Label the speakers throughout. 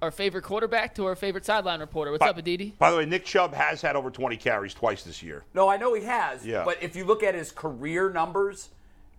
Speaker 1: our favorite quarterback to our favorite sideline reporter. What's
Speaker 2: Bye.
Speaker 1: up, Aditi?
Speaker 2: By the way, Nick Chubb has had over 20 carries twice this year.
Speaker 3: No, I know he has.
Speaker 2: Yeah.
Speaker 3: But if you look at his career numbers,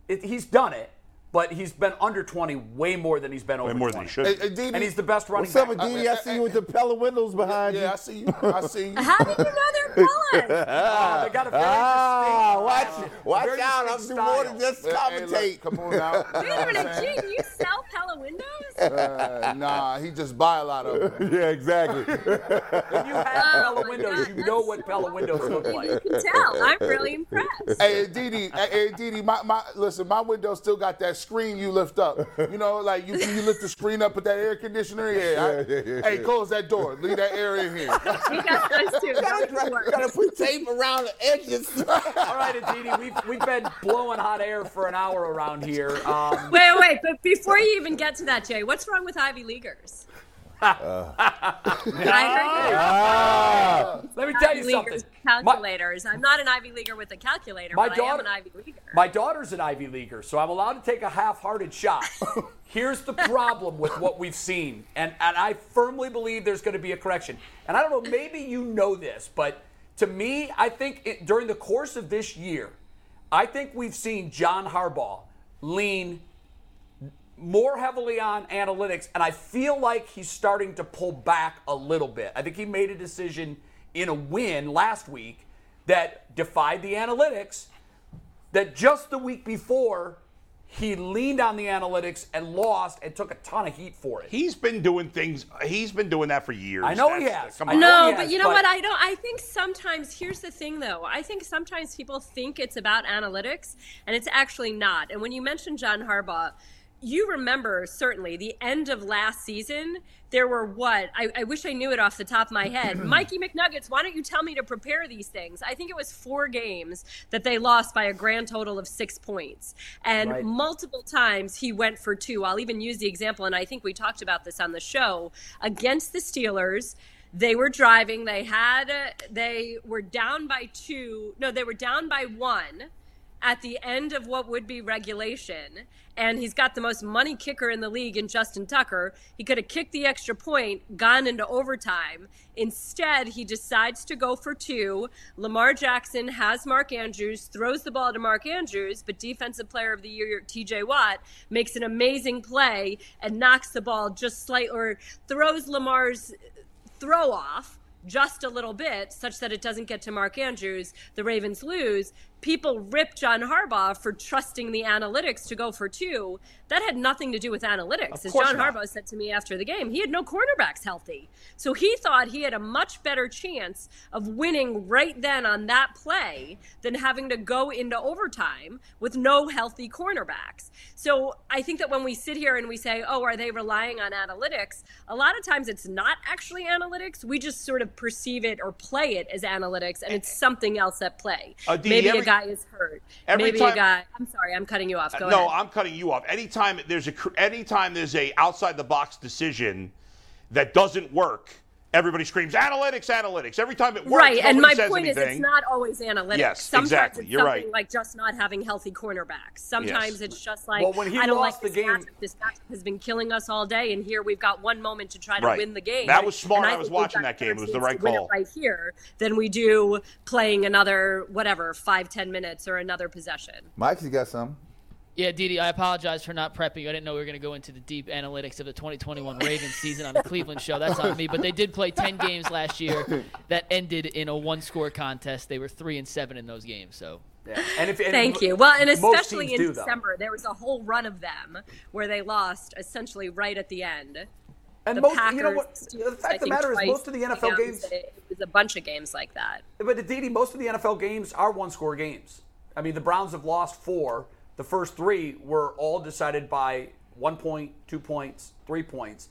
Speaker 3: it, he's done it. But he's been under 20 way more than he's been over Uh,
Speaker 2: Way more
Speaker 3: 20.
Speaker 2: than he should. be.
Speaker 3: And he's the best running
Speaker 4: What's up,
Speaker 3: back. Oh,
Speaker 4: Aditi? I see you with the Pella windows behind
Speaker 5: Yeah, I
Speaker 4: you.
Speaker 5: see you. I see you.
Speaker 6: How do you know they're colors?
Speaker 3: Uh, they got a very
Speaker 4: Ah,
Speaker 3: distinct,
Speaker 4: watch,
Speaker 3: uh,
Speaker 4: watch
Speaker 3: very
Speaker 4: out. I'm
Speaker 3: distinct
Speaker 4: doing more
Speaker 3: style.
Speaker 4: than just
Speaker 5: Hey, hey, look,
Speaker 4: commentate.
Speaker 5: come on out.
Speaker 6: Wait a minute, Gene, you sell Pella windows?
Speaker 5: Uh, nah, he just buy a lot of them.
Speaker 4: yeah, exactly.
Speaker 3: When you have
Speaker 6: Oh,
Speaker 3: Pella
Speaker 6: my
Speaker 3: windows,
Speaker 6: God,
Speaker 3: you know
Speaker 6: that's
Speaker 3: what
Speaker 6: so
Speaker 3: Pella windows look
Speaker 6: You- You
Speaker 3: like.
Speaker 6: can tell. I'm really impressed.
Speaker 5: Hey, Didi, hey, Didi, my, my, listen, my window still got that screen you lift up. You know, like you, you lift the screen up with that air conditioner. Yeah, I-
Speaker 4: Yeah, yeah, yeah,
Speaker 5: Hey,
Speaker 4: yeah.
Speaker 5: close that door. Leave that air in here.
Speaker 6: We got those two. That was worse.
Speaker 4: Gotta put tape around the edges.
Speaker 3: All right, Aditi, we've, we've been blowing hot air for an hour around here. Um,
Speaker 6: Wait, wait, but before you even get to that, Jay, what's wrong with Ivy Leaguers?
Speaker 3: Uh.
Speaker 6: I
Speaker 4: ah,
Speaker 3: let me
Speaker 6: heard
Speaker 3: tell
Speaker 6: Ivy
Speaker 3: you something.
Speaker 6: Leaguers calculators. I'm not an Ivy Leaguer with a calculator,
Speaker 3: My
Speaker 6: but I am
Speaker 3: daughter-
Speaker 6: an Ivy Leaguer.
Speaker 3: My daughter's an Ivy Leaguer, so I'm allowed to take a half hearted shot. Here's the problem with what we've seen, and, and I firmly believe there's going to be a correction. And I don't know, maybe you know this, but to me, I think it, during the course of this year, I think we've seen John Harbaugh lean more heavily on analytics, and I feel like he's starting to pull back a little bit. I think he made a decision in a win last week that defied the analytics that just the week before he leaned on the analytics and lost and took a ton of heat for it.
Speaker 2: He's been doing things. He's been doing that for years.
Speaker 3: I know he has.
Speaker 2: Come
Speaker 3: I
Speaker 2: on.
Speaker 3: know
Speaker 6: No,
Speaker 3: Yes,
Speaker 6: but you know
Speaker 3: but-
Speaker 6: what? I don't. I think sometimes. Here's the thing, though. I think sometimes people think it's about analytics, and it's actually not. And when you mentioned John Harbaugh, you remember certainly the end of last season. There were what? I, I wish I knew it off the top of my head. Mikey McNuggets, why don't you tell me to prepare these things? I think it was four games that they lost by a grand total of six points. And
Speaker 3: Right.
Speaker 6: multiple times he went for two. I'll even use the example, and I think we talked about this on the show against the Steelers. They were driving. They had. They were down by two. No, they were down by one at the end of what would be regulation. And he's got the most money kicker in the league in Justin Tucker. He could have kicked the extra point, gone into overtime. Instead, he decides to go for two. Lamar Jackson has Mark Andrews, throws the ball to Mark Andrews, but Defensive Player of the Year TJ Watt makes an amazing play and knocks the ball just slightly or throws Lamar's throw off just a little bit, such that it doesn't get to Mark Andrews, the Ravens lose. People rip John Harbaugh for trusting the analytics to go for two. That had nothing to do with analytics. As John Harbaugh said to me after the game, he had no cornerbacks healthy. So he thought he had a much better chance of winning right then on that play than having to go into overtime with no healthy cornerbacks. So I think that when we sit here and we say, oh, are they relying on analytics? A lot of times it's not actually analytics. We just sort of perceive it or play it as analytics, and it's something else at play.
Speaker 2: Uh, Dee,
Speaker 6: Maybe
Speaker 2: every-
Speaker 6: a guy is hurt.
Speaker 2: every
Speaker 6: Maybe
Speaker 2: time-
Speaker 6: a guy. I'm sorry, I'm cutting you off. Go
Speaker 2: no,
Speaker 6: ahead.
Speaker 2: I'm cutting you off. Anytime there's a cr- anytime there's a outside the box decision that doesn't work, everybody screams analytics, analytics. Every time it works,
Speaker 6: Right, and my
Speaker 2: nobody says
Speaker 6: point
Speaker 2: anything.
Speaker 6: is, it's not always analytics.
Speaker 2: Yes,
Speaker 6: Sometimes
Speaker 2: exactly.
Speaker 6: It's
Speaker 2: You're
Speaker 6: something
Speaker 2: right.
Speaker 6: Like just not having healthy cornerbacks. Sometimes it's just like
Speaker 3: Well, when he
Speaker 6: I don't
Speaker 3: lost
Speaker 6: like this
Speaker 3: the game-
Speaker 6: matchup. This matchup has been killing us all day, and here we've got one moment to try to
Speaker 2: Right.
Speaker 6: win the game.
Speaker 2: That was smart.
Speaker 6: And
Speaker 2: I was
Speaker 6: think we've
Speaker 2: watching
Speaker 6: got
Speaker 2: that game. It was
Speaker 6: better chance
Speaker 2: the right
Speaker 6: to win it
Speaker 2: call.
Speaker 6: right here than we do playing another whatever five ten minutes or another possession.
Speaker 4: Mike's got something.
Speaker 1: Yeah, Didi, I apologize for not prepping you. I didn't know we were going to go into the deep analytics of the 2021 Ravens season on the Cleveland show. That's on me. But they did play 10 games last year that ended in a one-score contest. They were three and seven in those games. So
Speaker 3: And if, and
Speaker 6: Thank you. Well, and
Speaker 3: most
Speaker 6: especially
Speaker 3: teams
Speaker 6: in
Speaker 3: do, though.
Speaker 6: December, there was a whole run of them where they lost essentially right at the end.
Speaker 3: and
Speaker 6: the
Speaker 3: most,
Speaker 6: Packers.
Speaker 3: you know what? The
Speaker 6: I
Speaker 3: fact of the
Speaker 6: think
Speaker 3: matter is,
Speaker 6: twice
Speaker 3: most of the NFL
Speaker 6: announced
Speaker 3: games,
Speaker 6: that It it was a bunch of games like that.
Speaker 3: but Aditi, most of the NFL games are one score games. I mean, the Browns have lost four. The first three were all decided by one point, two points, three points.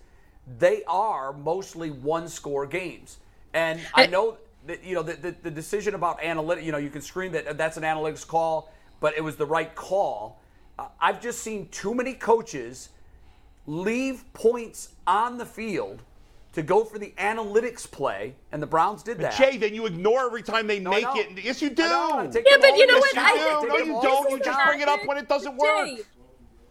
Speaker 3: they are mostly one score games. And I know that, you know, the, the, the decision about analytic, you know, you can scream that uh, that's an analytics call, but it was the right call. Uh, I've just seen too many coaches leave points on the field to go for the analytics play, and the Browns did that.
Speaker 2: Jay, then you ignore every time they
Speaker 3: I
Speaker 2: make
Speaker 3: know.
Speaker 2: it. Yes, you do.
Speaker 3: I know, I take
Speaker 6: Yeah,
Speaker 3: them
Speaker 6: but
Speaker 3: all.
Speaker 6: you know
Speaker 3: Yes,
Speaker 6: what?
Speaker 2: you
Speaker 6: I
Speaker 2: do.
Speaker 6: think
Speaker 2: No,
Speaker 6: this
Speaker 2: you
Speaker 6: is
Speaker 2: don't.
Speaker 6: the
Speaker 2: You just bring it up when it doesn't work.
Speaker 6: Jay,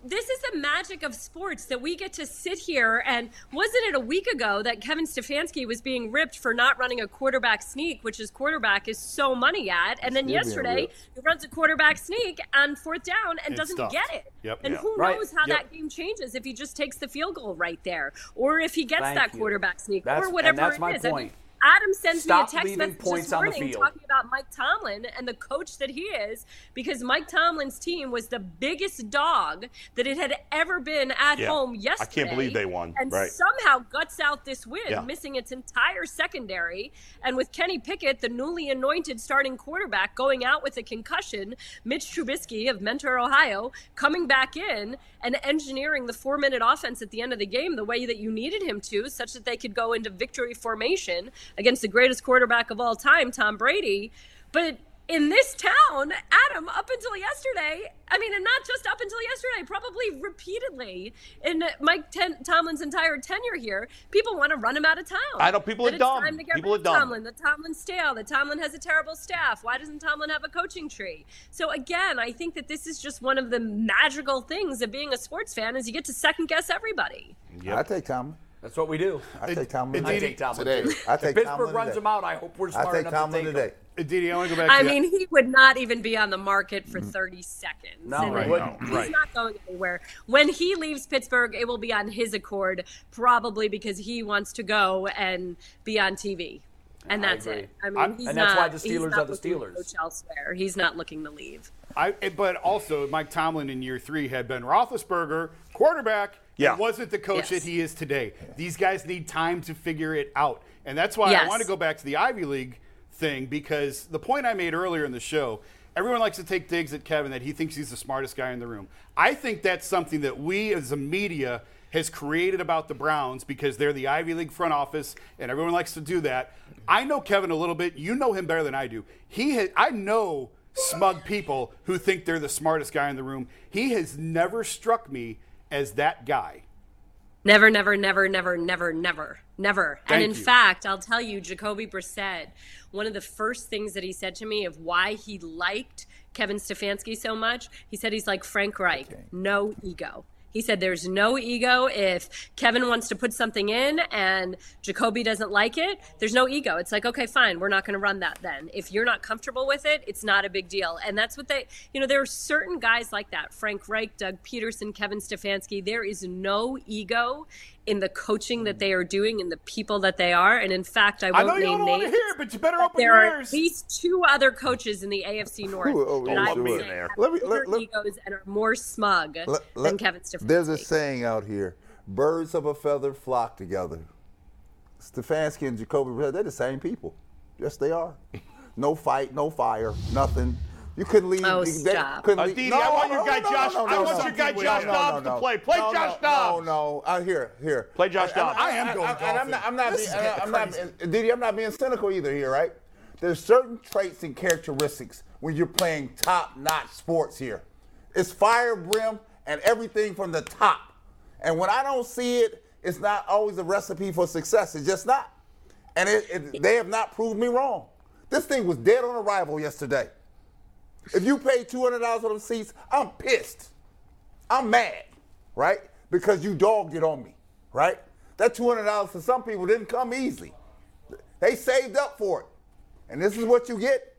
Speaker 6: This is the magic of sports that we get to sit here and wasn't it a week ago that Kevin Stefanski was being ripped for not running a quarterback sneak, which his quarterback is so money at, and then
Speaker 7: Still being
Speaker 6: yesterday
Speaker 7: ripped.
Speaker 6: he runs a quarterback sneak on fourth down and
Speaker 8: It's
Speaker 6: doesn't
Speaker 8: stuffed.
Speaker 6: get it.
Speaker 8: Yep.
Speaker 6: And
Speaker 8: Yeah.
Speaker 6: who
Speaker 3: Right.
Speaker 6: knows how
Speaker 3: Yep.
Speaker 6: that game changes if he just takes the field goal right there, or if he gets
Speaker 3: Thank
Speaker 6: that
Speaker 3: you.
Speaker 6: quarterback sneak,
Speaker 3: That's-
Speaker 6: or
Speaker 3: and
Speaker 6: whatever
Speaker 3: that's
Speaker 6: it
Speaker 3: my
Speaker 6: is. I mean,
Speaker 3: point.
Speaker 6: Adam sends
Speaker 3: Stop
Speaker 6: me a text
Speaker 3: leaving
Speaker 6: message
Speaker 3: points
Speaker 6: this
Speaker 3: on the
Speaker 6: morning
Speaker 3: field.
Speaker 6: talking about Mike Tomlin and the coach that he is because Mike Tomlin's team was the biggest dog that it had ever been at
Speaker 2: Yeah.
Speaker 6: home
Speaker 2: I
Speaker 6: yesterday.
Speaker 2: can't believe they won.
Speaker 6: And
Speaker 2: Right.
Speaker 6: somehow guts out this win,
Speaker 2: Yeah.
Speaker 6: missing its entire secondary. And with Kenny Pickett, the newly anointed starting quarterback, going out with a concussion, Mitch Trubisky of Mentor, Ohio, coming back in and engineering the four minute offense at the end of the game the way that you needed him to, such that they could go into victory formation against the greatest quarterback of all time, Tom Brady. But in this town, Adam, up until yesterday, I mean, and not just up until yesterday, probably repeatedly in Mike Ten- Tomlin's entire tenure here, people want to run him out of town.
Speaker 2: I know, people
Speaker 6: That
Speaker 2: are
Speaker 6: it's
Speaker 2: dumb.
Speaker 6: time to get
Speaker 2: People
Speaker 6: rid
Speaker 2: are
Speaker 6: of
Speaker 2: dumb.
Speaker 6: Tomlin. The Tomlin's stale. The Tomlin has a terrible staff. Why doesn't Tomlin have a coaching tree? So again, I think that this is just one of the magical things of being a sports fan is you get to second guess everybody.
Speaker 7: I take Tomlin.
Speaker 3: That's what we do.
Speaker 7: I take Tomlin.
Speaker 3: I
Speaker 7: today.
Speaker 3: take Tomlin
Speaker 7: today.
Speaker 3: too.
Speaker 7: I take
Speaker 3: if Pittsburgh
Speaker 7: Tomlin
Speaker 3: runs
Speaker 7: today.
Speaker 3: them out, I hope we're smart
Speaker 7: I take
Speaker 3: enough
Speaker 7: Tomlin
Speaker 3: to take
Speaker 7: today.
Speaker 3: them.
Speaker 8: Didi, I want to go back.
Speaker 6: I
Speaker 8: to that-
Speaker 6: mean, he would not even be on the market for 30 seconds.
Speaker 3: Mm. No,
Speaker 6: And
Speaker 3: he
Speaker 6: I-
Speaker 3: wouldn't.
Speaker 6: He's
Speaker 8: Right.
Speaker 6: not going anywhere. When he leaves Pittsburgh, it will be on his accord, probably because he wants to go and be on TV. And
Speaker 3: I
Speaker 6: that's
Speaker 3: agree.
Speaker 6: it. I mean,
Speaker 8: I'm-
Speaker 6: he's
Speaker 3: and that's
Speaker 6: not,
Speaker 3: why the
Speaker 6: he's
Speaker 3: Steelers
Speaker 6: not
Speaker 3: are the
Speaker 6: looking to
Speaker 3: Steelers.
Speaker 6: Coach elsewhere. He's not looking to leave.
Speaker 8: I, but also, Mike Tomlin in year three had Ben Roethlisberger, quarterback.
Speaker 2: Yeah.
Speaker 8: and wasn't the
Speaker 6: Yes.
Speaker 8: coach that he is today. These guys need time to figure it out, and that's why I
Speaker 6: Yes.
Speaker 8: want to go back to the Ivy League thing because the point I made earlier in the show. Everyone likes to take digs at Kevin that he thinks he's the smartest guy in the room. I think that's something that we as a media has created about the Browns because they're the Ivy League front office and everyone likes to do that. I know Kevin a little bit. You know him better than I do. He ha- I know smug people who think they're the smartest guy in the room. He has never struck me as that guy.
Speaker 6: Never, never, never, never, never, never, never.
Speaker 8: Thank
Speaker 6: and in
Speaker 8: you.
Speaker 6: fact, I'll tell you, Jacoby Brissett, one of the first things that he said to me of why he liked Kevin Stefanski so much, he said he's like Frank Reich, no ego. He said there's no ego. If Kevin wants to put something in and Jacoby doesn't like it, there's no ego. It's like, okay, fine, we're not going to run that then. If you're not comfortable with it, it's not a big deal. And that's what they, you know, there are certain guys like that Frank Reich, Doug Peterson, Kevin Stefanski. There is no ego in the coaching that they are doing and the people that they are. And in fact, I
Speaker 8: I
Speaker 6: won't
Speaker 8: know you
Speaker 6: name
Speaker 8: don't want to
Speaker 6: names.
Speaker 8: hear it, but you better
Speaker 6: but
Speaker 8: open
Speaker 6: there
Speaker 8: your
Speaker 6: are at
Speaker 8: ears.
Speaker 6: least two other coaches in the AFC North
Speaker 7: oh,
Speaker 6: that
Speaker 7: yeah,
Speaker 6: I would
Speaker 2: sure.
Speaker 6: say have
Speaker 7: Let me-
Speaker 6: bigger
Speaker 7: let- let-
Speaker 6: egos and are more smug
Speaker 7: Let-
Speaker 6: than
Speaker 7: let-
Speaker 6: Kevin Stefanski.
Speaker 7: There's a saying out here: birds of a feather flock together. Stefanski and Jacoby Brissett, they're the same people. Yes, they are. No fight, no fire, nothing. You couldn't leave.
Speaker 6: Oh,
Speaker 7: they
Speaker 6: stop.
Speaker 7: Couldn't
Speaker 2: Uh, Didi, I want your guy Josh- I want your guy Josh Dobbs to play. Play
Speaker 7: no,
Speaker 2: Josh
Speaker 7: no,
Speaker 2: Dobbs.
Speaker 7: No, no, I here, here.
Speaker 2: Play Josh
Speaker 7: And I'm-
Speaker 2: Dobbs.
Speaker 8: I am going
Speaker 7: And I'm
Speaker 8: golfing.
Speaker 7: not. I'm not.
Speaker 8: This
Speaker 7: Being,
Speaker 8: is
Speaker 7: and
Speaker 8: getting
Speaker 7: I'm not.
Speaker 8: crazy.
Speaker 7: and Didi, I'm not being cynical either here, right? There's certain traits and characteristics when you're playing top-notch sports here. It's fire brim and everything from the top. And when I don't see it, it's not always a recipe for success. It's just not. And it, it, they have not proved me wrong. This thing was dead on arrival yesterday. If you pay $200 for them seats, I'm pissed. I'm mad, right? Because you dogged it on me, right? That $200 for some people didn't come easy. They saved up for it. And this is what you get.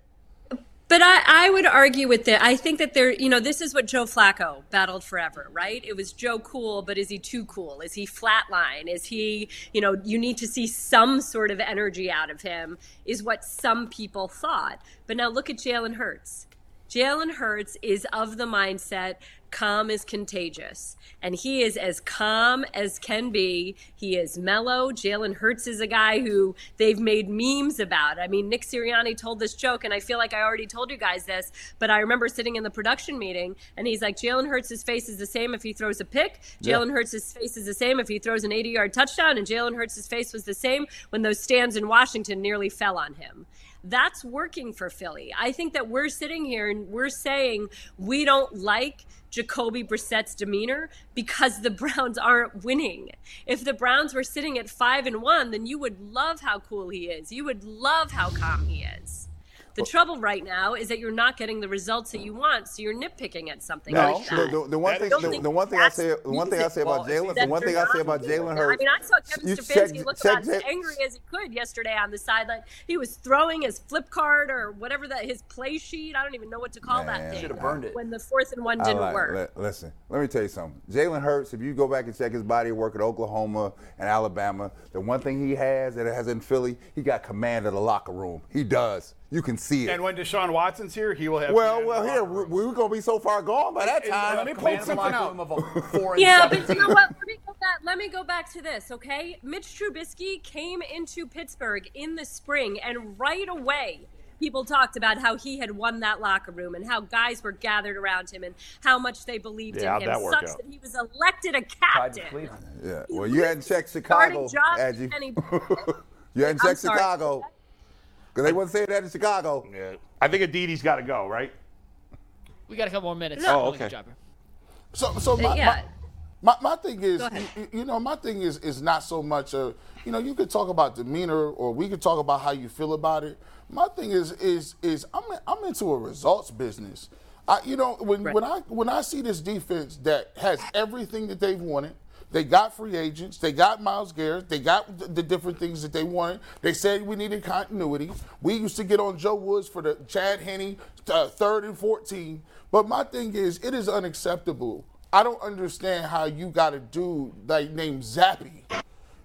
Speaker 6: But I, I would argue with that. I think that there, you know, this is what Joe Flacco battled forever, right? It was Joe cool, but is he too cool? Is he flatline? Is he, you know, you need to see some sort of energy out of him, is what some people thought. But now look at Jalen Hurts. Jalen Hurts is of the mindset calm is contagious. And he is as calm as can be. He is mellow. Jalen Hurts is a guy who they've made memes about. I mean, Nick Sirianni told this joke, and I feel like I already told you guys this, but I remember sitting in the production meeting, and he's like, Jalen Hurts' face is the same if he throws a pick. Jalen Hurts' face is the same if he throws an 80 yard touchdown. And Jalen Hurts' face was the same when those stands in Washington nearly fell on him that's working for Philly. I think that we're sitting here and we're saying we don't like Jacoby Brissett's demeanor because the Browns aren't winning. If the Browns were sitting at five and one, then you would love how cool he is. You would love how calm he is. The trouble right now is that you're not getting the results that you want, so you're nitpicking at something.
Speaker 4: No,
Speaker 6: like
Speaker 4: the,
Speaker 6: that.
Speaker 4: the, the one
Speaker 2: That
Speaker 4: thing,
Speaker 2: is
Speaker 4: the,
Speaker 6: true.
Speaker 4: the one thing I say, the one thing I say about
Speaker 3: Well,
Speaker 4: Jalen, the
Speaker 6: That's
Speaker 4: one thing I say
Speaker 6: not
Speaker 4: about
Speaker 6: good.
Speaker 4: Jalen
Speaker 6: I
Speaker 4: Hurts.
Speaker 6: mean, I saw Kevin
Speaker 4: you
Speaker 6: Stefanski
Speaker 4: check-
Speaker 6: look
Speaker 4: check
Speaker 6: about as
Speaker 4: Jalen-
Speaker 6: angry as he could yesterday on the sideline. He was throwing his flip card or whatever that his play sheet. I don't even know what to call
Speaker 4: Man,
Speaker 6: that thing.
Speaker 3: Should have burned it.
Speaker 6: When the fourth and one
Speaker 4: I
Speaker 6: didn't
Speaker 4: like-
Speaker 6: work.
Speaker 4: li- listen, let me tell you something. Jalen Hurts, if you go back and check his body of work at Oklahoma and Alabama, the one thing he has that it has in Philly, he got command of the locker room. He does. You can see it.
Speaker 8: And when Deshaun Watson's here, he will have.
Speaker 4: well,
Speaker 8: command
Speaker 4: well,
Speaker 8: of the
Speaker 4: here
Speaker 8: locker
Speaker 4: we,
Speaker 8: room.
Speaker 4: we're gonna be so far gone by that time.
Speaker 8: let me point something out.
Speaker 6: Yeah, but you know what? Let me go back. Let me go back to this, okay? Mitch Trubisky came into Pittsburgh in the spring, and right away, people talked about how he had won that locker room and how guys were gathered around him and how much they believed
Speaker 2: Yeah, how'd
Speaker 6: in him.
Speaker 2: that work
Speaker 6: Such
Speaker 2: out?
Speaker 6: that he was elected a captain.
Speaker 4: Yeah. Well, you hadn't checked Chicago,
Speaker 6: Starting job,
Speaker 4: Adji.
Speaker 6: and he-
Speaker 4: You hadn't
Speaker 6: I'm
Speaker 4: checked
Speaker 6: sorry.
Speaker 4: Chicago. Because they wouldn't say that in Chicago.
Speaker 2: Yeah. I think Aditi's got to go, right?
Speaker 1: We got a couple more minutes.
Speaker 2: No. Oh,
Speaker 1: Alex
Speaker 2: okay.
Speaker 1: Jobber.
Speaker 5: So, so my,
Speaker 6: yeah.
Speaker 5: my, my, my thing is,
Speaker 6: Go ahead.
Speaker 5: y- you know, my thing is is not so much a, you know, you could talk about demeanor or we could talk about how you feel about it. My thing is is is I'm I'm into a results business. I, you know, when, when I when I see this defense that has everything that they've wanted, they got free agents, they got Miles Garrett, they got the, the different things that they wanted. They said we needed continuity. We used to get on Joe Woods for the Chad Henney uh, third and fourteen. But my thing is, it is unacceptable. I don't understand how you got a dude like named Zappy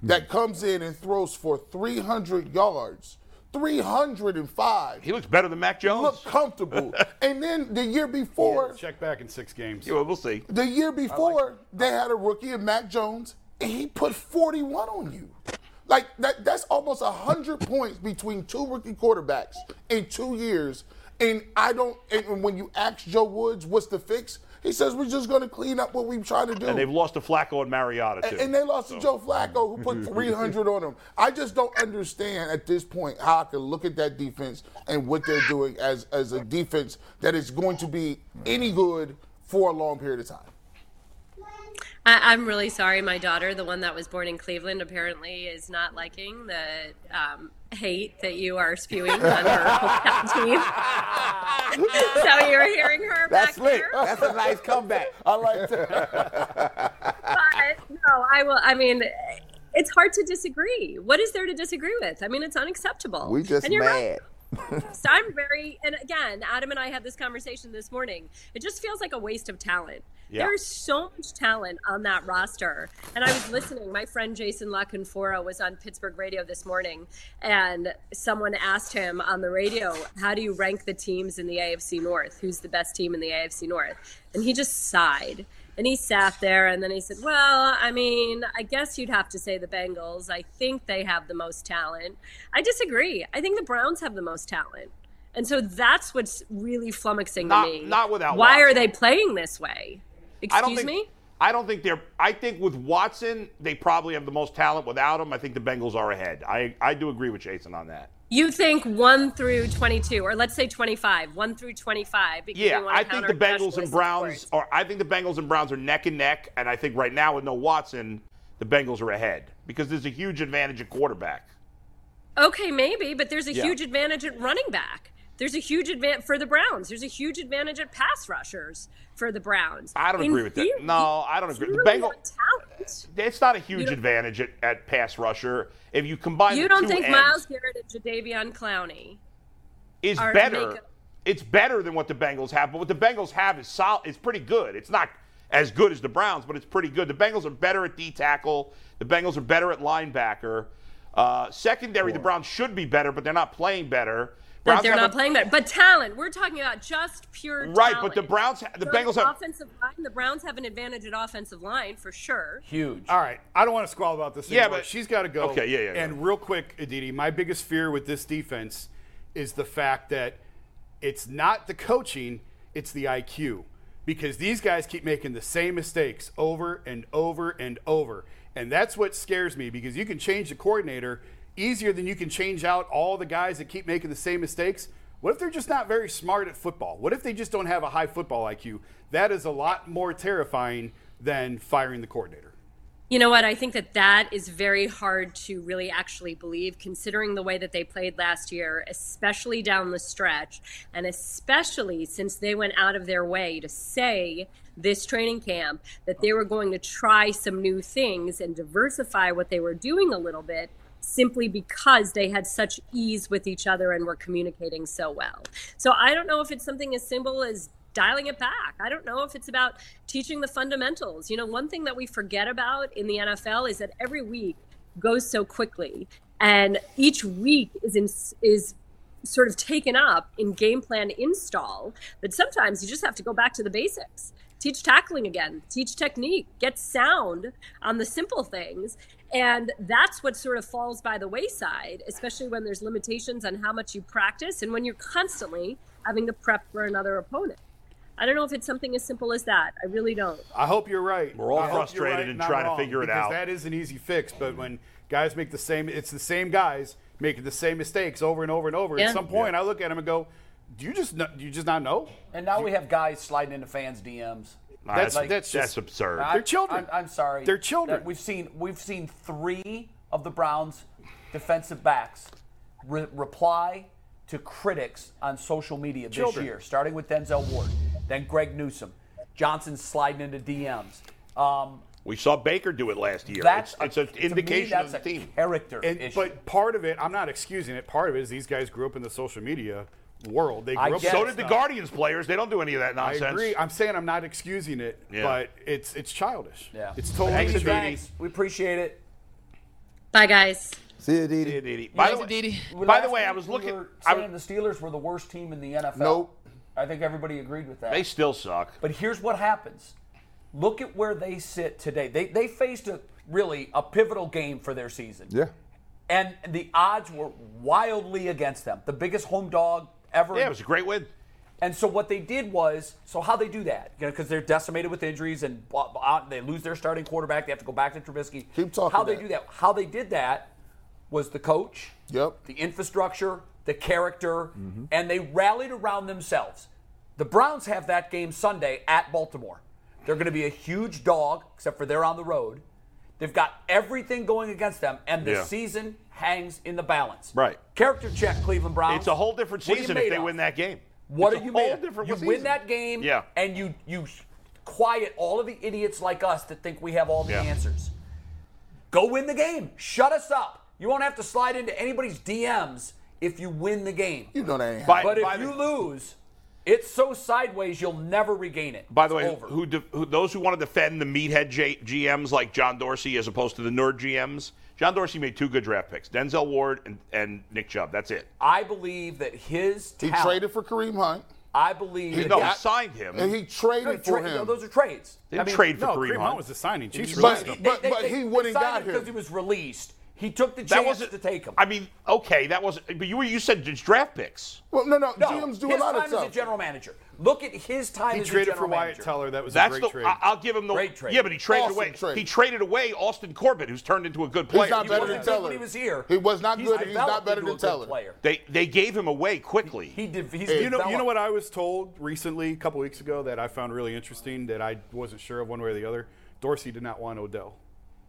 Speaker 5: that comes in and throws for 300 yards, 305.
Speaker 2: He looks better than Mac Jones.
Speaker 5: Look comfortable. and then the year before,
Speaker 8: Check back in six games.
Speaker 2: Yeah, well, we'll see.
Speaker 5: the year before, they had a rookie in Mac Jones, and he put 41 on you. Like that that's almost 100 points between two rookie quarterbacks in 2 years. And I don't and when you ask Joe Woods what's the fix, he says we're just going to clean up what we're trying to do.
Speaker 2: And they've lost to Flacco and Mariota too.
Speaker 5: And, and they lost to Joe Flacco, who put 300 on them. I just don't understand at this point how I can look at that defense and what they're doing as as a defense that is going to be any good for a long period of time.
Speaker 6: I, I'm really sorry. My daughter, the one that was born in Cleveland, apparently is not liking the um, hate that you are spewing on her team. so you're hearing her
Speaker 4: That's
Speaker 6: back
Speaker 4: slick.
Speaker 6: here.
Speaker 4: That's a nice comeback. I like that.
Speaker 6: but no, I will. I mean, it's hard to disagree. What is there to disagree with? I mean, it's unacceptable.
Speaker 4: We just
Speaker 6: And you're right.
Speaker 4: mad.
Speaker 6: So I'm very, and again, Adam and I had this conversation this morning. It just feels like a waste of talent.
Speaker 2: Yeah.
Speaker 6: There's so much talent on that roster. And I was listening. My friend Jason LaConfora was on Pittsburgh radio this morning, and someone asked him on the radio, How do you rank the teams in the AFC North? Who's the best team in the AFC North? And he just sighed. And he sat there and then he said, Well, I mean, I guess you'd have to say the Bengals. I think they have the most talent. I disagree. I think the Browns have the most talent. And so that's what's really flummoxing
Speaker 2: Not-
Speaker 6: to me.
Speaker 2: not without
Speaker 6: Why are
Speaker 2: Watson.
Speaker 6: they playing this way? Excuse
Speaker 2: I don't think,
Speaker 6: me?
Speaker 2: I don't think they're. I think with Watson, they probably have the most talent. Without him, I think the Bengals are ahead. I I do agree with Jason on that.
Speaker 6: You think 1 through 22, or let's say 25, 1 through 25. because we
Speaker 2: Yeah,
Speaker 6: wanna
Speaker 2: I
Speaker 6: count
Speaker 2: think the
Speaker 6: our
Speaker 2: Bengals and
Speaker 6: specialist
Speaker 2: Browns
Speaker 6: scores.
Speaker 2: are. I think the Bengals and Browns are neck and neck, and I think right now with no Watson, the Bengals are ahead because there's a huge advantage at quarterback.
Speaker 6: Okay, maybe, but there's a
Speaker 2: Yeah.
Speaker 6: huge advantage at running back. There's a huge advantage for the Browns. There's a huge advantage at pass rushers for the Browns.
Speaker 2: I don't
Speaker 6: In
Speaker 2: agree with that.
Speaker 6: theory,
Speaker 2: No, I don't
Speaker 6: it's
Speaker 2: agree. The
Speaker 6: really
Speaker 2: Bengal-
Speaker 6: on talent.
Speaker 2: It's not a huge
Speaker 6: don't-
Speaker 2: advantage at, at pass rusher. If you combine
Speaker 6: You
Speaker 2: the
Speaker 6: don't
Speaker 2: two
Speaker 6: think
Speaker 2: ends,
Speaker 6: Miles Garrett and Jadavion Clowney?
Speaker 2: is
Speaker 6: are
Speaker 2: better.
Speaker 6: make-
Speaker 2: It's better than what the Bengals have, but what the Bengals have is solid. It's pretty good. It's not as good as the Browns, but it's pretty good. The Bengals are better at D tackle. The Bengals are better at linebacker. Uh, secondary, the Browns should be better, but they're not playing better.
Speaker 6: that
Speaker 2: Browns
Speaker 6: they're
Speaker 2: have
Speaker 6: not
Speaker 2: a-
Speaker 6: playing better. But talent, we're talking about just pure
Speaker 2: Right, but the
Speaker 6: talent.
Speaker 2: Browns ha- the
Speaker 6: Those
Speaker 2: Bengals have-
Speaker 6: offensive line. The Browns have an advantage at offensive line for sure.
Speaker 3: Huge.
Speaker 8: All right, I don't want to squall about this.
Speaker 2: Yeah,
Speaker 8: anymore.
Speaker 2: but-
Speaker 8: she's got to go.
Speaker 2: Okay, yeah, yeah, yeah.
Speaker 8: And real quick, Aditi, my biggest fear with this defense is the fact that it's not the coaching, it's the IQ, because these guys keep making the same mistakes over and over and over, and that's what scares me. Because you can change the coordinator easier than you can change out all the guys that keep making the same mistakes. What if they're just not very smart at football? What if they just don't have a high football IQ? That is a lot more terrifying than firing the coordinator.
Speaker 6: You know what? I think that that is very hard to really actually believe, considering the way that they played last year, especially down the stretch, and especially since they went out of their way to say this training camp that they were going to try some new things and diversify what they were doing a little bit simply because they had such ease with each other and were communicating so well. So I don't know if it's something as simple as dialing it back. I don't know if it's about teaching the fundamentals. You know, one thing that we forget about in the NFL is that every week goes so quickly and each week is in, is sort of taken up in game plan install that sometimes you just have to go back to the basics teach tackling again teach technique get sound on the simple things and that's what sort of falls by the wayside especially when there's limitations on how much you practice and when you're constantly having to prep for another opponent i don't know if it's something as simple as that i really don't
Speaker 8: I hope you're right.
Speaker 2: We're all
Speaker 8: I hope you're
Speaker 2: frustrated and
Speaker 8: I'm
Speaker 2: trying to
Speaker 8: wrong,
Speaker 2: figure it
Speaker 8: because
Speaker 2: out.
Speaker 8: That is an easy fix, but when guys make the same, it's the same guys making the same mistakes over and over and over.
Speaker 6: Yeah.
Speaker 8: At some point, I look at them and go, "Do you just not, do you just not know?"
Speaker 3: And now we have guys sliding into fans' DMs.
Speaker 2: That's,
Speaker 8: Like-
Speaker 2: that's,
Speaker 8: that's just-
Speaker 2: absurd.
Speaker 3: I-
Speaker 8: They're children.
Speaker 3: I'm, I'm sorry.
Speaker 8: They're children.
Speaker 3: That We've seen we've seen three of the Browns' defensive backs re- reply to critics on social media this
Speaker 8: Children.
Speaker 3: year, starting with Denzel Ward, then Greg Newsom, Johnson sliding into DMs. Um,
Speaker 2: we saw Baker do it last year.
Speaker 3: that's
Speaker 2: it's,
Speaker 3: a-
Speaker 2: it's
Speaker 3: to
Speaker 2: an
Speaker 3: me,
Speaker 2: indication
Speaker 3: that's
Speaker 2: of the
Speaker 3: a
Speaker 2: team.
Speaker 3: character
Speaker 8: And,
Speaker 3: issue.
Speaker 8: but part of it, I'm not excusing it. Part of it is these guys grew up in the social media world. They grew
Speaker 3: I
Speaker 8: up.
Speaker 3: guess.
Speaker 2: So
Speaker 8: with
Speaker 2: did the
Speaker 8: stuff.
Speaker 2: Guardians players. They don't do any of that
Speaker 8: I
Speaker 2: nonsense.
Speaker 8: agree. I'm saying I'm not excusing it,
Speaker 2: Yeah.
Speaker 8: but it's it's childish.
Speaker 3: Yeah.
Speaker 8: It's totally
Speaker 2: Thanks,
Speaker 8: childish.
Speaker 2: Aditi.
Speaker 3: Thanks. We appreciate it.
Speaker 6: bye guys
Speaker 4: See you, Didi.
Speaker 2: Aditi. By the
Speaker 1: Thanks,
Speaker 2: way,
Speaker 1: Aditi.
Speaker 2: by the
Speaker 3: Last
Speaker 2: way, I
Speaker 3: week
Speaker 2: was
Speaker 3: we
Speaker 2: looking.
Speaker 3: were
Speaker 2: I
Speaker 3: saying
Speaker 2: was-
Speaker 3: the Steelers were the worst team in the NFL.
Speaker 4: Nope.
Speaker 3: I think everybody agreed with that.
Speaker 2: they still suck.
Speaker 3: But here's what happens. Look at where they sit today. They they faced a really a pivotal game for their season.
Speaker 4: Yeah.
Speaker 3: And the odds were wildly against them. The biggest home dog ever.
Speaker 2: Yeah, it was a great win.
Speaker 3: And so what they did was, so how they do that? Because they're decimated with injuries and blah, blah, they lose their starting quarterback. They have to go back to Trubisky.
Speaker 5: Keep talking
Speaker 3: How they
Speaker 5: that.
Speaker 3: do that? How they did that was the coach,
Speaker 5: Yep.
Speaker 3: the infrastructure, the character, and they rallied around themselves. The Browns have that game Sunday at Baltimore. They're going to be a huge dog, except for they're on the road. They've got everything going against them, and the
Speaker 2: Yeah.
Speaker 3: season hangs in the balance.
Speaker 2: Right.
Speaker 3: Character check, Cleveland Browns.
Speaker 2: It's a whole different
Speaker 3: What are you
Speaker 2: season
Speaker 3: made
Speaker 2: if they
Speaker 3: of?
Speaker 2: win that game.
Speaker 3: What
Speaker 2: It's
Speaker 3: are
Speaker 2: a
Speaker 3: you
Speaker 2: whole
Speaker 3: made? of?
Speaker 2: different
Speaker 3: you
Speaker 2: season.
Speaker 3: win that game,
Speaker 2: Yeah.
Speaker 3: and you you quiet all of the idiots like us that think we have all the
Speaker 2: Yeah.
Speaker 3: answers. Go win the game. Shut us up. You won't have to slide into anybody's DMs if you win the game.
Speaker 5: You know that ain't
Speaker 2: By-
Speaker 3: But
Speaker 2: by
Speaker 3: if
Speaker 2: the-
Speaker 3: you lose, it's so sideways you'll never regain it.
Speaker 2: By the
Speaker 3: It's
Speaker 2: way,
Speaker 3: over.
Speaker 2: who, de- who those who want to defend the meathead J- GMs like John Dorsey as opposed to the nerd GMs, John Dorsey made two good draft picks: Denzel Ward and, and Nick Chubb. That's it.
Speaker 3: I believe that his
Speaker 5: He
Speaker 3: talent.
Speaker 5: traded for Kareem Hunt,
Speaker 3: I believe that
Speaker 2: No, he
Speaker 3: that-
Speaker 2: signed him.
Speaker 5: and he traded
Speaker 3: No, he
Speaker 5: for
Speaker 3: tra-
Speaker 5: him.
Speaker 3: Those are trades.
Speaker 2: They didn't trade for
Speaker 8: No,
Speaker 2: Kareem,
Speaker 8: Kareem
Speaker 2: Hunt.
Speaker 8: Hunt was the signing. Chiefs
Speaker 5: But-
Speaker 8: released him.
Speaker 5: but- but he wouldn't
Speaker 3: signed
Speaker 5: got
Speaker 3: him
Speaker 5: here.
Speaker 3: because he was released. He took the
Speaker 2: that
Speaker 3: chance
Speaker 2: wasn't
Speaker 3: to take him.
Speaker 2: I mean, okay, that was. But you were you said it's draft picks.
Speaker 5: well, no, no,
Speaker 3: No,
Speaker 5: GMs do
Speaker 3: his
Speaker 5: a lot
Speaker 3: time
Speaker 5: of stuff.
Speaker 3: as a general manager. Look at his time
Speaker 8: He
Speaker 3: as a
Speaker 8: traded for
Speaker 3: general
Speaker 8: Wyatt
Speaker 3: manager.
Speaker 8: Teller. That was
Speaker 2: That's
Speaker 8: a great
Speaker 2: the.
Speaker 8: trade.
Speaker 2: I, I'll give him the.
Speaker 3: Great trade.
Speaker 2: Yeah, but he traded
Speaker 5: Awesome
Speaker 2: away.
Speaker 5: trade.
Speaker 2: He traded away Austin Corbett, who's turned into a good player.
Speaker 5: He's not
Speaker 3: He
Speaker 5: better
Speaker 3: wasn't
Speaker 5: than
Speaker 3: good
Speaker 5: Teller.
Speaker 3: when he was here.
Speaker 5: He was not good, and he's
Speaker 3: developed
Speaker 5: not better
Speaker 3: into
Speaker 5: than
Speaker 3: a good
Speaker 5: Teller.
Speaker 3: Player.
Speaker 2: they they gave him away quickly.
Speaker 3: He did. He's
Speaker 8: you know, you know
Speaker 3: developed.
Speaker 8: what I was told recently, a couple weeks ago, that I found really interesting that I wasn't sure of one way or the other. Dorsey did not want Odell.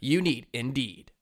Speaker 9: You need Indeed.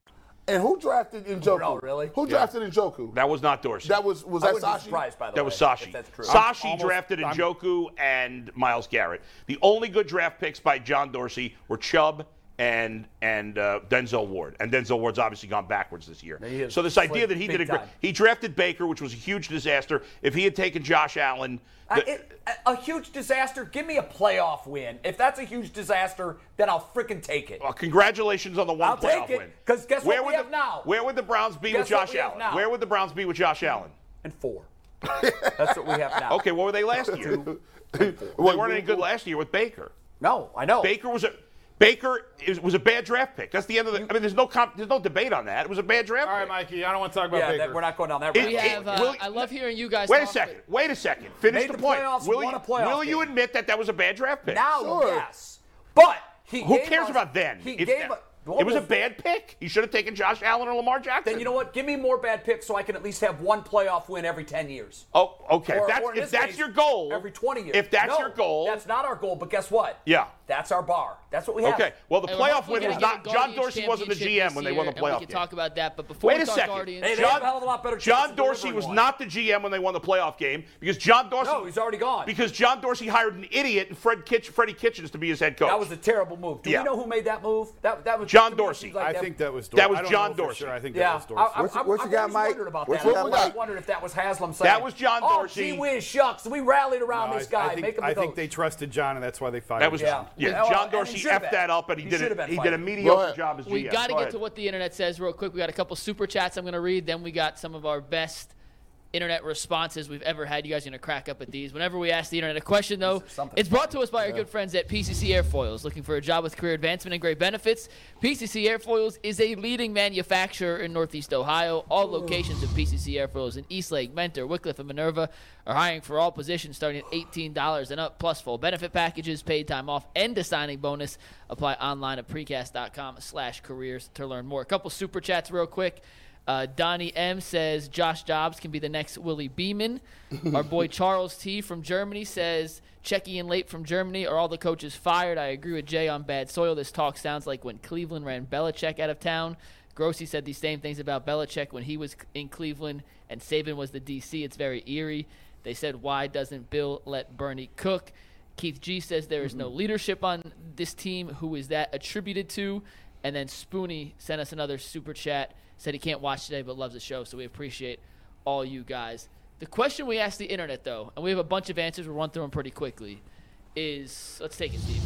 Speaker 5: And who drafted Njoku?
Speaker 3: No, really?
Speaker 5: Who drafted Njoku?
Speaker 2: That was not Dorsey.
Speaker 5: That was was
Speaker 3: I
Speaker 5: that
Speaker 3: wouldn't be
Speaker 5: Sashi?
Speaker 3: surprised, by the
Speaker 2: That
Speaker 3: way.
Speaker 2: was Sashi.
Speaker 3: If that's true.
Speaker 2: Sashi
Speaker 8: almost-
Speaker 2: drafted
Speaker 8: I'm-
Speaker 2: Njoku and Miles Garrett. The only good draft picks by John Dorsey were Chubb and and uh, Denzel Ward. And Denzel Ward's obviously gone backwards this year.
Speaker 3: He is
Speaker 2: So this
Speaker 3: slipped
Speaker 2: idea that he
Speaker 3: big
Speaker 2: did a great,
Speaker 3: time.
Speaker 2: he drafted Baker, which was a huge disaster. If he had taken Josh Allen,
Speaker 3: I,
Speaker 2: the-
Speaker 3: it, a- a huge disaster. Give me a playoff win. If that's a huge disaster, then I'll freaking take it.
Speaker 2: well, uh, congratulations on the one
Speaker 3: I'll
Speaker 2: playoff
Speaker 3: take it,
Speaker 2: win.
Speaker 3: 'cause guess
Speaker 2: where
Speaker 3: what we
Speaker 2: would
Speaker 3: have
Speaker 2: the,
Speaker 3: now?
Speaker 2: Where would the Browns be with
Speaker 3: Guess what
Speaker 2: Josh
Speaker 3: we have
Speaker 2: Allen?
Speaker 3: now?
Speaker 2: Where would the Browns be with Josh Allen?
Speaker 3: And four. That's what we have now.
Speaker 2: Okay, what were they last year? they weren't any good last year with Baker.
Speaker 3: No, Oh, I know.
Speaker 2: Baker was a Baker is, was a bad draft pick. That's the end of the. I mean, there's no comp, there's no debate on that. It was a bad draft.
Speaker 8: All right,
Speaker 2: pick.
Speaker 8: Mikey, I don't want to talk about
Speaker 3: yeah,
Speaker 8: Baker.
Speaker 3: that, we're not going down that
Speaker 2: It-
Speaker 3: road.
Speaker 1: We have.
Speaker 2: it-
Speaker 1: Uh,
Speaker 2: will-
Speaker 1: I love hearing you guys.
Speaker 2: Wait a
Speaker 1: talk,
Speaker 2: second.
Speaker 1: but
Speaker 2: Wait a second. Finish
Speaker 3: Made the
Speaker 2: point.
Speaker 3: playoffs,
Speaker 2: will
Speaker 3: won
Speaker 2: you,
Speaker 3: a playoff
Speaker 2: will you
Speaker 3: game.
Speaker 2: admit that that was a bad draft pick?
Speaker 3: Now,
Speaker 5: Sure.
Speaker 3: yes. But he
Speaker 2: Who
Speaker 3: gave
Speaker 2: cares
Speaker 3: us-
Speaker 2: about then?
Speaker 3: He
Speaker 2: If
Speaker 3: gave
Speaker 2: that-
Speaker 3: a-
Speaker 2: it was a bad pick. You should have taken Josh Allen or Lamar Jackson.
Speaker 3: Then you know what? Give me more bad picks so I can at least have one playoff win every 10 years.
Speaker 2: Oh, okay.
Speaker 3: Or-
Speaker 2: if that's,
Speaker 3: or in
Speaker 2: if
Speaker 3: this
Speaker 2: that's
Speaker 3: case,
Speaker 2: your goal,
Speaker 3: Every 20 years.
Speaker 2: If that's
Speaker 3: No,
Speaker 2: your goal,
Speaker 3: That's not our goal, but guess what?
Speaker 2: Yeah.
Speaker 3: That's our bar. That's what we have.
Speaker 2: okay. Well, the
Speaker 1: Hey, uh, we're
Speaker 2: playoff
Speaker 1: hopefully
Speaker 2: win
Speaker 1: gonna
Speaker 2: was
Speaker 1: get a
Speaker 2: not. John
Speaker 1: Guardians
Speaker 2: Dorsey wasn't the
Speaker 1: championship
Speaker 2: GM
Speaker 1: this
Speaker 2: when they won the
Speaker 1: year, and
Speaker 2: playoff
Speaker 1: We can
Speaker 2: game.
Speaker 1: talk about that, but before
Speaker 2: Wait
Speaker 1: we
Speaker 2: a
Speaker 1: talk
Speaker 2: second.
Speaker 1: Guardians,
Speaker 3: Hey, they have a hell of a lot better chance
Speaker 2: John
Speaker 3: of
Speaker 2: Dorsey
Speaker 3: delivering
Speaker 2: was
Speaker 3: one.
Speaker 2: not the GM when they won the playoff game because John Dorsey.
Speaker 3: No, he's already gone.
Speaker 2: Because John Dorsey hired an idiot and Fred Kitch, Freddie Kitchens to be his head coach.
Speaker 3: That was a terrible move. Do
Speaker 2: Oh. Yeah.
Speaker 3: we know who made that move? That, that was
Speaker 2: John
Speaker 3: to me, it
Speaker 2: Dorsey.
Speaker 3: seems like
Speaker 8: I think that was Dorsey.
Speaker 2: That was
Speaker 8: I don't
Speaker 2: John
Speaker 8: know for
Speaker 2: Dorsey.
Speaker 8: Sure. I think
Speaker 3: Yeah,
Speaker 8: that was Dorsey.
Speaker 3: I, I,
Speaker 4: What you-
Speaker 3: I,
Speaker 4: what you
Speaker 3: I've
Speaker 4: got,
Speaker 3: always
Speaker 4: Mike?
Speaker 3: wondered about
Speaker 4: What
Speaker 3: that.
Speaker 4: you
Speaker 3: I've
Speaker 4: got,
Speaker 3: always
Speaker 4: Mike?
Speaker 3: wondered if that was Haslam saying,
Speaker 2: That was John
Speaker 3: Oh,
Speaker 2: Dorsey.
Speaker 3: gee whiz, shucks. We rallied around
Speaker 8: No, I-
Speaker 3: this guy.
Speaker 8: I think,
Speaker 3: Make him the
Speaker 8: I think
Speaker 3: coach.
Speaker 8: they trusted John, and that's why they fired
Speaker 2: That was
Speaker 8: him.
Speaker 2: yeah.
Speaker 3: Yeah. Yeah, well,
Speaker 2: John
Speaker 3: and he
Speaker 2: Dorsey
Speaker 3: should've
Speaker 2: effed that
Speaker 3: been.
Speaker 2: up, and he,
Speaker 3: He
Speaker 2: did
Speaker 3: should've
Speaker 2: a,
Speaker 3: been
Speaker 2: he did a
Speaker 3: fired.
Speaker 5: Go
Speaker 2: mediocre
Speaker 5: ahead.
Speaker 2: job as GM.
Speaker 1: we got to
Speaker 2: Go
Speaker 1: get
Speaker 2: ahead.
Speaker 1: to what the internet says real quick. We got a couple super chats I'm going to read. Then we got some of our best internet responses we've ever had. You guys are going to crack up at these. Whenever we ask the internet a question, though,
Speaker 3: something
Speaker 1: it's brought to us by our good friends at PCC Airfoils. Looking for a job with career advancement and great benefits? PCC Airfoils is a leading manufacturer in Northeast Ohio. All locations of PCC Airfoils in Eastlake, Mentor, Wickliffe, and Minerva are hiring for all positions starting at $18 and up, plus full benefit packages, paid time off, and a signing bonus. Apply online at precast.com slash careers to learn more. A couple super chats real quick. Uh, Donnie M says Josh Jobs can be the next Willie Beeman. Our boy Charles T from Germany says Checky and Late from Germany are all the coaches fired. I agree with Jay on bad soil. This talk sounds like when Cleveland ran Belichick out of town. Grossi said these same things about Belichick when he was in Cleveland and Saban was the DC. It's very eerie. They said, why doesn't Bill let Bernie cook? Keith G says there is
Speaker 3: Mm-hmm.
Speaker 1: no leadership on this team. Who is that attributed to? And then Spoonie sent us another super chat. Said he can't watch today, but loves the show. So we appreciate all you guys. The question we asked the internet though, and we have a bunch of answers. We'll run through them pretty quickly. Is let's take it, Steve.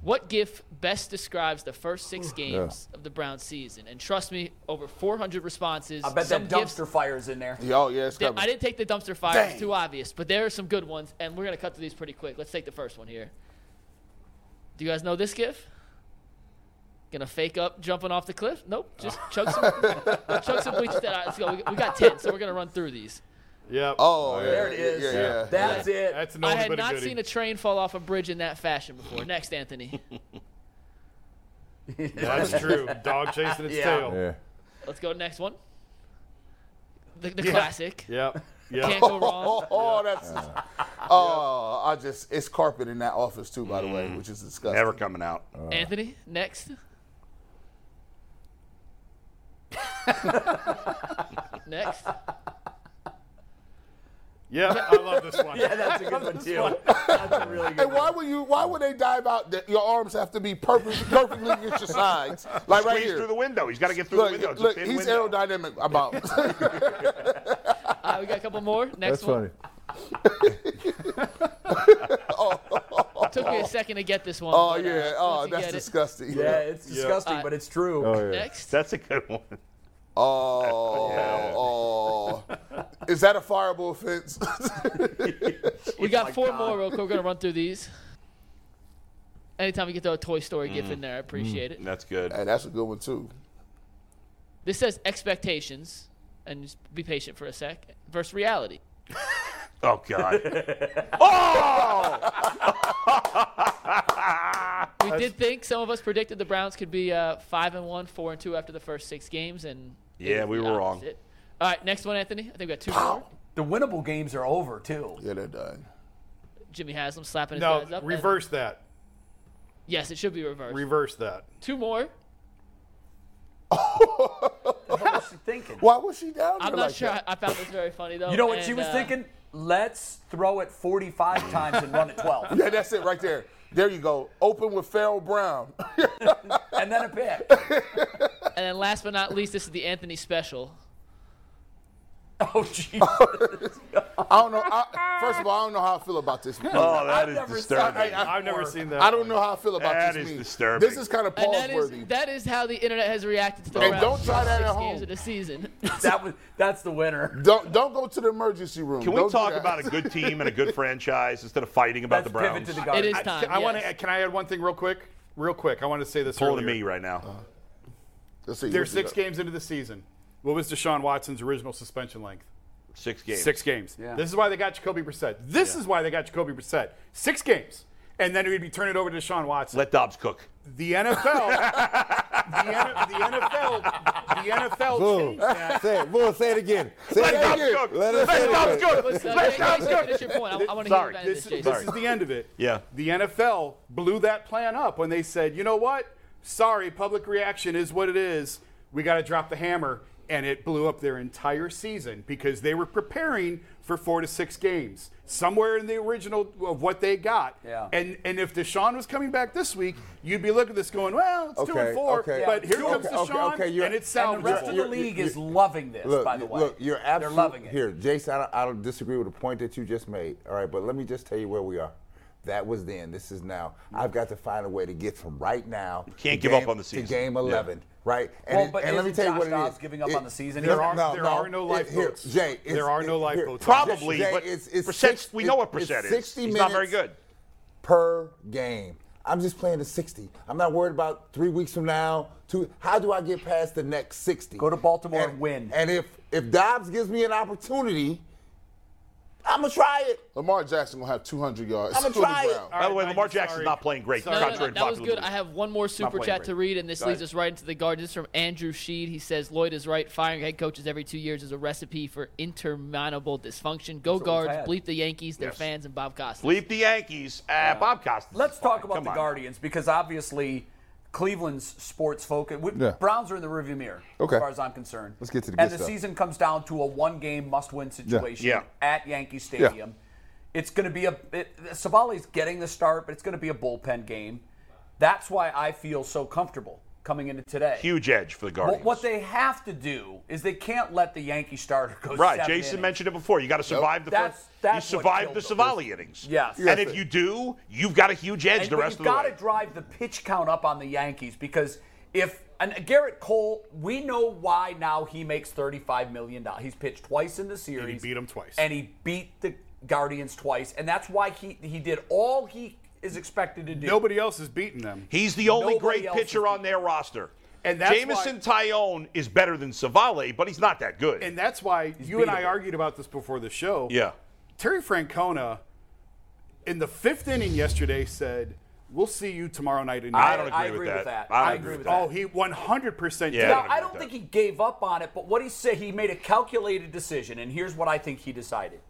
Speaker 1: What GIF best describes the first six games of the Browns season? And trust me, over 400 responses.
Speaker 3: I bet
Speaker 1: Some
Speaker 3: that
Speaker 1: GIFs-
Speaker 3: dumpster fire is in there.
Speaker 5: Yeah, oh, yeah, it's
Speaker 1: yeah,
Speaker 5: coming.
Speaker 1: I didn't take the dumpster fire. It's too obvious, but there are some good ones, and we're gonna cut through these pretty quick. Let's take the first one here. Do you guys know this gif? Gonna fake up jumping off the cliff? Nope. Just
Speaker 3: Oh.
Speaker 1: chug some, chug some bleach. That let's go. We, we got ten, so we're gonna run through these.
Speaker 8: Yep.
Speaker 5: oh, yeah,
Speaker 3: There it is.
Speaker 5: Yeah, yeah. yeah.
Speaker 3: That's it.
Speaker 8: That's an
Speaker 1: I
Speaker 8: oldie
Speaker 1: had
Speaker 8: but a
Speaker 1: not
Speaker 8: goodie.
Speaker 1: seen a train fall off a bridge in that fashion before. Next, Anthony.
Speaker 8: That's true. Dog chasing its
Speaker 3: Yeah.
Speaker 8: tail.
Speaker 4: Yeah.
Speaker 1: Let's go to the next one. The, the classic.
Speaker 8: Yep. Yep.
Speaker 1: Can't go
Speaker 5: Oh,
Speaker 1: wrong.
Speaker 5: oh, that's. Oh, I just it's carpet in that office too, by the way, which is disgusting.
Speaker 2: Never coming out.
Speaker 4: Uh.
Speaker 1: Anthony, next. next. Uh,
Speaker 8: Yep. I love this one.
Speaker 3: Yeah, that's a good one too. That's a really good
Speaker 5: And why would you? Why would they dive out? That your arms have to be perfect, perfectly against your sides, like right
Speaker 2: Squeeze
Speaker 5: here.
Speaker 2: through the window. He's got to get through the window. It's
Speaker 5: look, look
Speaker 2: a thin
Speaker 5: he's
Speaker 2: window.
Speaker 5: aerodynamic about.
Speaker 1: All right, we got a couple more. Next
Speaker 4: That's
Speaker 1: one.
Speaker 4: funny.
Speaker 1: Took me a second to get this one.
Speaker 5: oh
Speaker 1: but, uh,
Speaker 5: yeah,
Speaker 1: once
Speaker 5: oh
Speaker 1: you
Speaker 5: that's
Speaker 1: get it-
Speaker 5: disgusting.
Speaker 3: Yeah, it's disgusting, but it's true.
Speaker 2: Oh,
Speaker 4: Oh,
Speaker 1: Next.
Speaker 2: That's a good one.
Speaker 5: Oh, oh, is that a fireable offense?
Speaker 1: We got four more real quick. We're gonna run through these. Anytime we get to a Toy Story gif in
Speaker 4: Mm.
Speaker 1: there, I appreciate it.
Speaker 2: That's good.
Speaker 5: and that's a good one too.
Speaker 1: This says expectations, and just be patient for a sec. Versus reality.
Speaker 2: Oh God.
Speaker 1: We did think some of us predicted the Browns could be uh, five and one, four and two after the first six games, and it
Speaker 2: Yeah,
Speaker 1: was
Speaker 2: we
Speaker 1: the
Speaker 2: were wrong.
Speaker 1: opposite. All right, next one, Anthony. I think we got two more.
Speaker 3: The winnable games are over too.
Speaker 5: Yeah, they're done.
Speaker 1: Jimmy Haslam slapping his
Speaker 8: No,
Speaker 1: guys up. and-
Speaker 8: reverse that.
Speaker 1: yes, it should be reversed.
Speaker 8: Reverse that.
Speaker 1: two more.
Speaker 3: What the hell was she thinking?
Speaker 5: Why was she down there
Speaker 1: I'm not
Speaker 5: like
Speaker 1: sure.
Speaker 5: that?
Speaker 1: I, I found this very funny though.
Speaker 3: You know what she
Speaker 1: and,
Speaker 3: was
Speaker 1: uh,
Speaker 3: thinking? Let's throw it 45 times and run it 12.
Speaker 5: Yeah, that's it right there. There you go. Open with Farrell Brown.
Speaker 3: And then a pick.
Speaker 1: And then last but not least, this is the Anthony special.
Speaker 3: Oh, Jesus.
Speaker 5: I don't know. I, first of all, I don't know how I feel about this. meme.
Speaker 2: Oh, that is
Speaker 3: never
Speaker 2: disturbing.
Speaker 5: I- I-
Speaker 8: I've never seen that.
Speaker 5: I don't know how I feel about
Speaker 2: That
Speaker 5: this.
Speaker 2: is
Speaker 5: meme.
Speaker 2: disturbing.
Speaker 5: This is kind of
Speaker 1: And that is
Speaker 5: pause-worthy.
Speaker 1: that is how the internet has reacted to the
Speaker 5: Hey,
Speaker 1: round
Speaker 5: don't try that
Speaker 1: six
Speaker 5: at
Speaker 1: games
Speaker 5: home.
Speaker 1: of the season.
Speaker 3: That was, that's the winner.
Speaker 5: Don't don't go to the emergency room.
Speaker 2: Can
Speaker 5: Don't
Speaker 2: we
Speaker 5: do
Speaker 2: talk
Speaker 5: that.
Speaker 2: about a good team and a good franchise instead of fighting about
Speaker 3: Let's
Speaker 2: the Browns?
Speaker 3: pivot to the
Speaker 1: it
Speaker 3: Guardians.
Speaker 1: is time.
Speaker 8: I want to.
Speaker 1: yes.
Speaker 8: Can I add one thing real quick? Real quick. I want to say this.
Speaker 2: Pulling to
Speaker 8: earlier.
Speaker 2: me right now.
Speaker 5: Uh-huh. Let's see.
Speaker 8: They're
Speaker 5: Let's see
Speaker 8: six
Speaker 5: that.
Speaker 8: games into the season. What was Deshaun Watson's original suspension length?
Speaker 2: Six games.
Speaker 8: Six games.
Speaker 3: Yeah.
Speaker 8: This is why they got Jacoby Brissett. This is why they got Jacoby Brissett. Six games. And then we'd be turning it over to Deshaun Watson.
Speaker 2: Let Dobbs cook.
Speaker 8: the NFL, the, N- the NFL, the NFL
Speaker 4: Boom.
Speaker 8: changed that.
Speaker 4: Say it. Boom. Say it again. Say
Speaker 2: Let
Speaker 4: it
Speaker 2: Dobbs
Speaker 4: again.
Speaker 2: cook.
Speaker 4: Let us say it
Speaker 2: Dobbs
Speaker 4: again.
Speaker 2: cook.
Speaker 1: So,
Speaker 2: Let
Speaker 1: Jay-
Speaker 2: Dobbs
Speaker 1: Jay,
Speaker 2: cook.
Speaker 1: finish your point. I, want to hear
Speaker 2: Sorry,
Speaker 1: about
Speaker 8: This,
Speaker 1: this,
Speaker 8: this
Speaker 1: Jason.
Speaker 2: Sorry.
Speaker 8: is the end of it.
Speaker 2: Yeah.
Speaker 8: The NFL blew that plan up when they said, you know what? Sorry, public reaction is what it is. We got to drop the hammer. And it blew up their entire season because they were preparing for four to six games, somewhere in the original of what they got.
Speaker 3: Yeah.
Speaker 8: And and if Deshaun was coming back this week, you'd be looking at this going, well, it's two
Speaker 4: Okay,
Speaker 8: and four,
Speaker 4: okay.
Speaker 8: but here
Speaker 4: Yeah.
Speaker 8: comes
Speaker 4: Okay, okay,
Speaker 8: Deshaun,
Speaker 4: okay, you're-
Speaker 8: and it's
Speaker 3: And the
Speaker 8: salvageable.
Speaker 3: rest of the
Speaker 4: You're-
Speaker 3: league
Speaker 4: you're-
Speaker 3: is loving this,
Speaker 4: Look,
Speaker 3: by the
Speaker 4: you-
Speaker 3: way.
Speaker 4: look, you're absolutely
Speaker 3: They're loving it.
Speaker 4: here, Jason. I don't, I don't disagree with the point that you just made. All right, but let me just tell you where we are. That was then. This is now. I've got to find a way to get from right now. You
Speaker 2: can't give up on the season.
Speaker 4: To game
Speaker 2: Yeah.
Speaker 4: eleven, right?
Speaker 3: Well,
Speaker 4: it-
Speaker 3: but isn't Josh Dobbs giving up on the season?
Speaker 8: There
Speaker 4: No,
Speaker 8: are-
Speaker 4: no,
Speaker 8: there
Speaker 4: no.
Speaker 8: are no
Speaker 4: It- here,
Speaker 8: lifeboats.
Speaker 4: Jay, it's-
Speaker 8: There are no
Speaker 4: it- here,
Speaker 8: lifeboats.
Speaker 2: Probably,
Speaker 4: Jay,
Speaker 2: but
Speaker 4: it's, it's
Speaker 2: percent,
Speaker 4: six-
Speaker 2: we know what
Speaker 4: it's
Speaker 2: percent is.
Speaker 4: 60
Speaker 2: He's not very
Speaker 4: minutes
Speaker 2: good.
Speaker 4: per game. I'm just playing the 60. I'm not worried about three weeks from now. Two, how do I get past the next 60?
Speaker 3: Go to Baltimore and win.
Speaker 4: And if if Dobbs gives me an opportunity, I'm gonna try it.
Speaker 5: Lamar Jackson gonna have 200 yards.
Speaker 4: I'ma
Speaker 5: on the
Speaker 4: try it.
Speaker 5: ground.
Speaker 2: By the way,
Speaker 8: Mike,
Speaker 2: Lamar Jackson's
Speaker 8: sorry.
Speaker 2: not playing great.
Speaker 8: Sorry.
Speaker 1: No,
Speaker 2: Contrary
Speaker 1: no, no,
Speaker 2: to
Speaker 1: that was
Speaker 2: popular
Speaker 1: good. I
Speaker 2: belief.
Speaker 1: have one more super
Speaker 2: playing
Speaker 1: chat to
Speaker 2: great.
Speaker 1: read, and this
Speaker 2: Go
Speaker 1: leads
Speaker 2: ahead.
Speaker 1: us right into the guard. This is from Andrew Sheed. He says Lloyd is right. Firing head coaches every two years is a recipe for interminable dysfunction. Go guards,
Speaker 3: had.
Speaker 1: bleep the Yankees, their
Speaker 2: Yes.
Speaker 1: fans, and Bob Costas.
Speaker 2: Leave the Yankees. Uh, Bob Costas.
Speaker 3: Let's
Speaker 2: is
Speaker 3: talk
Speaker 2: fine.
Speaker 3: about
Speaker 2: Come
Speaker 3: the
Speaker 2: on.
Speaker 3: Guardians because obviously Cleveland's sports focus. We,
Speaker 5: Yeah.
Speaker 3: Browns are in the rearview mirror
Speaker 5: Okay.
Speaker 3: as far as I'm concerned.
Speaker 5: Let's get to the
Speaker 3: And
Speaker 5: good
Speaker 3: the
Speaker 5: stuff.
Speaker 3: season comes down to a one-game must-win situation
Speaker 2: Yeah.
Speaker 3: at Yankee Stadium. It's going to be a it, Savali's getting the start, but it's going to be a bullpen game. That's why I feel so comfortable coming into today.
Speaker 2: Huge edge for the
Speaker 3: What-
Speaker 2: Guardians.
Speaker 3: What they have to do is they can't let the Yankee starter go.
Speaker 2: Right,
Speaker 3: seven
Speaker 2: Jason
Speaker 3: innings.
Speaker 2: mentioned it before. You got to survive the
Speaker 3: That's-
Speaker 2: first.
Speaker 3: that's
Speaker 2: you
Speaker 3: what
Speaker 2: survive
Speaker 3: killed
Speaker 2: the
Speaker 3: them.
Speaker 2: Savali innings.
Speaker 3: Yes.
Speaker 2: and if you do, you've got a huge edge
Speaker 3: And-
Speaker 2: the
Speaker 3: but
Speaker 2: rest
Speaker 3: you've
Speaker 2: of the
Speaker 3: got
Speaker 2: way.
Speaker 3: to drive the pitch count up on the Yankees because if and Garrett Cole, we know why now he makes thirty-five million dollars. He's pitched twice in the series.
Speaker 8: beat 'em twice.
Speaker 3: And he beat the Guardians twice, and that's why he he did all he is expected to do.
Speaker 8: Nobody else is beating them.
Speaker 2: He's the only
Speaker 3: Nobody
Speaker 2: great
Speaker 3: else is
Speaker 2: pitcher
Speaker 3: good.
Speaker 2: on their roster.
Speaker 8: And that's
Speaker 2: Jameson
Speaker 8: why-
Speaker 2: Tyone is better than Savali, but he's not that good.
Speaker 8: And that's why you and I
Speaker 3: beatable.
Speaker 8: argued about this before the show.
Speaker 2: yeah,
Speaker 8: Terry Francona in the fifth inning yesterday said, We'll see you tomorrow night in New
Speaker 2: I
Speaker 8: York."
Speaker 2: don't agree,
Speaker 3: I agree
Speaker 2: with,
Speaker 3: with
Speaker 2: that.
Speaker 3: that.
Speaker 2: I don't
Speaker 3: I
Speaker 2: agree
Speaker 3: agree
Speaker 2: with
Speaker 3: with
Speaker 2: that.
Speaker 8: Oh, he 100%
Speaker 2: Yeah.
Speaker 8: did.
Speaker 3: Now,
Speaker 2: I
Speaker 3: I don't
Speaker 2: don't agree
Speaker 3: think
Speaker 2: with
Speaker 3: he gave up on it, but what he said, he made a calculated decision, and here's what I think he decided.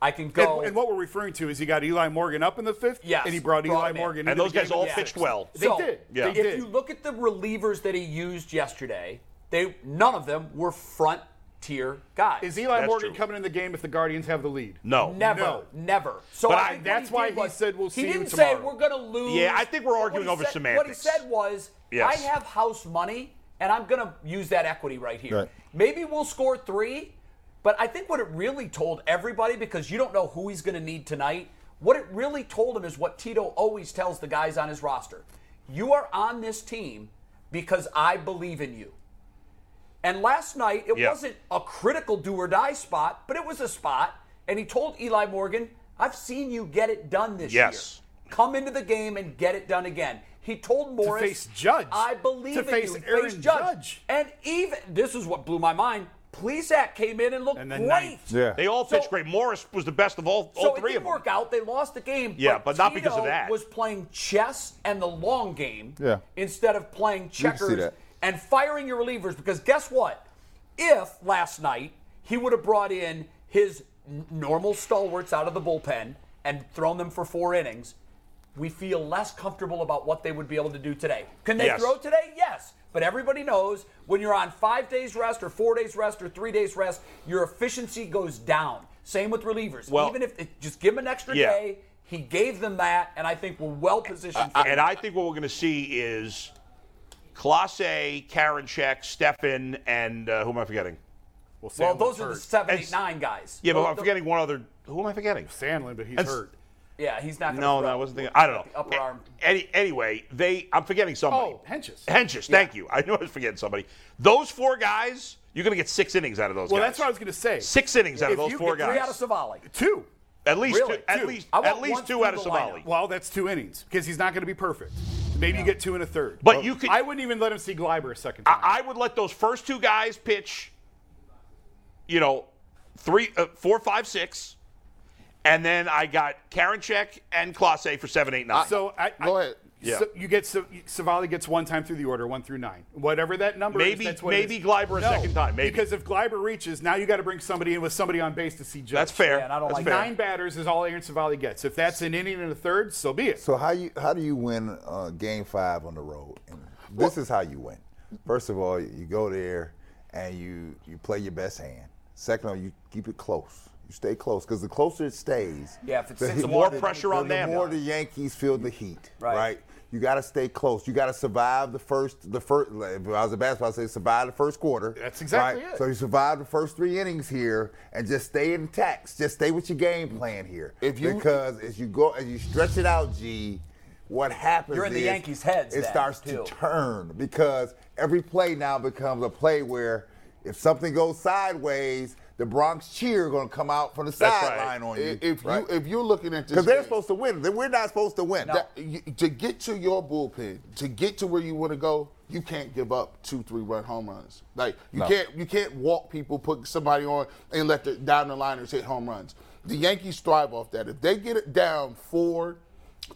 Speaker 3: I can go.
Speaker 8: And, and what we're referring to is he got Eli Morgan up in the fifth,
Speaker 3: Yes,
Speaker 8: and he brought
Speaker 3: brought
Speaker 8: Eli
Speaker 3: him in.
Speaker 8: Morgan.
Speaker 2: And
Speaker 8: into
Speaker 2: those
Speaker 8: the
Speaker 2: guys
Speaker 8: game
Speaker 2: all
Speaker 8: in the
Speaker 2: pitched
Speaker 8: sixth.
Speaker 2: well.
Speaker 8: They
Speaker 3: so,
Speaker 8: did.
Speaker 2: Yeah.
Speaker 8: They
Speaker 3: If
Speaker 8: did.
Speaker 3: you look at the relievers that he used yesterday, they none of them were front tier guys.
Speaker 8: is Eli
Speaker 2: That's
Speaker 8: Morgan
Speaker 2: true.
Speaker 8: coming in the game if the Guardians have the lead?
Speaker 2: No,
Speaker 3: never,
Speaker 8: No.
Speaker 3: never. So
Speaker 2: But I-
Speaker 3: I, think what
Speaker 8: that's
Speaker 3: he
Speaker 8: why
Speaker 3: did
Speaker 8: he
Speaker 3: was-
Speaker 8: said, "We'll see
Speaker 3: He
Speaker 8: you
Speaker 3: didn't say
Speaker 8: tomorrow."
Speaker 3: we're going to lose.
Speaker 2: Yeah, I think we're
Speaker 3: What he
Speaker 2: arguing over
Speaker 3: said- What he
Speaker 2: semantics.
Speaker 3: said was,
Speaker 2: Yes.
Speaker 3: "I have house money, and I'm going to use that equity right here.
Speaker 5: Right.
Speaker 3: Maybe we'll score three, but I think what it really told everybody, because you don't know who he's going to need tonight, what it really told him is what Tito always tells the guys on his roster: "You are on this team because I believe in you." And last night, it
Speaker 2: Yeah.
Speaker 3: wasn't a critical do or die spot, but it was a spot. And he told Eli Morgan, I've seen you get it done this
Speaker 2: Yes.
Speaker 3: year. Come into the game and get it done again. He told Morris,
Speaker 8: face Judge.
Speaker 3: I believe
Speaker 8: To
Speaker 3: in
Speaker 8: face
Speaker 3: you. He
Speaker 8: Aaron
Speaker 3: faced
Speaker 8: Judge.
Speaker 3: And even, this is what blew my mind, Plesac came in and looked
Speaker 8: And then
Speaker 3: great.
Speaker 8: ninth.
Speaker 5: Yeah.
Speaker 2: they all
Speaker 3: So-
Speaker 2: pitched great. Morris was the best of all, all
Speaker 3: So it
Speaker 2: three
Speaker 3: didn't
Speaker 2: of them.
Speaker 3: work out. They lost the game.
Speaker 2: Yeah, but not because of
Speaker 3: Tito
Speaker 2: that.
Speaker 3: Was playing chess and the long game
Speaker 5: Yeah.
Speaker 3: instead of playing
Speaker 5: can see
Speaker 3: checkers
Speaker 5: that.
Speaker 3: and firing your relievers. Because guess what? If last night he would have brought in his n- normal stalwarts out of the bullpen and thrown them for four innings, we feel less comfortable about what they would be able to do today. Can they
Speaker 2: Yes.
Speaker 3: throw today? Yes. But everybody knows when you're on five days rest or four days rest or three days rest, your efficiency goes down. Same with relievers.
Speaker 2: Well-
Speaker 3: Even if it, just give them an extra
Speaker 2: Yeah.
Speaker 3: day, he gave them that, and I think we're well positioned. for
Speaker 2: and I think what we're going to see is Klasse, Karinchek, Stefan, and uh, who am I forgetting?
Speaker 8: Well, Sandlin's
Speaker 3: well, those are the
Speaker 8: hurt.
Speaker 3: seven,
Speaker 2: It's-
Speaker 3: eight, nine guys.
Speaker 2: Yeah, but
Speaker 3: Those-
Speaker 2: I'm forgetting one other. Who am I forgetting?
Speaker 8: Sandlin, but he's
Speaker 2: That's-
Speaker 8: hurt.
Speaker 3: Yeah, he's not. Gonna
Speaker 2: No,
Speaker 3: throw.
Speaker 2: that wasn't the. I don't know.
Speaker 3: The upper arm.
Speaker 2: Any, anyway, they. I'm forgetting somebody.
Speaker 8: Oh, Henches.
Speaker 2: Henches. Thank you. I knew I was forgetting somebody. Those four guys. You're going to get six innings out of those
Speaker 8: Well,
Speaker 2: guys.
Speaker 8: that's what I was going to say.
Speaker 2: Six innings out of
Speaker 8: If
Speaker 2: those
Speaker 8: you
Speaker 2: four
Speaker 8: get
Speaker 2: guys.
Speaker 3: Three out of Savali.
Speaker 8: Two.
Speaker 2: At least
Speaker 3: Really?
Speaker 2: two, at
Speaker 3: Two.
Speaker 2: least
Speaker 3: I want
Speaker 2: at least
Speaker 3: one
Speaker 2: two
Speaker 3: through
Speaker 2: out of
Speaker 3: the lineup.
Speaker 2: Savali.
Speaker 8: Well, that's two innings because he's not going to be perfect. Maybe you get two and a third.
Speaker 2: But you could-
Speaker 8: I wouldn't even let him see Gleiber a second time.
Speaker 2: I, I would let those first two guys pitch. You know, three, uh, four, five, six, and then I got Karinchek and Klasse for seven, eight, nine.
Speaker 8: so I,
Speaker 5: Go
Speaker 8: I-
Speaker 5: ahead.
Speaker 2: Yeah.
Speaker 8: So you get so, Savali gets one time through the order, one through nine, whatever that number
Speaker 2: Maybe-
Speaker 8: is. That's what
Speaker 2: maybe
Speaker 8: it is.
Speaker 2: Gleiber a second time, maybe.
Speaker 8: because if Gleiber reaches, now you got to bring somebody in with somebody on base to see Judge.
Speaker 2: that's fair.
Speaker 3: Yeah, and I don't
Speaker 2: that's
Speaker 3: like
Speaker 2: fair.
Speaker 8: Nine batters is all Aaron Savali gets. If that's an inning and a third, so be it.
Speaker 4: So how you how do you win uh, game five on the road? And this is how you win. First of all, you go there and you you play your best hand. Second of all, you keep it close. You stay close because the closer it stays,
Speaker 3: Yeah, if it
Speaker 4: the
Speaker 3: sits
Speaker 4: heat-
Speaker 2: more
Speaker 4: the-
Speaker 2: pressure
Speaker 4: the-
Speaker 2: on them.
Speaker 4: The more the Yankees feel the heat,
Speaker 3: Right.
Speaker 4: right? You got to stay close. You got to survive the first the first. If I was a basketball, I'd say survive the first quarter.
Speaker 8: That's exactly it.
Speaker 4: So you survive the first three innings here and just stay intact. Just stay with your game plan here.
Speaker 5: If you-
Speaker 4: because as you go as you stretch it out, G, what happens?
Speaker 3: You're in the
Speaker 4: is
Speaker 3: Yankees' heads
Speaker 4: It
Speaker 3: then,
Speaker 4: starts to
Speaker 3: too.
Speaker 4: turn because every play now becomes a play where if something goes sideways, the Bronx cheer going to come out from the
Speaker 2: That's right.
Speaker 4: sideline on you.
Speaker 5: If if you if you're looking at this,
Speaker 4: because they're
Speaker 5: game-
Speaker 4: supposed to win, Then we're not supposed to win.
Speaker 5: that- you- to get to your bullpen, to get to where you want to go, you can't give up two, three run home runs. Like you
Speaker 4: No.
Speaker 5: can't you can't walk people, put somebody on, and let the down the liners hit home runs. The Yankees thrive off that. If they get it down four,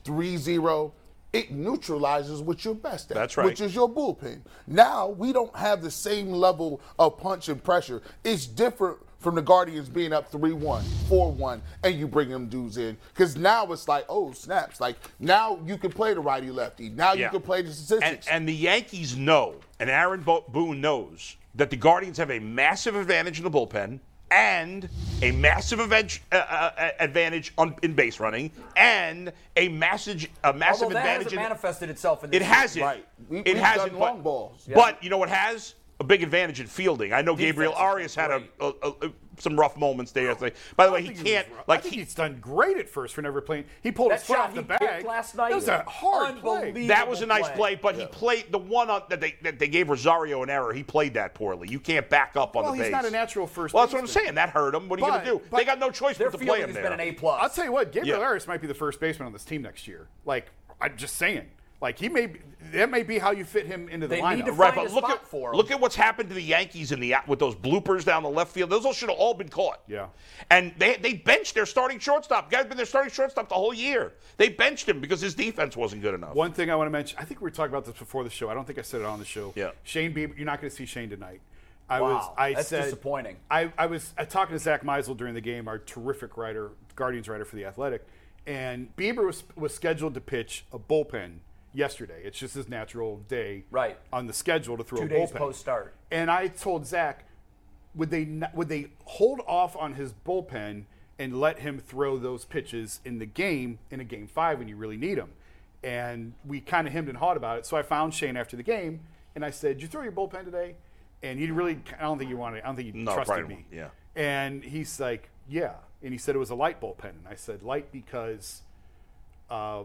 Speaker 5: three zero, it neutralizes what you're best at.
Speaker 2: That's right.
Speaker 5: Which is your bullpen. Now we don't have the same level of punch and pressure. It's different from the Guardians being up 3 1, 4 1, and you bring them dudes in. Because now it's like, oh, snaps. Like now you can play the righty lefty. Now
Speaker 2: Yeah.
Speaker 5: you can play the statistics.
Speaker 2: And, and the Yankees know, and Aaron Bo- Boone knows, that the Guardians have a massive advantage in the bullpen and a massive aven- uh, uh, advantage on, in base running and a massive, a massive
Speaker 3: Although that
Speaker 2: advantage
Speaker 3: hasn't
Speaker 2: in.
Speaker 3: manifested itself in this
Speaker 2: It hasn't.
Speaker 5: Right. We-
Speaker 2: it
Speaker 5: we've
Speaker 2: hasn't.
Speaker 5: done
Speaker 2: but,
Speaker 5: long balls.
Speaker 2: but you know what has a big advantage in fielding. I know Gabriel
Speaker 3: Defense has been
Speaker 2: Arias had a, a, a- some rough moments there. yesterday. By the way, he
Speaker 8: think
Speaker 2: can't
Speaker 8: was-
Speaker 2: like
Speaker 8: I think
Speaker 2: he,
Speaker 8: he's done great at first for never playing. He pulled
Speaker 3: That
Speaker 8: his foot
Speaker 3: shot
Speaker 8: off the
Speaker 3: he
Speaker 8: bag
Speaker 3: kicked last night
Speaker 8: That was a
Speaker 3: was
Speaker 8: hard play.
Speaker 3: unbelievable.
Speaker 2: That was a nice
Speaker 3: play.
Speaker 2: play, but he played the one on, that they that they gave Rosario an error. He played that poorly. You can't back up on
Speaker 8: Well,
Speaker 2: the
Speaker 8: he's
Speaker 2: base.
Speaker 8: not a natural first
Speaker 2: Well, that's what I'm
Speaker 8: baseman.
Speaker 2: saying. That hurt him. What are you
Speaker 8: But-
Speaker 2: going to do?
Speaker 8: but
Speaker 2: They got no choice
Speaker 3: Their
Speaker 2: but to play
Speaker 3: fielding
Speaker 2: him
Speaker 3: has
Speaker 2: there.
Speaker 3: been an A plus.
Speaker 8: I'll tell you what, Gabriel
Speaker 2: Yeah.
Speaker 8: Arias might be the first baseman on this team next year. Like, I'm just saying. Like, he may be, that may be how you fit him into the
Speaker 3: They
Speaker 8: lineup.
Speaker 3: need to
Speaker 2: Right,
Speaker 3: Find
Speaker 2: but
Speaker 3: a
Speaker 2: look
Speaker 3: spot
Speaker 2: at
Speaker 3: for him.
Speaker 2: look at what's happened to the Yankees in the out- with those bloopers down the left field. Those all should have all been caught.
Speaker 8: Yeah.
Speaker 2: and they they benched their starting shortstop. Guy's been their starting shortstop the whole year. They benched him because his defense wasn't good enough.
Speaker 8: One thing I want to mention, I think we were talking about this before the show. I don't think I said it on the show.
Speaker 2: Yeah.
Speaker 8: Shane Bieber, you're not going to see Shane tonight. I
Speaker 3: Wow,
Speaker 8: was, I
Speaker 3: that's
Speaker 8: said,
Speaker 3: disappointing.
Speaker 8: I, I was uh, talking to Zach Meisel during the game, our terrific writer, Guardians writer for the Athletic, and Bieber was was scheduled to pitch a bullpen yesterday. It's just his natural day,
Speaker 3: Right.
Speaker 8: on the schedule to throw
Speaker 3: Two
Speaker 8: a
Speaker 3: days
Speaker 8: bullpen
Speaker 3: post-start.
Speaker 8: And I told Zach, would they not, would they hold off on his bullpen and let him throw those pitches in the game in a game five when you really need him? And we kind of hemmed and hawed about it. So I found Shane after the game, and I said, "Did you throw your bullpen today?" And he really, I don't think you wanted. I don't think you
Speaker 2: No,
Speaker 8: trusted
Speaker 2: probably
Speaker 8: me.
Speaker 2: not. Yeah.
Speaker 8: And he's like, "Yeah." And he said it was a light bullpen, and I said, "Light because." Uh,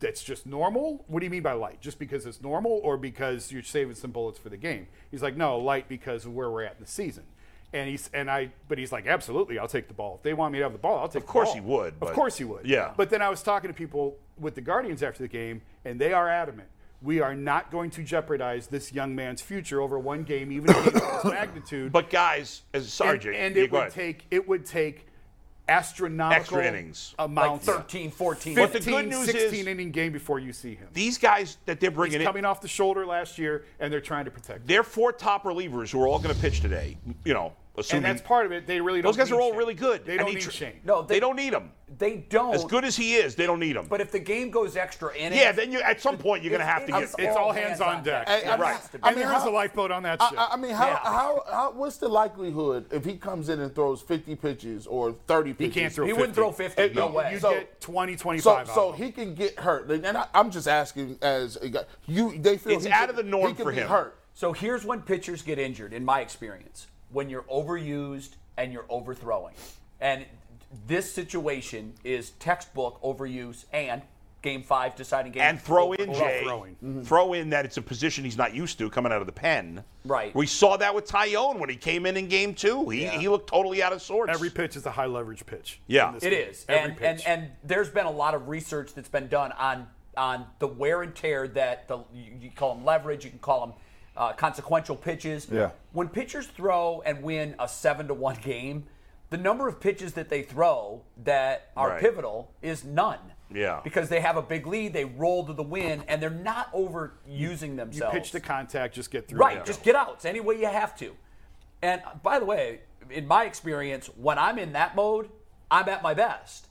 Speaker 8: that's just normal? What do you mean by light? Just because it's normal or because you're saving some bullets for the game? He's like, no, light because of where we're at in the season. And he's and I, but he's like, absolutely, I'll take the ball. If they want me to have the ball, I'll take. the
Speaker 2: course
Speaker 8: ball."
Speaker 2: he would,
Speaker 8: Of
Speaker 2: but-
Speaker 8: course he would.
Speaker 2: Yeah.
Speaker 8: But then I was talking to people with the Guardians after the game, and they are adamant. We are not going to jeopardize this young man's future over one game, even a game of this magnitude.
Speaker 2: But guys, as
Speaker 8: and,
Speaker 2: Sergeant,
Speaker 8: and
Speaker 2: yeah,
Speaker 8: it
Speaker 2: go
Speaker 8: would
Speaker 2: ahead.
Speaker 8: take it would take astronomical
Speaker 2: Extra innings. Like
Speaker 8: amounts,
Speaker 3: 13, 14.
Speaker 2: But the
Speaker 8: 15,
Speaker 2: good news is-
Speaker 8: 16 inning game before you see him.
Speaker 2: these guys that they're
Speaker 8: He's
Speaker 2: bringing in.
Speaker 8: coming off the shoulder last year, and they're trying to protect him.
Speaker 2: their four top relievers who are all going to pitch today, you know, assuming
Speaker 8: and that's part of it. They really don't.
Speaker 2: those guys
Speaker 8: need
Speaker 2: are all
Speaker 8: Shane.
Speaker 2: really good.
Speaker 8: They
Speaker 2: and
Speaker 8: don't
Speaker 2: he
Speaker 8: need
Speaker 2: tr-
Speaker 8: Shane.
Speaker 3: No,
Speaker 2: they,
Speaker 3: they-
Speaker 2: don't need him.
Speaker 3: They don't.
Speaker 2: As good as he is, they don't need him.
Speaker 3: But if the game goes extra innings,
Speaker 2: yeah, then you at some point you're going to
Speaker 3: It's-
Speaker 2: have to
Speaker 3: it's-
Speaker 2: get.
Speaker 8: It's all hands on deck.
Speaker 5: Hey, I mean,
Speaker 2: Right.
Speaker 5: I mean,
Speaker 8: And there is
Speaker 5: how-
Speaker 8: a lifeboat on that
Speaker 5: I,
Speaker 8: ship.
Speaker 5: I- I mean, how,
Speaker 3: Yeah.
Speaker 5: how, how, what's the likelihood if he comes in and throws 50 pitches or 30 pitches?
Speaker 8: can't throw
Speaker 3: he wouldn't
Speaker 8: 50.
Speaker 3: throw 50. No,
Speaker 5: No.
Speaker 3: way.
Speaker 8: you
Speaker 5: So-
Speaker 8: get 20, 25.
Speaker 5: So,
Speaker 8: out
Speaker 5: so
Speaker 8: of him.
Speaker 5: he can get hurt, and I, I'm just asking as a guy. You, they feel
Speaker 2: It's
Speaker 5: he
Speaker 2: out
Speaker 5: could-
Speaker 2: of the norm
Speaker 5: he could
Speaker 2: for
Speaker 5: be
Speaker 2: him.
Speaker 5: Hurt.
Speaker 3: So here's when pitchers get injured, in my experience, when you're overused and you're overthrowing. And this situation is textbook overuse and game five deciding game.
Speaker 2: and throw in
Speaker 3: Over-
Speaker 2: Jay, Mm-hmm.
Speaker 8: throwing.
Speaker 2: throw in that it's a position he's not used to coming out of the pen.
Speaker 3: Right.
Speaker 2: We saw that with Tyone when he came in in game two. He he looked totally out of sorts.
Speaker 8: Every pitch is a high leverage pitch.
Speaker 2: Yeah.
Speaker 8: in this
Speaker 3: It
Speaker 8: game.
Speaker 3: is,
Speaker 8: Every
Speaker 3: and, and
Speaker 8: pitch.
Speaker 3: and there's been a lot of research that's been done on on the wear and tear that the you you call them leverage, you can call them uh, consequential pitches.
Speaker 5: Yeah.
Speaker 3: When pitchers throw and win a seven to one game, the number of pitches that they throw that are
Speaker 2: Right.
Speaker 3: pivotal is none.
Speaker 2: Yeah.
Speaker 3: Because they have a big lead, they roll to the win, and they're not overusing
Speaker 8: you
Speaker 3: themselves.
Speaker 8: pitch the contact, just get through.
Speaker 3: Right,
Speaker 8: it.
Speaker 3: just get outs any way you have to. And uh, by the way, in my experience, when I'm in that mode, I'm at my best.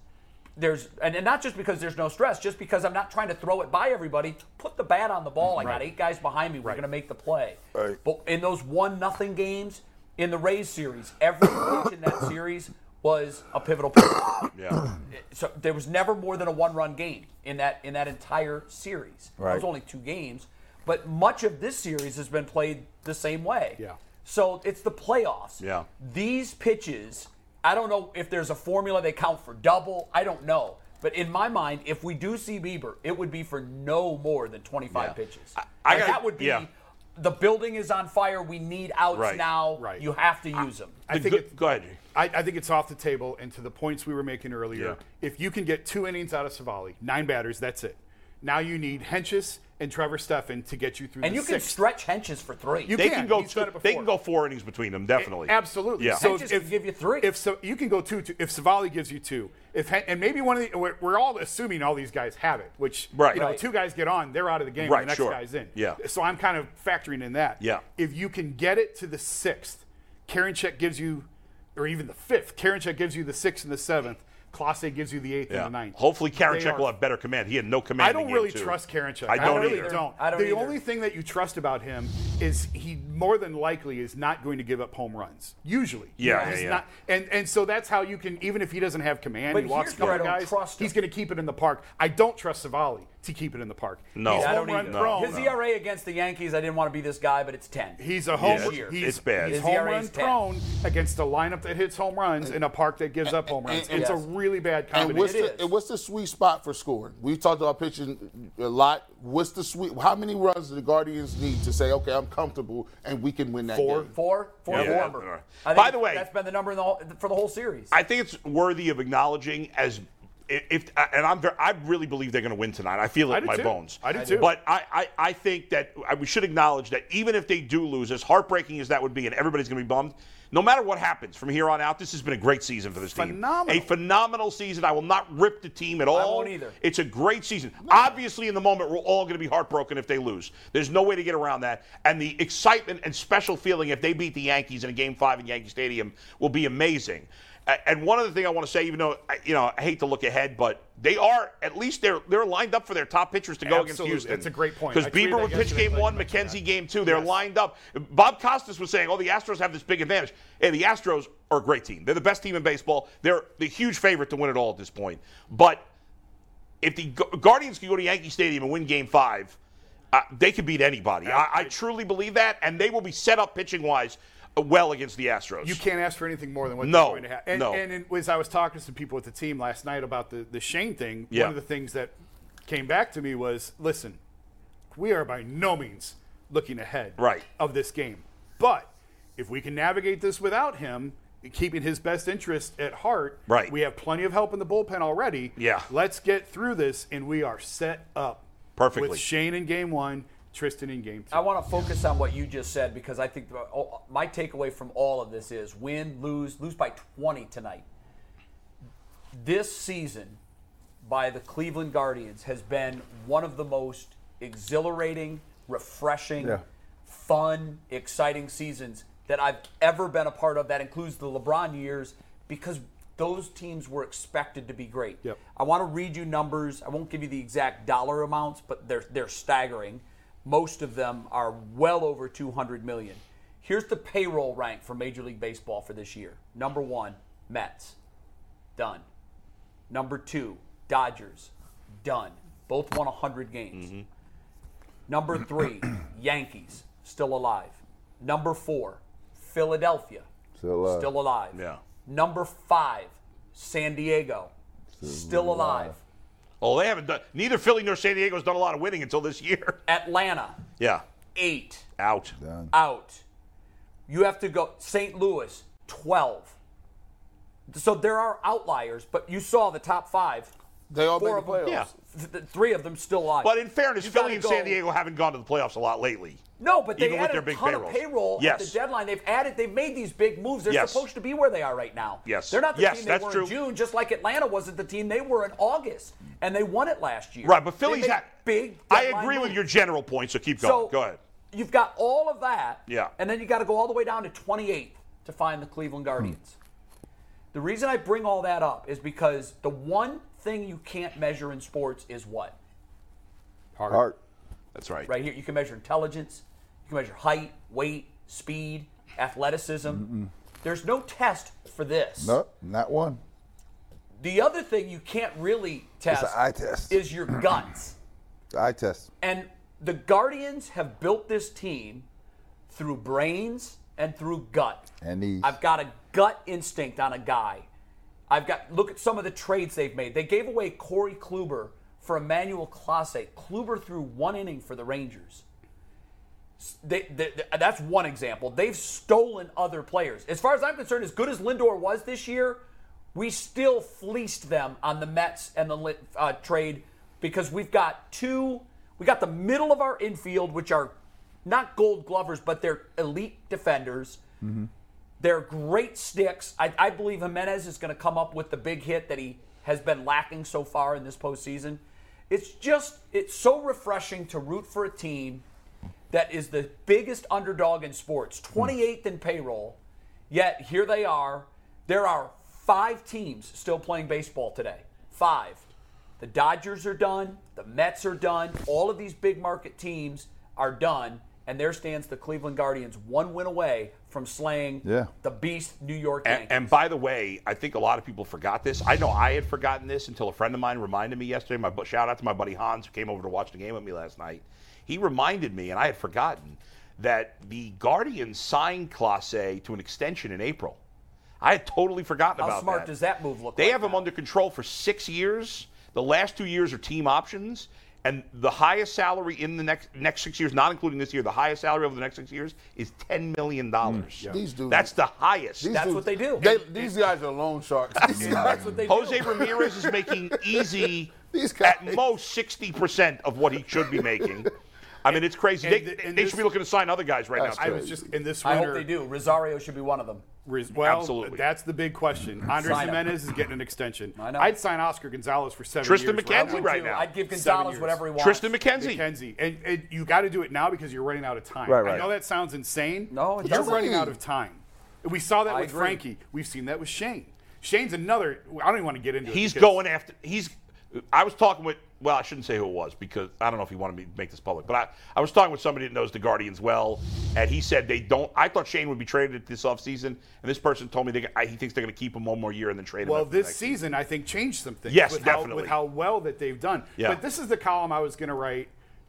Speaker 3: There's and, and not just because there's no stress, just because I'm not trying to throw it by everybody. Put the bat on the ball. I got eight guys behind me. We're gonna make the play.
Speaker 5: Right.
Speaker 3: But in those one nothing games in the Rays series, every pitch in that series was a pivotal pitch
Speaker 2: yeah.
Speaker 3: so there was never more than a one-run game in that in that entire series. It was
Speaker 4: Right.
Speaker 3: only two games, but much of this series has been played the same way.
Speaker 8: Yeah.
Speaker 3: So it's the playoffs.
Speaker 2: Yeah.
Speaker 3: These pitches, I don't know if there's a formula they count for double. I don't know. But in my mind, if we do see Bieber, it would be for no more than 25 pitches. I,
Speaker 2: I gotta-
Speaker 3: that would be
Speaker 2: yeah.
Speaker 3: the building is on fire. We need outs
Speaker 2: Right.
Speaker 3: now.
Speaker 8: Right.
Speaker 3: You have to use them.
Speaker 8: I
Speaker 2: The
Speaker 8: think
Speaker 2: good-
Speaker 8: it-
Speaker 2: go ahead. Jay.
Speaker 8: I, I think it's off the table. And to the points we were making earlier,
Speaker 2: Yeah.
Speaker 8: if you can get two innings out of Savali, nine batters, that's it. Now you need Henches and Trevor Stefan to get you through.
Speaker 3: and
Speaker 8: the
Speaker 3: you can
Speaker 8: sixth.
Speaker 3: stretch henches for three.
Speaker 8: You
Speaker 2: They
Speaker 8: can.
Speaker 2: can go.
Speaker 8: He's done
Speaker 2: two-
Speaker 8: it
Speaker 2: they
Speaker 8: before.
Speaker 2: can go four innings between them. Definitely.
Speaker 8: Absolutely.
Speaker 2: Yeah.
Speaker 8: So
Speaker 3: Hedges
Speaker 8: if
Speaker 3: can give you three.
Speaker 8: if so, you can go two, two. If Savali gives you two, if Hen- and maybe one of the we're, we're all assuming all these guys have it, which
Speaker 2: Right.
Speaker 8: you know,
Speaker 2: Right.
Speaker 8: two guys get on, they're out of the game,
Speaker 2: Right,
Speaker 8: and the next
Speaker 2: sure.
Speaker 8: guy's in.
Speaker 2: Yeah.
Speaker 8: So I'm kind of factoring in that.
Speaker 2: Yeah.
Speaker 8: If you can get it to the sixth, Karinchek gives you, or even the fifth, Karinchek gives you the sixth and the seventh. Classe gives you the eighth and
Speaker 2: Yeah.
Speaker 8: the ninth.
Speaker 2: Hopefully,
Speaker 8: They are
Speaker 2: Karachek will have better command. He had no command.
Speaker 8: I
Speaker 2: in
Speaker 8: don't
Speaker 2: game
Speaker 8: really
Speaker 2: two.
Speaker 8: trust Karinchak.
Speaker 2: I don't
Speaker 8: really
Speaker 2: either.
Speaker 8: Don't.
Speaker 3: I don't
Speaker 8: the
Speaker 3: either.
Speaker 8: only thing that you trust about him is he more than likely is not going to give up home runs. Usually.
Speaker 2: Yeah,
Speaker 8: You know,
Speaker 2: yeah,
Speaker 8: he's
Speaker 2: yeah.
Speaker 8: Not, and and so that's how you can even if he doesn't have command,
Speaker 3: But
Speaker 8: he walks a
Speaker 3: here's where
Speaker 8: couple
Speaker 3: I don't
Speaker 8: guys.
Speaker 3: trust him.
Speaker 8: He's going to keep it in the park. I don't trust Savali to keep it in the park.
Speaker 2: No.
Speaker 8: He's
Speaker 2: Yeah, I
Speaker 8: home
Speaker 2: don't
Speaker 8: run
Speaker 2: either.
Speaker 8: prone.
Speaker 3: His ERA against the Yankees, I didn't want to be this guy, but it's 10.
Speaker 8: He's a home.
Speaker 2: Yeah,
Speaker 8: run-
Speaker 2: it's-
Speaker 8: he's,
Speaker 2: it's bad.
Speaker 8: He's
Speaker 2: His
Speaker 8: home
Speaker 3: ERA
Speaker 8: run
Speaker 3: E is 10.
Speaker 8: prone against a lineup that hits home runs in a park that gives up home runs.
Speaker 5: and-
Speaker 8: It's a
Speaker 3: yes.
Speaker 8: really bad
Speaker 5: And what's,
Speaker 8: combination.
Speaker 3: It is.
Speaker 5: the, and what's the sweet spot for scoring? We talked about pitching a lot. What's the sweet? How many runs do the Guardians need to say, okay, I'm comfortable and we can win that
Speaker 8: Four.
Speaker 5: game?
Speaker 3: Four, four,
Speaker 2: Yeah.
Speaker 3: four.
Speaker 2: Yeah.
Speaker 3: I think
Speaker 2: By the way-
Speaker 3: that's been the number in the whole, for the whole series.
Speaker 2: I think it's worthy of acknowledging as if, if uh, and I'm ver I really believe they're going to win tonight. I feel it
Speaker 8: I
Speaker 2: in
Speaker 8: do
Speaker 2: my
Speaker 8: too.
Speaker 2: bones.
Speaker 8: I do too.
Speaker 2: But I, I, I think that I, we should acknowledge that even if they do lose, as heartbreaking as that would be, and everybody's going to be bummed. No matter what happens from here on out, this has been a great season for this team.
Speaker 8: Phenomenal.
Speaker 2: A phenomenal season. I will not rip the team at all.
Speaker 3: won't either.
Speaker 2: It's a great season. Obviously, in the moment, we're all going to be heartbroken if they lose. There's no way to get around that. And the excitement and special feeling if they beat the Yankees in a Game Five in Yankee Stadium will be amazing. A- And one other thing I want to say, even though I- you know I hate to look ahead, but they are at least they're they're lined up for their top pitchers to go
Speaker 8: Absolutely.
Speaker 2: against Houston.
Speaker 8: That's a great point.
Speaker 2: Because
Speaker 8: I tweeted
Speaker 2: Bieber
Speaker 8: that
Speaker 2: would pitch
Speaker 8: yesterday.
Speaker 2: game
Speaker 8: Glad
Speaker 2: one,
Speaker 8: you mentioned
Speaker 2: McKenzie
Speaker 8: that.
Speaker 2: game two. They're lined up. Bob Costas was saying, "Oh, the Astros have this big advantage," and the Astros are a great team. They're the best team in baseball. They're the huge favorite to win it all at this point. But if the Gu- Guardians can go to Yankee Stadium and win Game Five, uh, they could beat anybody. I, I truly believe that, and they will be set up pitching wise well against the Astros.
Speaker 8: You can't ask for anything more than what
Speaker 2: No,
Speaker 8: they're going to have. And,
Speaker 2: no.
Speaker 8: and in, as I was talking to some people at the team last night about the, the Shane thing,
Speaker 2: Yeah.
Speaker 8: one of the things that came back to me was listen, we are by no means looking ahead
Speaker 2: Right.
Speaker 8: of this game. But if we can navigate this without him, keeping his best interest at heart,
Speaker 2: Right.
Speaker 8: we have plenty of help in the bullpen already.
Speaker 2: Yeah.
Speaker 8: Let's get through this, and we are set up
Speaker 2: Perfectly.
Speaker 8: With Shane in game one, Tristan in game two.
Speaker 3: I want to focus on what you just said because I think oh, my takeaway from all of this is win, lose, lose by 20 tonight. This season by the Cleveland Guardians has been one of the most exhilarating, refreshing, fun, exciting seasons that I've ever been a part of. That includes the LeBron years because those teams were expected to be great.
Speaker 8: Yep.
Speaker 3: I want to read you numbers. I won't give you the exact dollar amounts, but they're they're staggering. Most of them are well over 200 million. Here's the payroll rank for Major League Baseball for this year. Number 1, Mets. Done. Number 2, Dodgers. Done. Both won 100 games.
Speaker 2: Mm-hmm.
Speaker 3: Number three, Yankees, still alive. Number four, Philadelphia,
Speaker 4: Still alive.
Speaker 3: still alive.
Speaker 2: Yeah.
Speaker 3: Number five, San Diego, still, alive.
Speaker 2: Oh, they haven't done. Neither Philly nor San Diego's done a lot of winning until this year.
Speaker 3: Atlanta,
Speaker 2: Yeah,
Speaker 3: eight,
Speaker 2: out.
Speaker 3: out. You have to go St. Louis, 12. So there are outliers, but you saw the top five.
Speaker 5: They all
Speaker 3: Four
Speaker 5: made
Speaker 3: of
Speaker 5: the
Speaker 3: them,
Speaker 5: playoffs.
Speaker 2: Yeah.
Speaker 3: th- th- three of them still alive.
Speaker 2: But in fairness,
Speaker 3: You
Speaker 2: Philly and
Speaker 3: gotta
Speaker 2: San
Speaker 3: go-
Speaker 2: Diego haven't gone to the playoffs a lot lately.
Speaker 3: No, but they
Speaker 2: Even with
Speaker 3: added
Speaker 2: their big
Speaker 3: a ton
Speaker 2: payrolls.
Speaker 3: of payroll at
Speaker 2: Yes.
Speaker 3: the deadline. They've added, they've made these big moves. They're
Speaker 2: Yes.
Speaker 3: supposed to be where they are right now.
Speaker 2: Yes.
Speaker 3: they're not the
Speaker 2: Yes,
Speaker 3: team
Speaker 2: that's
Speaker 3: they were
Speaker 2: true.
Speaker 3: in June, just like Atlanta wasn't the team they were in August, and they won it last year.
Speaker 2: Right, but
Speaker 3: They
Speaker 2: Philly's
Speaker 3: made
Speaker 2: had
Speaker 3: big.
Speaker 2: I
Speaker 3: deadline
Speaker 2: agree with
Speaker 3: moves.
Speaker 2: your general point, so keep going.
Speaker 3: So
Speaker 2: go ahead.
Speaker 3: You've got all of that.
Speaker 2: Yeah.
Speaker 3: And then you got to go all the way down to 28 to find the Cleveland Guardians.
Speaker 2: Hmm.
Speaker 3: The reason I bring all that up is because the one thing you can't measure in sports is what?
Speaker 4: Heart.
Speaker 2: That's right.
Speaker 3: right here. You can measure intelligence, you can measure height, weight, speed, athleticism. There's no test for this.
Speaker 4: Nope, not one.
Speaker 3: The other thing you can't really test,
Speaker 4: an eye test.
Speaker 3: is your guts.
Speaker 4: Eye test.
Speaker 3: And the Guardians have built this team through brains and through gut.
Speaker 4: And knees.
Speaker 3: I've got a gut instinct on a guy. I've got look at some of the trades they've made. They gave away Corey Kluber for Emmanuel Classe. Kluber threw one inning for the Rangers. S- They, they- they- that's one example. They've stolen other players. As far as I'm concerned, as good as Lindor was this year, we still fleeced them on the Mets and the Lin- uh, trade because we've got two. We got the middle of our infield, which are not Gold Glovers, but they're elite defenders. They're great sticks. I, I believe Jimenez is going to come up with the big hit that he has been lacking so far in this postseason. It's just it's so refreshing to root for a team that is the biggest underdog in sports, 28th in payroll. Yet here they are. There are five teams still playing baseball today. Five. The Dodgers are done. The Mets are done. All of these big market teams are done. And there stands the Cleveland Guardians, one win away from slaying
Speaker 4: Yeah.
Speaker 3: the beast New York
Speaker 2: And,
Speaker 3: Yankees.
Speaker 2: and by the way, I think a lot of people forgot this. I know I had forgotten this until a friend of mine reminded me yesterday. My bu- shout out to my buddy Hans who came over to watch the game with me last night. He reminded me, and I had forgotten that the Guardians signed Classe to an extension in April. I had totally forgotten
Speaker 3: How
Speaker 2: about
Speaker 3: smart
Speaker 2: that.
Speaker 3: does that move look
Speaker 2: They
Speaker 3: like
Speaker 2: have him
Speaker 3: now?
Speaker 2: under control for six years. The last two years are team options, and the highest salary in the next next six years, not including this year, the highest salary over the next six years is ten million dollars.
Speaker 5: Mm, These dudes-
Speaker 2: That's the highest.
Speaker 5: These
Speaker 3: That's
Speaker 5: dudes-
Speaker 3: what they do.
Speaker 5: They, these guys are loan sharks. These guys,
Speaker 3: That's what they
Speaker 2: Jose
Speaker 3: do.
Speaker 2: Ramirez is making easy
Speaker 5: These guys.
Speaker 2: at most 60% of what he should be making. I mean, it's crazy.
Speaker 8: And
Speaker 2: They,
Speaker 8: th- and
Speaker 2: they
Speaker 8: this-
Speaker 2: should be looking to sign other guys right now.
Speaker 5: That's
Speaker 8: I
Speaker 2: too.
Speaker 8: was just in this
Speaker 3: I
Speaker 8: winter.
Speaker 3: hope they do. Rosario should be one of them.
Speaker 8: Riz- Well,
Speaker 2: Absolutely.
Speaker 8: that's the big question. Andres
Speaker 3: Sign him.
Speaker 8: Jimenez is getting an extension.
Speaker 3: I know.
Speaker 8: I'd sign Oscar Gonzalez for seven
Speaker 2: Tristan
Speaker 8: years.
Speaker 2: McKenzie
Speaker 8: now.
Speaker 2: right now.
Speaker 3: I'd give
Speaker 8: Seven
Speaker 3: Gonzalez
Speaker 8: years.
Speaker 3: whatever he wants.
Speaker 2: Tristan McKenzie.
Speaker 8: McKenzie. And, and you got to do it now because you're running out of time.
Speaker 4: Right, right.
Speaker 8: I know that sounds insane.
Speaker 3: No, it
Speaker 8: you're
Speaker 3: doesn't.
Speaker 8: running out of time. We saw that
Speaker 3: I
Speaker 8: with
Speaker 3: agree.
Speaker 8: Frankie. We've seen that with Shane. Shane's another. I don't even want to get into it.
Speaker 2: He's
Speaker 8: because-
Speaker 2: going after. He's. I was talking with. Well, I shouldn't say who it was because I don't know if he wanted me to make this public. But I, I was talking with somebody that knows the Guardians well, and he said they don't. I thought Shane would be traded this offseason, and this person told me they, I, he thinks they're going to keep him one more year and then trade him.
Speaker 8: Well,
Speaker 2: after
Speaker 8: this
Speaker 2: next
Speaker 8: season, I think changed some things.
Speaker 2: Yes,
Speaker 8: with How,
Speaker 2: definitely.
Speaker 8: with how well that they've done.
Speaker 2: Yeah.
Speaker 8: But this is the column I was going to write.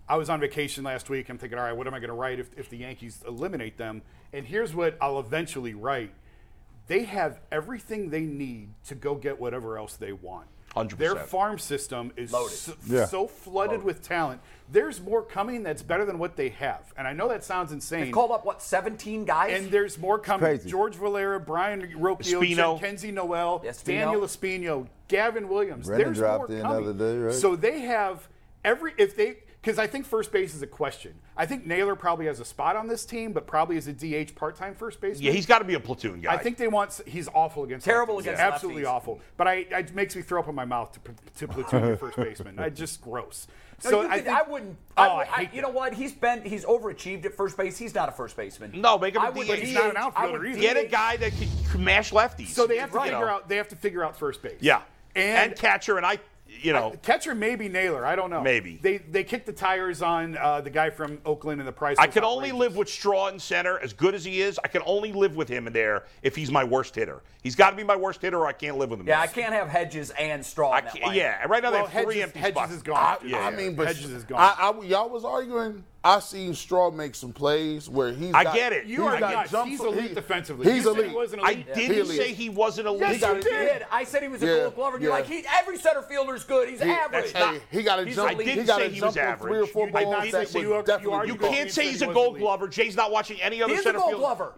Speaker 8: I was on vacation last week. I'm thinking, all right, what am I going to write if, if the Yankees eliminate them? And here's what I'll eventually write. They have everything they need to go get whatever else they want.
Speaker 2: 100%.
Speaker 8: Their farm system is
Speaker 3: Loaded.
Speaker 8: So,
Speaker 4: Yeah.
Speaker 8: so flooded with talent. There's more coming that's better than what they have. And I know that sounds insane.
Speaker 3: They called up what 17 guys.
Speaker 8: And there's more coming.
Speaker 4: crazy.
Speaker 8: George Valera, Brian Rocchio,
Speaker 2: Espino.
Speaker 8: Kenzie Noel,
Speaker 3: Yes, Espino.
Speaker 8: Daniel Espino, Gavin Williams.
Speaker 4: Brendan
Speaker 8: there's
Speaker 4: dropped
Speaker 8: more
Speaker 4: in the
Speaker 8: coming.
Speaker 4: other day, right?
Speaker 8: So they have every if they because I think first base is a question. I think Naylor probably has a spot on this team, but probably is a DH part-time first baseman.
Speaker 2: Yeah, he's got to be a platoon guy.
Speaker 8: I think they want. He's awful against.
Speaker 3: Terrible
Speaker 8: lefties.
Speaker 3: against
Speaker 8: Absolutely
Speaker 3: lefties.
Speaker 8: awful. But I, I it makes me throw up in my mouth to, to platoon your first baseman. I just gross.
Speaker 3: No,
Speaker 8: so
Speaker 3: you
Speaker 8: I,
Speaker 3: could-
Speaker 8: think,
Speaker 3: I wouldn't.
Speaker 8: Oh,
Speaker 3: I,
Speaker 8: I,
Speaker 3: would- I-
Speaker 8: hate
Speaker 3: you know
Speaker 8: that.
Speaker 3: what? He's been. He's overachieved at first base. He's not a first baseman.
Speaker 2: No, make him a
Speaker 3: I would
Speaker 2: DH.
Speaker 8: He's not an
Speaker 3: I would
Speaker 8: outfielder either.
Speaker 2: Get a guy that can c- mash lefties.
Speaker 8: So they have to
Speaker 2: Right.
Speaker 8: figure out. They have to figure out first base.
Speaker 2: Yeah,
Speaker 8: And,
Speaker 2: catcher, and I, you know,
Speaker 8: catcher maybe Naylor. I don't know.
Speaker 2: Maybe.
Speaker 8: they they kicked the tires on uh, the guy from Oakland and the price.
Speaker 2: I
Speaker 8: was
Speaker 2: can only
Speaker 8: outrageous.
Speaker 2: live with Straw in center, as good as he is. I can only live with him in there if he's my worst hitter. He's got to be my worst hitter, or I can't live with him.
Speaker 3: Yeah, I can't have Hedges and Straw.
Speaker 2: I
Speaker 3: in that
Speaker 2: can't-
Speaker 3: lineup.
Speaker 2: yeah, right now
Speaker 8: Well,
Speaker 2: they have three
Speaker 8: Hedges,
Speaker 2: empty
Speaker 8: Hedges
Speaker 2: spots.
Speaker 8: is gone.
Speaker 5: I,
Speaker 2: Yeah,
Speaker 5: I
Speaker 2: yeah.
Speaker 5: mean, but
Speaker 8: Hedges is gone.
Speaker 5: I, I- y'all was arguing. I seen Straw make some plays where he's.
Speaker 2: I
Speaker 5: got-
Speaker 2: get it. You
Speaker 5: he's
Speaker 2: are
Speaker 5: got
Speaker 2: nuts.
Speaker 5: jump
Speaker 8: He's
Speaker 5: foot-
Speaker 8: elite
Speaker 5: he-
Speaker 8: defensively.
Speaker 5: He's
Speaker 8: You said he
Speaker 5: elite.
Speaker 8: wasn't
Speaker 2: I
Speaker 8: elite.
Speaker 2: didn't
Speaker 5: Really?
Speaker 2: say he wasn't a
Speaker 8: Yes,
Speaker 2: leader.
Speaker 5: got
Speaker 3: You
Speaker 5: it.
Speaker 3: did. I said he was a
Speaker 5: Yeah,
Speaker 3: Gold Glover. And You're
Speaker 5: yeah.
Speaker 3: like he, every center fielder's good. He's average.
Speaker 2: that's not-
Speaker 5: Hey, he got a
Speaker 3: He's
Speaker 5: jump.
Speaker 3: elite.
Speaker 2: I
Speaker 5: he
Speaker 2: didn't
Speaker 5: got
Speaker 2: say
Speaker 5: a
Speaker 2: he
Speaker 5: jump
Speaker 2: was
Speaker 5: on
Speaker 2: average.
Speaker 5: three or four
Speaker 2: You
Speaker 8: did
Speaker 5: balls
Speaker 8: not
Speaker 5: that
Speaker 8: say-
Speaker 5: would
Speaker 8: you are- you
Speaker 5: definitely
Speaker 8: are-
Speaker 2: You
Speaker 5: be
Speaker 8: Gold-
Speaker 5: gone.
Speaker 2: can't
Speaker 8: he
Speaker 2: say
Speaker 8: said
Speaker 2: he's
Speaker 8: he
Speaker 2: a
Speaker 8: was
Speaker 2: Gold
Speaker 8: elite.
Speaker 2: Glover. Jay's not watching any other
Speaker 3: He's a
Speaker 2: center
Speaker 3: Gold
Speaker 2: field.
Speaker 3: Glover.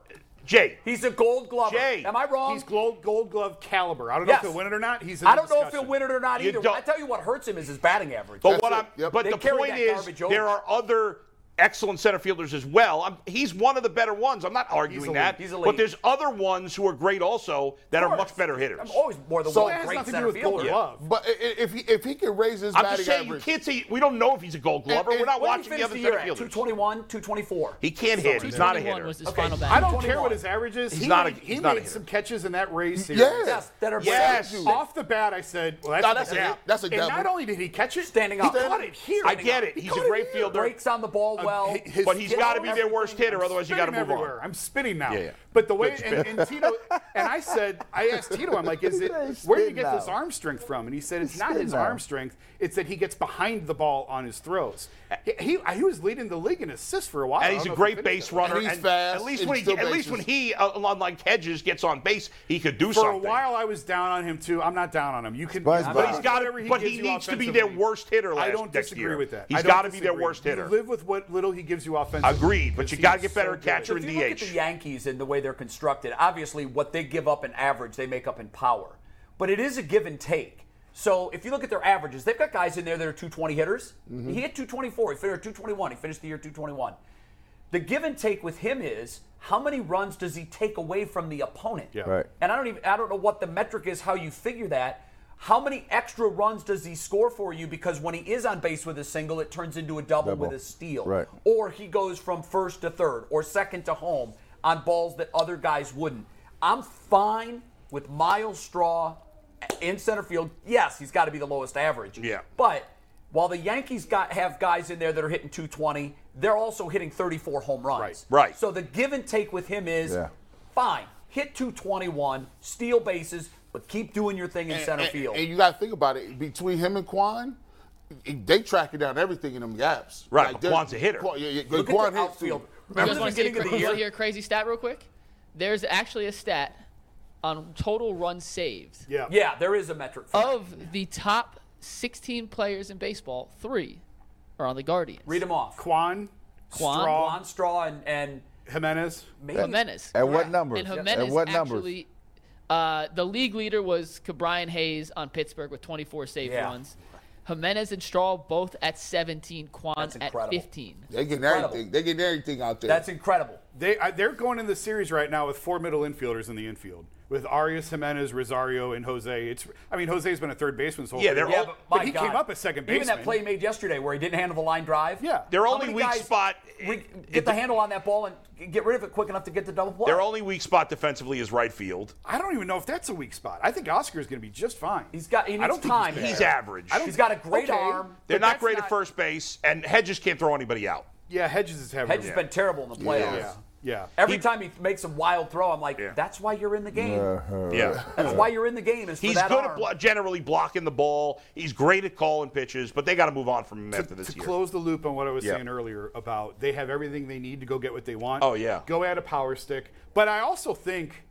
Speaker 2: Jay,
Speaker 3: He's a Gold Glover.
Speaker 2: Jay.
Speaker 3: Am I wrong?
Speaker 8: He's gold, gold glove caliber. I don't know
Speaker 3: Yes.
Speaker 8: if he'll win it or not. He's. in
Speaker 3: I
Speaker 8: the
Speaker 3: don't know if he'll
Speaker 8: discussion.
Speaker 3: win it or not
Speaker 2: You
Speaker 3: either.
Speaker 2: don't-
Speaker 3: I tell you what hurts him is his batting average.
Speaker 2: But what
Speaker 5: it.
Speaker 2: I'm,
Speaker 5: Yep.
Speaker 2: but
Speaker 5: They
Speaker 2: the
Speaker 3: carry
Speaker 2: point
Speaker 3: that
Speaker 2: is,
Speaker 3: garbage over.
Speaker 2: there are other excellent center fielders as well. I'm, he's one of the better ones. I'm not arguing
Speaker 8: elite.
Speaker 2: that.
Speaker 3: He's elite.
Speaker 2: but there's other ones who are great also that are much better hitters.
Speaker 3: I'm always more than
Speaker 5: So
Speaker 3: one
Speaker 5: that has
Speaker 3: great
Speaker 8: nothing to do
Speaker 3: center
Speaker 8: with Gold
Speaker 3: fielder.
Speaker 8: Glove.
Speaker 5: But i- i- if he if he can raise his
Speaker 2: I'm
Speaker 5: batting
Speaker 2: just saying
Speaker 5: average,
Speaker 2: you can't say we don't know if he's a Gold Glover.
Speaker 5: And- and
Speaker 2: We're not
Speaker 3: What did
Speaker 2: watching
Speaker 3: he
Speaker 2: the
Speaker 3: finish
Speaker 2: other
Speaker 3: the
Speaker 2: center
Speaker 3: year at?
Speaker 2: fielders.
Speaker 3: 221, 224.
Speaker 2: He can't hit. He's not a
Speaker 1: 221
Speaker 2: hitter.
Speaker 1: was his
Speaker 3: Okay.
Speaker 1: final
Speaker 8: I
Speaker 1: bat.
Speaker 8: don't care
Speaker 3: 21.
Speaker 8: what his average is.
Speaker 2: He's
Speaker 8: he
Speaker 2: not a-
Speaker 8: made, he
Speaker 2: he's not a
Speaker 8: made
Speaker 2: hitter.
Speaker 8: some catches in that race. series.
Speaker 5: Yeah.
Speaker 3: Yes, that are
Speaker 2: Yes.
Speaker 3: breaking.
Speaker 8: Off the bat, I said, "Well, that's,
Speaker 5: No,
Speaker 8: a
Speaker 5: that's a-
Speaker 8: dab.
Speaker 5: that's a
Speaker 8: And
Speaker 5: dab.
Speaker 8: not only did he catch it,
Speaker 3: Standing
Speaker 8: he
Speaker 3: up.
Speaker 8: caught it here.
Speaker 2: I get it.
Speaker 8: He
Speaker 2: He's
Speaker 8: caught
Speaker 2: a great
Speaker 8: here.
Speaker 2: fielder. Um,
Speaker 3: breaks on the ball
Speaker 2: Uh,
Speaker 3: well,
Speaker 8: hi- his
Speaker 2: but he's got to be their
Speaker 3: everything.
Speaker 2: worst hitter, otherwise you got to
Speaker 8: Spinning
Speaker 2: move
Speaker 8: everywhere.
Speaker 2: on.
Speaker 8: I'm spinning now.
Speaker 2: Yeah, yeah.
Speaker 8: But the way
Speaker 2: Good spin.
Speaker 8: and, and Tito and I said, I asked Tito, I'm like, is it
Speaker 5: He's
Speaker 8: where do you
Speaker 5: spin
Speaker 8: get this
Speaker 5: now.
Speaker 8: arm strength from? And he said, it's
Speaker 5: He's
Speaker 8: not
Speaker 5: spin
Speaker 8: his
Speaker 5: now.
Speaker 8: arm strength. It's that he gets behind the ball on his throws. He, he, he was leading the league in assists for a while. I
Speaker 2: And he's
Speaker 8: don't
Speaker 2: a
Speaker 8: know if he
Speaker 2: great
Speaker 8: finished
Speaker 2: base
Speaker 8: that.
Speaker 2: runner.
Speaker 5: And he's fast,
Speaker 2: At least
Speaker 5: and
Speaker 2: when he,
Speaker 5: still
Speaker 2: at least
Speaker 5: bases.
Speaker 2: when he, uh, unlike Hedges, gets on base, he could do
Speaker 8: For a
Speaker 2: something.
Speaker 8: while, I was down on him too. I'm not down on him. You can,
Speaker 4: But he's
Speaker 8: I
Speaker 4: back.
Speaker 8: think
Speaker 4: He's
Speaker 2: gotta-
Speaker 8: whatever
Speaker 2: but
Speaker 8: gives
Speaker 2: he
Speaker 8: you
Speaker 2: needs to be their
Speaker 8: offensively,
Speaker 2: worst hitter
Speaker 8: I
Speaker 2: last-
Speaker 8: don't
Speaker 2: next
Speaker 8: disagree
Speaker 2: year.
Speaker 8: with that.
Speaker 2: He's
Speaker 8: I don't
Speaker 2: gotta be their
Speaker 8: disagree.
Speaker 2: worst hitter.
Speaker 8: You live with what little he gives you offensively.
Speaker 2: Agreed, but
Speaker 8: because
Speaker 2: you
Speaker 8: he
Speaker 2: gotta
Speaker 8: is
Speaker 2: get better
Speaker 8: so
Speaker 2: at
Speaker 8: good.
Speaker 2: catcher and
Speaker 3: If you look at
Speaker 2: DH.
Speaker 3: the Yankees and the way they're constructed, obviously what they give up in average, they make up in power. But it is a give and take. So if you look at their averages, they've got guys in there that are 220 hitters. He hit 224. He finished 221. He finished the year 221. The give and take with him is how many runs does he take away from the opponent? Yeah.
Speaker 4: Right.
Speaker 3: And I don't even I don't know what the metric is how you figure that. How many extra runs does he score for you? Because when he is on base with a single, it turns into a double,
Speaker 4: Double.
Speaker 3: with a steal.
Speaker 4: Right.
Speaker 3: Or he goes from first to third or second to home on balls that other guys wouldn't. I'm fine with Miles Straw in center field. Yes, he's got to be the lowest average.
Speaker 2: Yeah.
Speaker 3: But while the Yankees got have guys in there that are hitting 220, they're also hitting 34 home runs.
Speaker 8: Right.
Speaker 2: Right.
Speaker 3: So the give and take with him is
Speaker 4: Yeah.
Speaker 3: fine, hit 221, steal bases, but keep doing your thing in center
Speaker 5: and-
Speaker 3: field.
Speaker 5: and you got to think about it between him and Quan. They tracking down everything in them gaps.
Speaker 2: Right, but
Speaker 5: they're-
Speaker 2: Quan's a hitter.
Speaker 5: Quan, yeah, yeah,
Speaker 3: Look at
Speaker 5: Quan
Speaker 3: the
Speaker 5: hits too.
Speaker 3: outfield.
Speaker 1: You
Speaker 3: Remember
Speaker 1: guys
Speaker 3: the
Speaker 1: want to
Speaker 3: beginning of the year?
Speaker 1: hear a crazy stat real quick? There's actually a stat on total runs saved.
Speaker 8: Yeah.
Speaker 3: Yeah, there is a metric for that.
Speaker 1: Of the top 16 players in baseball, three are on the Guardians.
Speaker 3: Read them off.
Speaker 8: Quan,
Speaker 1: Quan,
Speaker 8: Straw,
Speaker 3: Juan Straw and, and
Speaker 8: Jimenez.
Speaker 3: maybe
Speaker 1: Jimenez.
Speaker 4: At what number?
Speaker 1: And Jimenez
Speaker 4: At what numbers?
Speaker 1: actually, uh, the league leader was Cabrian Hayes on Pittsburgh with 24 save
Speaker 3: Yeah.
Speaker 1: runs. Jimenez and Straw both at 17, Quan
Speaker 3: That's
Speaker 1: at
Speaker 3: incredible.
Speaker 1: 15.
Speaker 5: They getting
Speaker 3: Incredible.
Speaker 5: everything. They getting everything out there.
Speaker 3: That's incredible.
Speaker 8: They I, they're going in the series right now with four middle infielders in the infield with Arias, Jimenez, Rosario, and Jose. It's I mean Jose's been a third baseman. So
Speaker 2: Yeah, they're
Speaker 3: Yeah,
Speaker 2: all-
Speaker 3: but,
Speaker 8: But
Speaker 3: my
Speaker 8: he
Speaker 3: God.
Speaker 8: came up as second
Speaker 3: Even that
Speaker 8: baseman.
Speaker 3: play he made yesterday where he didn't handle the line drive.
Speaker 8: Yeah.
Speaker 2: Their
Speaker 3: How
Speaker 2: only
Speaker 3: many
Speaker 2: weak
Speaker 3: guys
Speaker 2: spot-
Speaker 3: re-
Speaker 2: it-
Speaker 3: get the handle on that ball and get rid of it quick enough to get the double play.
Speaker 2: Their only weak spot defensively is right field.
Speaker 8: I don't even know if that's a weak spot. I think Oscar is going to be just fine.
Speaker 3: He's got. He needs
Speaker 8: I don't think
Speaker 3: time.
Speaker 2: He's
Speaker 3: there.
Speaker 2: average.
Speaker 3: I don't- He's got a great
Speaker 8: Okay.
Speaker 3: arm.
Speaker 2: They're
Speaker 8: But
Speaker 2: not
Speaker 8: that's
Speaker 2: great at first base, and Hedges can't throw anybody out.
Speaker 8: Yeah, Hedges is having.
Speaker 3: Hedges
Speaker 8: a-
Speaker 3: has been terrible in the playoffs.
Speaker 8: Yeah, yeah.
Speaker 3: Every time he makes a wild throw, I'm like,
Speaker 2: Yeah.
Speaker 3: that's why you're in the game.
Speaker 8: Uh,
Speaker 2: Yeah.
Speaker 3: That's why you're in the game. Is for
Speaker 2: He's
Speaker 3: that
Speaker 2: good
Speaker 3: arm.
Speaker 2: at blo- generally blocking the ball. He's great at calling pitches, but they got to move on from him after this
Speaker 8: to
Speaker 2: year.
Speaker 8: close the loop on what I was
Speaker 2: Yeah.
Speaker 8: saying earlier about they have everything they need to go get what they want.
Speaker 2: Oh, yeah.
Speaker 8: Go add a power stick. But I also think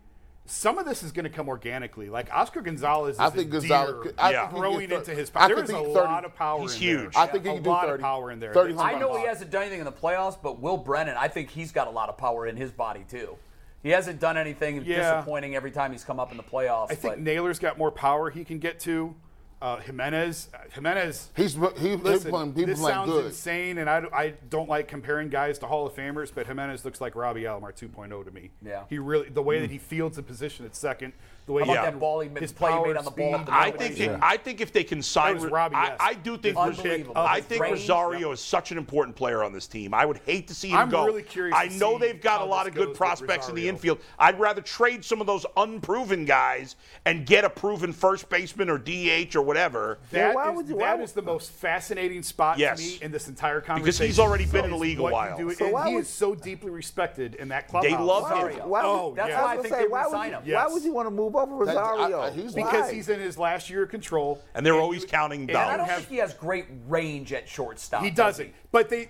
Speaker 8: some of this is going to come organically. Like Oscar Gonzalez is
Speaker 5: I think
Speaker 8: a
Speaker 5: Gonzalez
Speaker 8: deer
Speaker 5: could- I
Speaker 2: Yeah.
Speaker 5: think he
Speaker 8: growing
Speaker 5: gets thir-
Speaker 8: into his
Speaker 5: I
Speaker 8: power. There
Speaker 5: could
Speaker 8: is a
Speaker 5: think 30.
Speaker 8: lot of power
Speaker 2: He's
Speaker 8: in
Speaker 2: huge.
Speaker 8: there.
Speaker 5: I think he
Speaker 8: a
Speaker 5: can do
Speaker 8: lot
Speaker 5: 30.
Speaker 8: of power in there.
Speaker 5: 30
Speaker 8: That's
Speaker 5: home
Speaker 3: I
Speaker 8: a
Speaker 5: runs.
Speaker 3: know he
Speaker 8: lot.
Speaker 3: hasn't done anything in the playoffs, but Will Brennan, I think he's got a lot of power in his body too. He hasn't done anything
Speaker 8: Yeah.
Speaker 3: disappointing every time he's come up in the playoffs.
Speaker 8: I think
Speaker 3: but
Speaker 8: Naylor's got more power he can get to. Uh, Jimenez, Jimenez.
Speaker 5: He's he, he
Speaker 8: Listen,
Speaker 5: playing, he
Speaker 8: this
Speaker 5: playing
Speaker 8: sounds
Speaker 5: good.
Speaker 8: insane, and I, d- I don't like comparing guys to Hall of Famers, but Jimenez looks like Robbie Alomar 2.0 to me.
Speaker 3: Yeah.
Speaker 8: he really the way
Speaker 5: Hmm.
Speaker 8: that he fields the position at second, the way
Speaker 3: How about
Speaker 2: Yeah.
Speaker 3: that ball he made,
Speaker 8: his
Speaker 3: play he
Speaker 8: power,
Speaker 3: made on the ball?
Speaker 8: speed,
Speaker 3: at the
Speaker 2: I
Speaker 3: moment?
Speaker 2: think they- I think if they can sign,
Speaker 8: was Robbie,
Speaker 2: I,
Speaker 8: yes.
Speaker 2: I do think
Speaker 8: His
Speaker 2: Ros-
Speaker 8: kick,
Speaker 2: I
Speaker 8: his
Speaker 2: think
Speaker 8: range.
Speaker 2: Rosario is such an important player on this team. I would hate to see him
Speaker 8: I'm
Speaker 2: go.
Speaker 8: really curious
Speaker 2: I
Speaker 8: to
Speaker 2: know
Speaker 8: see
Speaker 2: they've got a
Speaker 8: how
Speaker 2: lot
Speaker 8: this
Speaker 2: of good
Speaker 8: goes with
Speaker 2: prospects in the
Speaker 8: Rosario.
Speaker 2: infield. I'd rather trade some of those unproven guys and get a proven first baseman or DH or whatever.
Speaker 8: That,
Speaker 4: why
Speaker 8: is-
Speaker 4: would you-
Speaker 8: that
Speaker 4: why
Speaker 8: is the most fascinating spot
Speaker 2: Yes.
Speaker 8: to me in this entire conversation.
Speaker 2: Because he's already been in the
Speaker 8: is
Speaker 2: league a
Speaker 8: what you
Speaker 2: while.
Speaker 8: do-
Speaker 4: So
Speaker 8: and
Speaker 4: why
Speaker 8: he
Speaker 4: would-
Speaker 8: is so deeply respected in that clubhouse.
Speaker 2: love him.
Speaker 3: Rosario.
Speaker 4: Why would-
Speaker 8: Oh,
Speaker 3: That's
Speaker 8: yeah.
Speaker 3: why
Speaker 8: I
Speaker 3: I
Speaker 4: was
Speaker 3: think
Speaker 4: gonna
Speaker 3: they
Speaker 4: say, why would
Speaker 3: would sign
Speaker 4: you,
Speaker 3: him.
Speaker 8: Yeah. Yes.
Speaker 4: Why would you want to move over
Speaker 5: That- I- I-
Speaker 4: Rosario?
Speaker 5: he's
Speaker 8: because
Speaker 4: Why?
Speaker 8: he's in his last year of control.
Speaker 2: And they're
Speaker 8: you-
Speaker 2: always counting
Speaker 8: and
Speaker 2: dollars.
Speaker 3: I
Speaker 8: you
Speaker 3: don't
Speaker 8: have-
Speaker 3: think he has great range at shortstop.
Speaker 8: He
Speaker 3: does
Speaker 8: doesn't. But they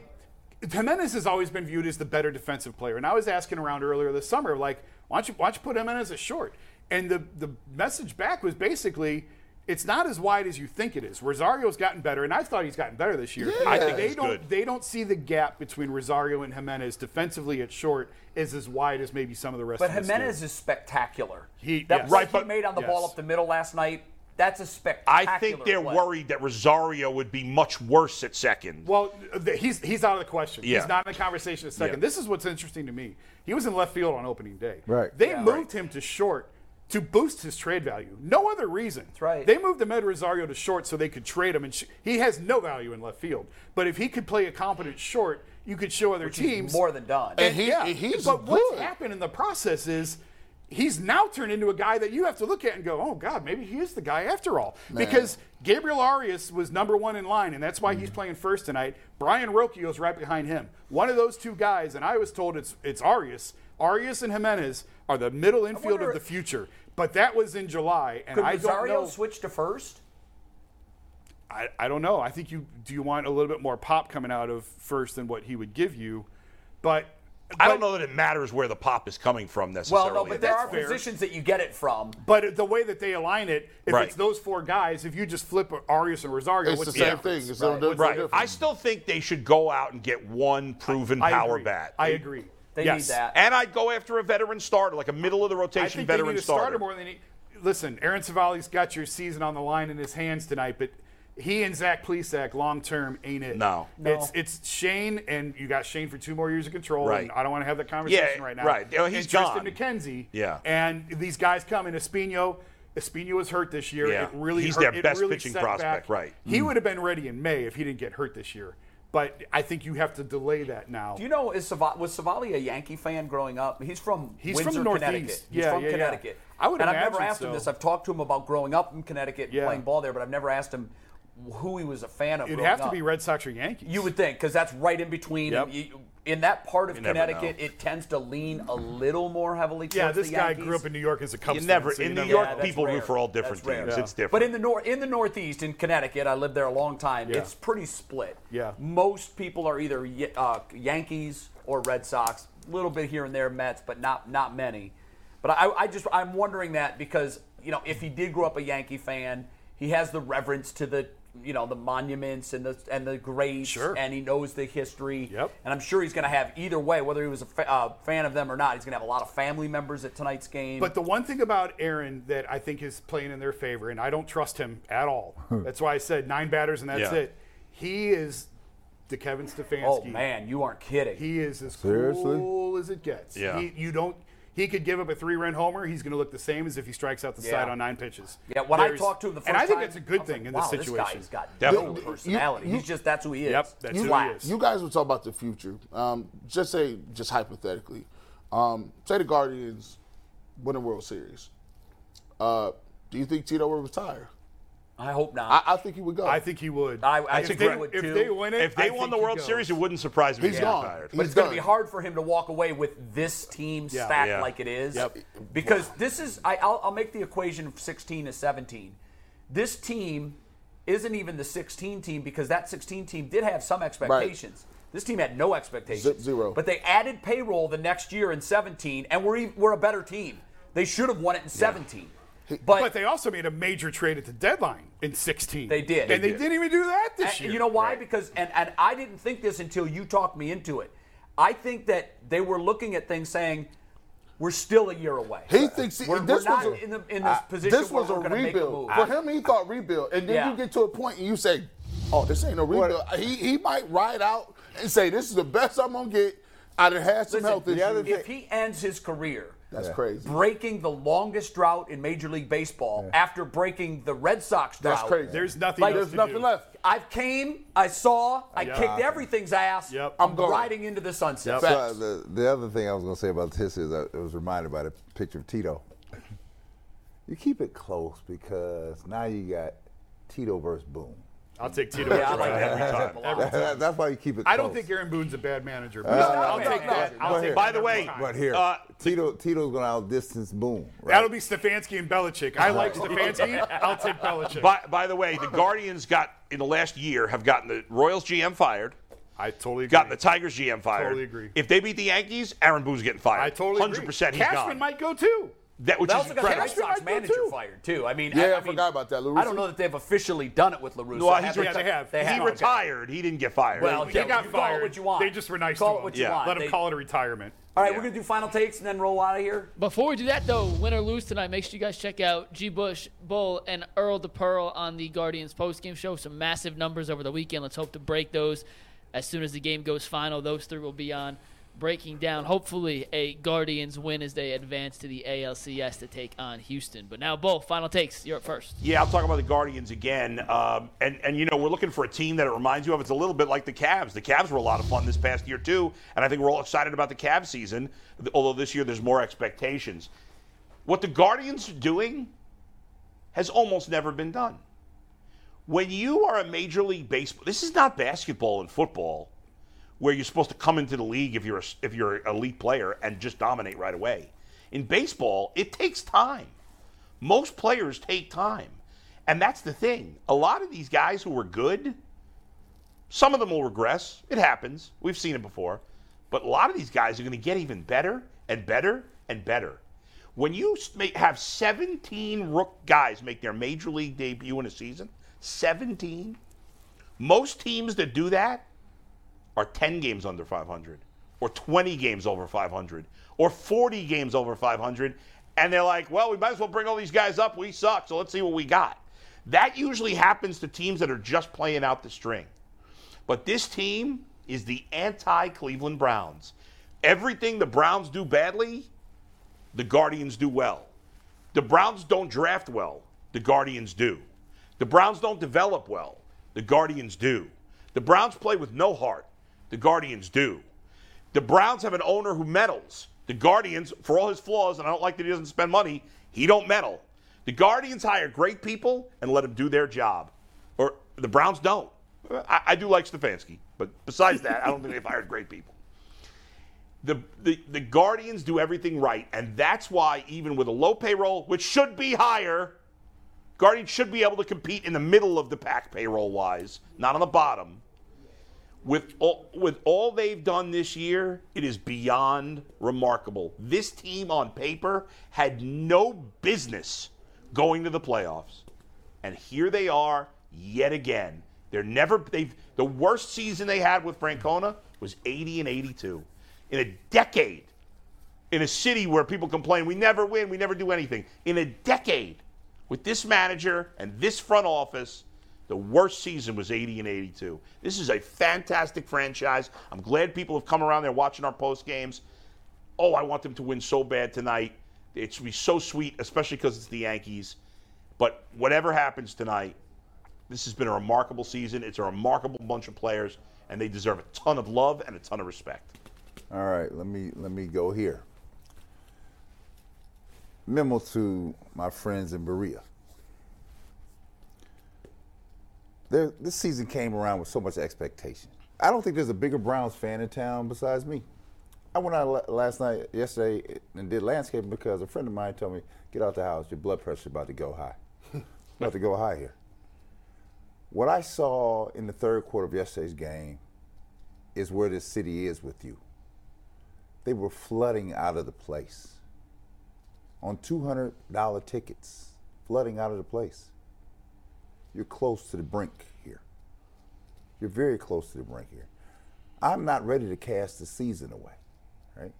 Speaker 8: Jimenez has always been viewed as the better defensive player. And I was asking around earlier this summer, like, why don't you why don't you put Jimenez as short? And the the message back was basically it's not as wide as you think it is. Rosario's gotten better, and I thought he's gotten better this year.
Speaker 2: I think
Speaker 8: they
Speaker 2: he's
Speaker 8: don't
Speaker 2: good.
Speaker 8: they don't see the gap between Rosario and Jimenez defensively at short is as wide as maybe some of the rest
Speaker 3: But
Speaker 8: of the
Speaker 3: Jimenez
Speaker 8: field.
Speaker 3: is spectacular.
Speaker 8: He-
Speaker 3: that
Speaker 8: yes.
Speaker 3: play
Speaker 8: Right,
Speaker 3: he
Speaker 2: but-
Speaker 3: made on the
Speaker 8: yes.
Speaker 3: ball up the middle last night. That's a spectacular.
Speaker 2: I think they're
Speaker 3: play.
Speaker 2: worried that Rosario would be much worse at second.
Speaker 8: Well, th- he's he's out of the question.
Speaker 2: Yeah.
Speaker 8: He's not in the conversation a second.
Speaker 2: Yeah.
Speaker 8: This is what's interesting to me. He was in left field on opening day.
Speaker 4: Right.
Speaker 8: They moved him to short to boost his trade value. No other reason. That's
Speaker 3: right.
Speaker 8: They moved Ahmed Rosario to short so they could trade him, and sh- he has no value in left field. But if he could play a competent short, you could show other
Speaker 3: He's
Speaker 8: teams
Speaker 3: more than done.
Speaker 5: And he,
Speaker 8: yeah.
Speaker 5: and he's
Speaker 8: but what's
Speaker 5: good.
Speaker 8: happened in the process is he's now turned into a guy that you have to look at and go, oh God, maybe he is the guy after all. Because Gabriel Arias was number one in line, and that's why he's playing first tonight. Brian Rocchio's right behind him. One of those two guys, and I was told it's it's Arias. Arias and Jimenez are the middle infield
Speaker 3: wonder-
Speaker 8: of the future. But that was in July, and
Speaker 3: Could
Speaker 8: I
Speaker 3: Rosario
Speaker 8: don't know.
Speaker 3: switch to first?
Speaker 8: I, I don't know. I think you do you want a little bit more pop coming out of first than what he would give you, but
Speaker 2: I don't know that it matters where the pop is coming from necessarily.
Speaker 3: Well, no, but there
Speaker 8: That's
Speaker 3: are
Speaker 8: fair.
Speaker 3: positions that you get it from.
Speaker 8: But the way that they align it, if
Speaker 2: Right.
Speaker 8: it's those four guys, if you just flip Arias and Rosario,
Speaker 5: It's the
Speaker 8: what's
Speaker 5: same
Speaker 8: difference?
Speaker 5: thing. It's no- no- no
Speaker 8: What's the
Speaker 2: Right.
Speaker 5: difference.
Speaker 2: I still think they should go out and get one proven
Speaker 8: I
Speaker 2: power
Speaker 8: agree.
Speaker 2: bat.
Speaker 8: I agree.
Speaker 3: They
Speaker 8: yes.
Speaker 3: need that.
Speaker 2: And I'd go after a veteran starter, like a middle of the
Speaker 8: I
Speaker 2: rotation
Speaker 8: think
Speaker 2: veteran
Speaker 8: they need a starter, more than any. Listen, Aaron Savali's got your season on the line in his hands tonight, but he and Zach Plesac long term ain't it.
Speaker 2: No. No.
Speaker 8: It's it's Shane, and you got Shane for two more years of control.
Speaker 2: Right.
Speaker 8: And I don't want to have that conversation
Speaker 2: Yeah,
Speaker 8: right now.
Speaker 2: right. Oh, he's
Speaker 8: and Tristan
Speaker 2: gone.
Speaker 8: McKenzie.
Speaker 2: Yeah.
Speaker 8: And these guys come, and Espino. Espino was hurt this year.
Speaker 2: Yeah.
Speaker 8: It really
Speaker 2: He's
Speaker 8: hurt-
Speaker 2: their
Speaker 8: it
Speaker 2: best
Speaker 8: really
Speaker 2: pitching
Speaker 8: set
Speaker 2: prospect,
Speaker 8: back.
Speaker 2: right. Mm.
Speaker 8: He would have been ready in May if he didn't get hurt this year. But I think you have to delay that now.
Speaker 3: Do you know is Sava- was Savali a Yankee fan growing up? He's from
Speaker 8: He's from
Speaker 3: Windsor,
Speaker 8: the Northeast.
Speaker 3: Connecticut. He's
Speaker 8: Yeah,
Speaker 3: from
Speaker 8: yeah, yeah.
Speaker 3: Connecticut.
Speaker 8: I would
Speaker 3: and I've never
Speaker 8: imagine
Speaker 3: asked him
Speaker 8: so.
Speaker 3: this. I've talked to him about growing up in Connecticut and
Speaker 8: Yeah.
Speaker 3: playing ball there, but I've never asked him who he was a fan of.
Speaker 8: It'd
Speaker 3: growing
Speaker 8: have to
Speaker 3: up.
Speaker 8: be Red Sox or Yankees.
Speaker 3: You would think, because that's right in between.
Speaker 8: Yep.
Speaker 3: You- in that part of
Speaker 2: You never
Speaker 3: Connecticut,
Speaker 2: know.
Speaker 3: it tends to lean a little more heavily towards
Speaker 8: yeah, this
Speaker 3: the
Speaker 8: guy
Speaker 3: Yankees.
Speaker 8: grew up in New York as a Cubs
Speaker 2: You
Speaker 8: fan,
Speaker 2: never
Speaker 8: so
Speaker 2: in
Speaker 8: you
Speaker 2: New
Speaker 8: never
Speaker 2: York
Speaker 8: know.
Speaker 3: that's
Speaker 2: people root
Speaker 3: rare.
Speaker 2: for all different
Speaker 3: That's rare.
Speaker 2: teams.
Speaker 8: Yeah.
Speaker 2: It's different.
Speaker 3: But in the nor- in the Northeast, in Connecticut, I lived there a long time.
Speaker 8: Yeah.
Speaker 3: It's pretty split.
Speaker 8: Yeah.
Speaker 3: Most people are either Y- uh, Yankees or Red Sox. A little bit here and there Mets, but not not many. But I, I just I'm wondering that because you know if he did grow up a Yankee fan, he has the reverence to the you know the monuments and the and the graves,
Speaker 8: Sure.
Speaker 3: and he knows the history.
Speaker 8: Yep.
Speaker 3: And I'm sure he's going to have either way, whether he was a fa- uh, fan of them or not. He's going to have a lot of family members at tonight's game.
Speaker 8: But the one thing about Aaron that I think is playing in their favor, and I don't trust him at all. that's why I said nine batters and that's
Speaker 2: Yeah.
Speaker 8: it. He is the Kevin Stefanski.
Speaker 3: oh man, you aren't kidding.
Speaker 8: he is as
Speaker 4: Seriously?
Speaker 8: cool as it gets.
Speaker 2: Yeah.
Speaker 8: He, you don't. He could give up a three-run homer. He's going to look the same as if he strikes out the
Speaker 3: Yeah.
Speaker 8: side on nine pitches.
Speaker 3: Yeah, when
Speaker 8: There's-
Speaker 3: I talked to him the first
Speaker 8: and I think
Speaker 3: time,
Speaker 8: that's a
Speaker 3: I
Speaker 8: good
Speaker 3: was
Speaker 8: thing
Speaker 3: like,
Speaker 8: in
Speaker 3: wow,
Speaker 8: this situation.
Speaker 3: This guy's got
Speaker 2: Definitely.
Speaker 3: no
Speaker 2: You-
Speaker 3: personality.
Speaker 5: you-
Speaker 3: He's just that's who he is.
Speaker 8: Yep, that's who he
Speaker 3: Flat.
Speaker 8: is.
Speaker 5: You guys were talking about the future. Um, just say, just hypothetically, um, say the Guardians win a World Series. Uh, do you think Tito will retire?
Speaker 3: I hope
Speaker 5: I,
Speaker 3: not.
Speaker 5: I think he would go.
Speaker 8: I think he would.
Speaker 3: I- I
Speaker 8: if
Speaker 3: think
Speaker 8: they,
Speaker 3: he would,
Speaker 8: if
Speaker 3: too.
Speaker 8: they win it,
Speaker 2: if they
Speaker 8: I
Speaker 2: won
Speaker 8: think
Speaker 2: the
Speaker 8: he
Speaker 2: World
Speaker 8: goes.
Speaker 2: Series, it wouldn't surprise me.
Speaker 5: he's
Speaker 2: if he
Speaker 5: gone.
Speaker 2: retired.
Speaker 5: He's
Speaker 3: but it's going
Speaker 5: done.
Speaker 3: to be hard for him to walk away with this team stacked
Speaker 2: Yeah.
Speaker 3: like it is.
Speaker 8: Yep.
Speaker 3: Because this is, I, I'll, I'll make the equation of 16 to 17. This team isn't even the 16 team because that 16 team did have some expectations. This team had no expectations.
Speaker 5: Zip zero.
Speaker 3: But they added payroll the next year in 17, and we're, even, we're a better team. They should have won it in 17.
Speaker 8: But they also made a major trade at the deadline in 16.
Speaker 3: They did.
Speaker 8: And
Speaker 3: They
Speaker 8: they,
Speaker 3: did.
Speaker 8: did. not even do that this
Speaker 3: And
Speaker 8: year.
Speaker 3: You know why? Because and, and I didn't think this until you talked me into it. I think that they were looking at things saying, We're still a year away.
Speaker 5: He thinks he-
Speaker 3: we're,
Speaker 5: this
Speaker 3: we're not
Speaker 5: was a,
Speaker 3: in, the, in this
Speaker 5: I-
Speaker 3: position.
Speaker 5: This was
Speaker 3: where
Speaker 5: a
Speaker 3: we're gonna make a
Speaker 5: rebuild
Speaker 3: move.
Speaker 5: for him. He thought rebuild, and then
Speaker 3: Yeah.
Speaker 5: you get to a point and you say, "Oh, this ain't no rebuild." He he might ride out and say, "This is the best I'm gonna get." I done had some
Speaker 3: Listen,
Speaker 5: health issues.
Speaker 3: if he ends his career,
Speaker 5: That's crazy.
Speaker 3: breaking the longest drought in Major League Baseball after breaking the Red Sox drought.
Speaker 5: That's crazy.
Speaker 8: There's nothing
Speaker 3: Like,
Speaker 8: else
Speaker 5: There's
Speaker 8: to
Speaker 5: nothing
Speaker 8: do.
Speaker 5: left.
Speaker 3: I came, I saw, I
Speaker 8: Yeah.
Speaker 3: kicked everything's ass.
Speaker 8: Yep.
Speaker 3: I'm,
Speaker 5: I'm going.
Speaker 3: riding into the sunset.
Speaker 5: Yep.
Speaker 7: So, the, the other thing I was going to say about this is I was reminded by the picture of Tito. You keep it close because now you got Tito versus Boone.
Speaker 8: I'll take Tito.
Speaker 3: Yeah, I like that.
Speaker 2: every time.
Speaker 7: That's why you keep it.
Speaker 8: I don't
Speaker 7: close.
Speaker 8: think Aaron Boone's a bad manager. But
Speaker 3: no,
Speaker 8: I'll
Speaker 3: no,
Speaker 8: take
Speaker 3: no.
Speaker 8: that. I'll
Speaker 7: But
Speaker 8: take
Speaker 7: here-
Speaker 2: By
Speaker 8: that
Speaker 2: the way,
Speaker 7: But here,
Speaker 2: uh,
Speaker 7: Tito Tito's going to outdistance Boone. Right?
Speaker 8: That'll be Stefanski and Belichick. I like Stefanski. I'll take Belichick.
Speaker 2: by, by the way, the Guardians got in the last year have gotten the Royals GM fired,
Speaker 8: I totally agree.
Speaker 2: gotten the Tigers GM fired.
Speaker 8: Totally agree.
Speaker 2: If they beat the Yankees, Aaron Boone's getting fired.
Speaker 8: I totally agree.
Speaker 2: 100% he's
Speaker 8: Cashman
Speaker 2: gone.
Speaker 8: might go too.
Speaker 2: that which
Speaker 3: They
Speaker 2: is
Speaker 3: also got the Red
Speaker 2: incredible.
Speaker 3: Sox
Speaker 8: Might go
Speaker 3: manager
Speaker 8: too.
Speaker 3: fired too. I mean,
Speaker 5: Yeah, I
Speaker 3: mean,
Speaker 5: forgot about that,
Speaker 3: I don't
Speaker 5: LaRusso.
Speaker 3: know that they've officially done it with Larusso.
Speaker 2: Well,
Speaker 3: have
Speaker 2: he's reti-
Speaker 8: Yeah, they have.
Speaker 3: They
Speaker 8: He
Speaker 3: have.
Speaker 2: He
Speaker 3: Okay.
Speaker 2: retired. He didn't get fired.
Speaker 3: Well,
Speaker 8: He
Speaker 3: yeah,
Speaker 8: got
Speaker 3: you call it
Speaker 8: fired.
Speaker 3: what you want.
Speaker 8: They just were nice
Speaker 3: Call
Speaker 8: to
Speaker 3: it
Speaker 8: him.
Speaker 3: what you
Speaker 2: Yeah.
Speaker 3: want.
Speaker 8: Let him
Speaker 3: They-
Speaker 8: call it a retirement.
Speaker 3: All right,
Speaker 2: Yeah.
Speaker 3: we're gonna do final takes and then roll out of here.
Speaker 1: Before we do that, though, win or lose tonight, make sure you guys check out G. Bush, Bull, and Earl the Pearl on the Guardians postgame show. Some massive numbers over the weekend. Let's hope to break those as soon as the game goes final. Those three will be on breaking down. Hopefully, a Guardians win as they advance to the ALCS to take on Houston. But now, Bull, final takes. You're up first.
Speaker 2: Yeah, I'll talk about the Guardians again. Um, and, and, you know, we're looking for a team that it reminds you of. It's a little bit like the Cavs. The Cavs were a lot of fun this past year, too. And I think we're all excited about the Cavs season, th- although this year there's more expectations. What the Guardians are doing has almost never been done. When you are a Major League Baseball, this is not basketball and football where you're supposed to come into the league if you're a, if you're an elite player and just dominate right away. In baseball, it takes time. Most players take time. And that's the thing. A lot of these guys who were good, some of them will regress. It happens. We've seen it before. But a lot of these guys are going to get even better and better and better. When you s- ma- have 17 rook guys make their major league debut in a season, 17, most teams that do that are 10 games under 500 or 20 games over 500 or 40 games over 500 and they're like well we might as well bring all these guys up we suck so let's see what we got that usually happens to teams that are just playing out the string but this team is the anti-cleveland browns everything the browns do badly the guardians do well the browns don't draft well the guardians do the Browns don't develop well. The Guardians do. The Browns play with no heart. The Guardians do. The Browns have an owner who meddles. The Guardians, for all his flaws, and I don't like that he doesn't spend money, he don't meddle. The Guardians hire great people and let them do their job. Or the Browns don't. I, I do like Stefanski, but besides that, I don't think they've hired great people the, the the Guardians do everything right, and that's why even with a low payroll, which should be higher, Guardians should be able to compete in the middle of the pack payroll wise, not on the bottom. With all, with all they've done this year, it is beyond remarkable. This team on paper had no business going to the playoffs and here they are yet again. They're never they've the worst season they had with Francona was 80 and 82 in a decade. In a city where people complain, we never win, we never do anything. In a decade, with this manager and this front office, the worst season was 80 and 82. This is a fantastic franchise. I'm glad people have come around. They're watching our post games oh, I want them to win so bad tonight. It should be so sweet, especially because it's the Yankees. But whatever happens tonight, this has been a remarkable season. It's a remarkable bunch of players, and they deserve a ton of love and a ton of respect.
Speaker 7: All right, let me let me go here. Memo to my friends in Berea. There, this season came around with so much expectation. I don't think there's a bigger Browns fan in town besides me. I went out la- last night, yesterday, and did landscaping because a friend of mine told me, "Get out the house. Your blood pressure's about to go high. about to go high here." What I saw in the third quarter of yesterday's game is where this city is with you they were flooding out of the place on $200 tickets, flooding out of the place. You're close to the brink here. You're very close to the brink here. I'm not ready to cast the season away, right?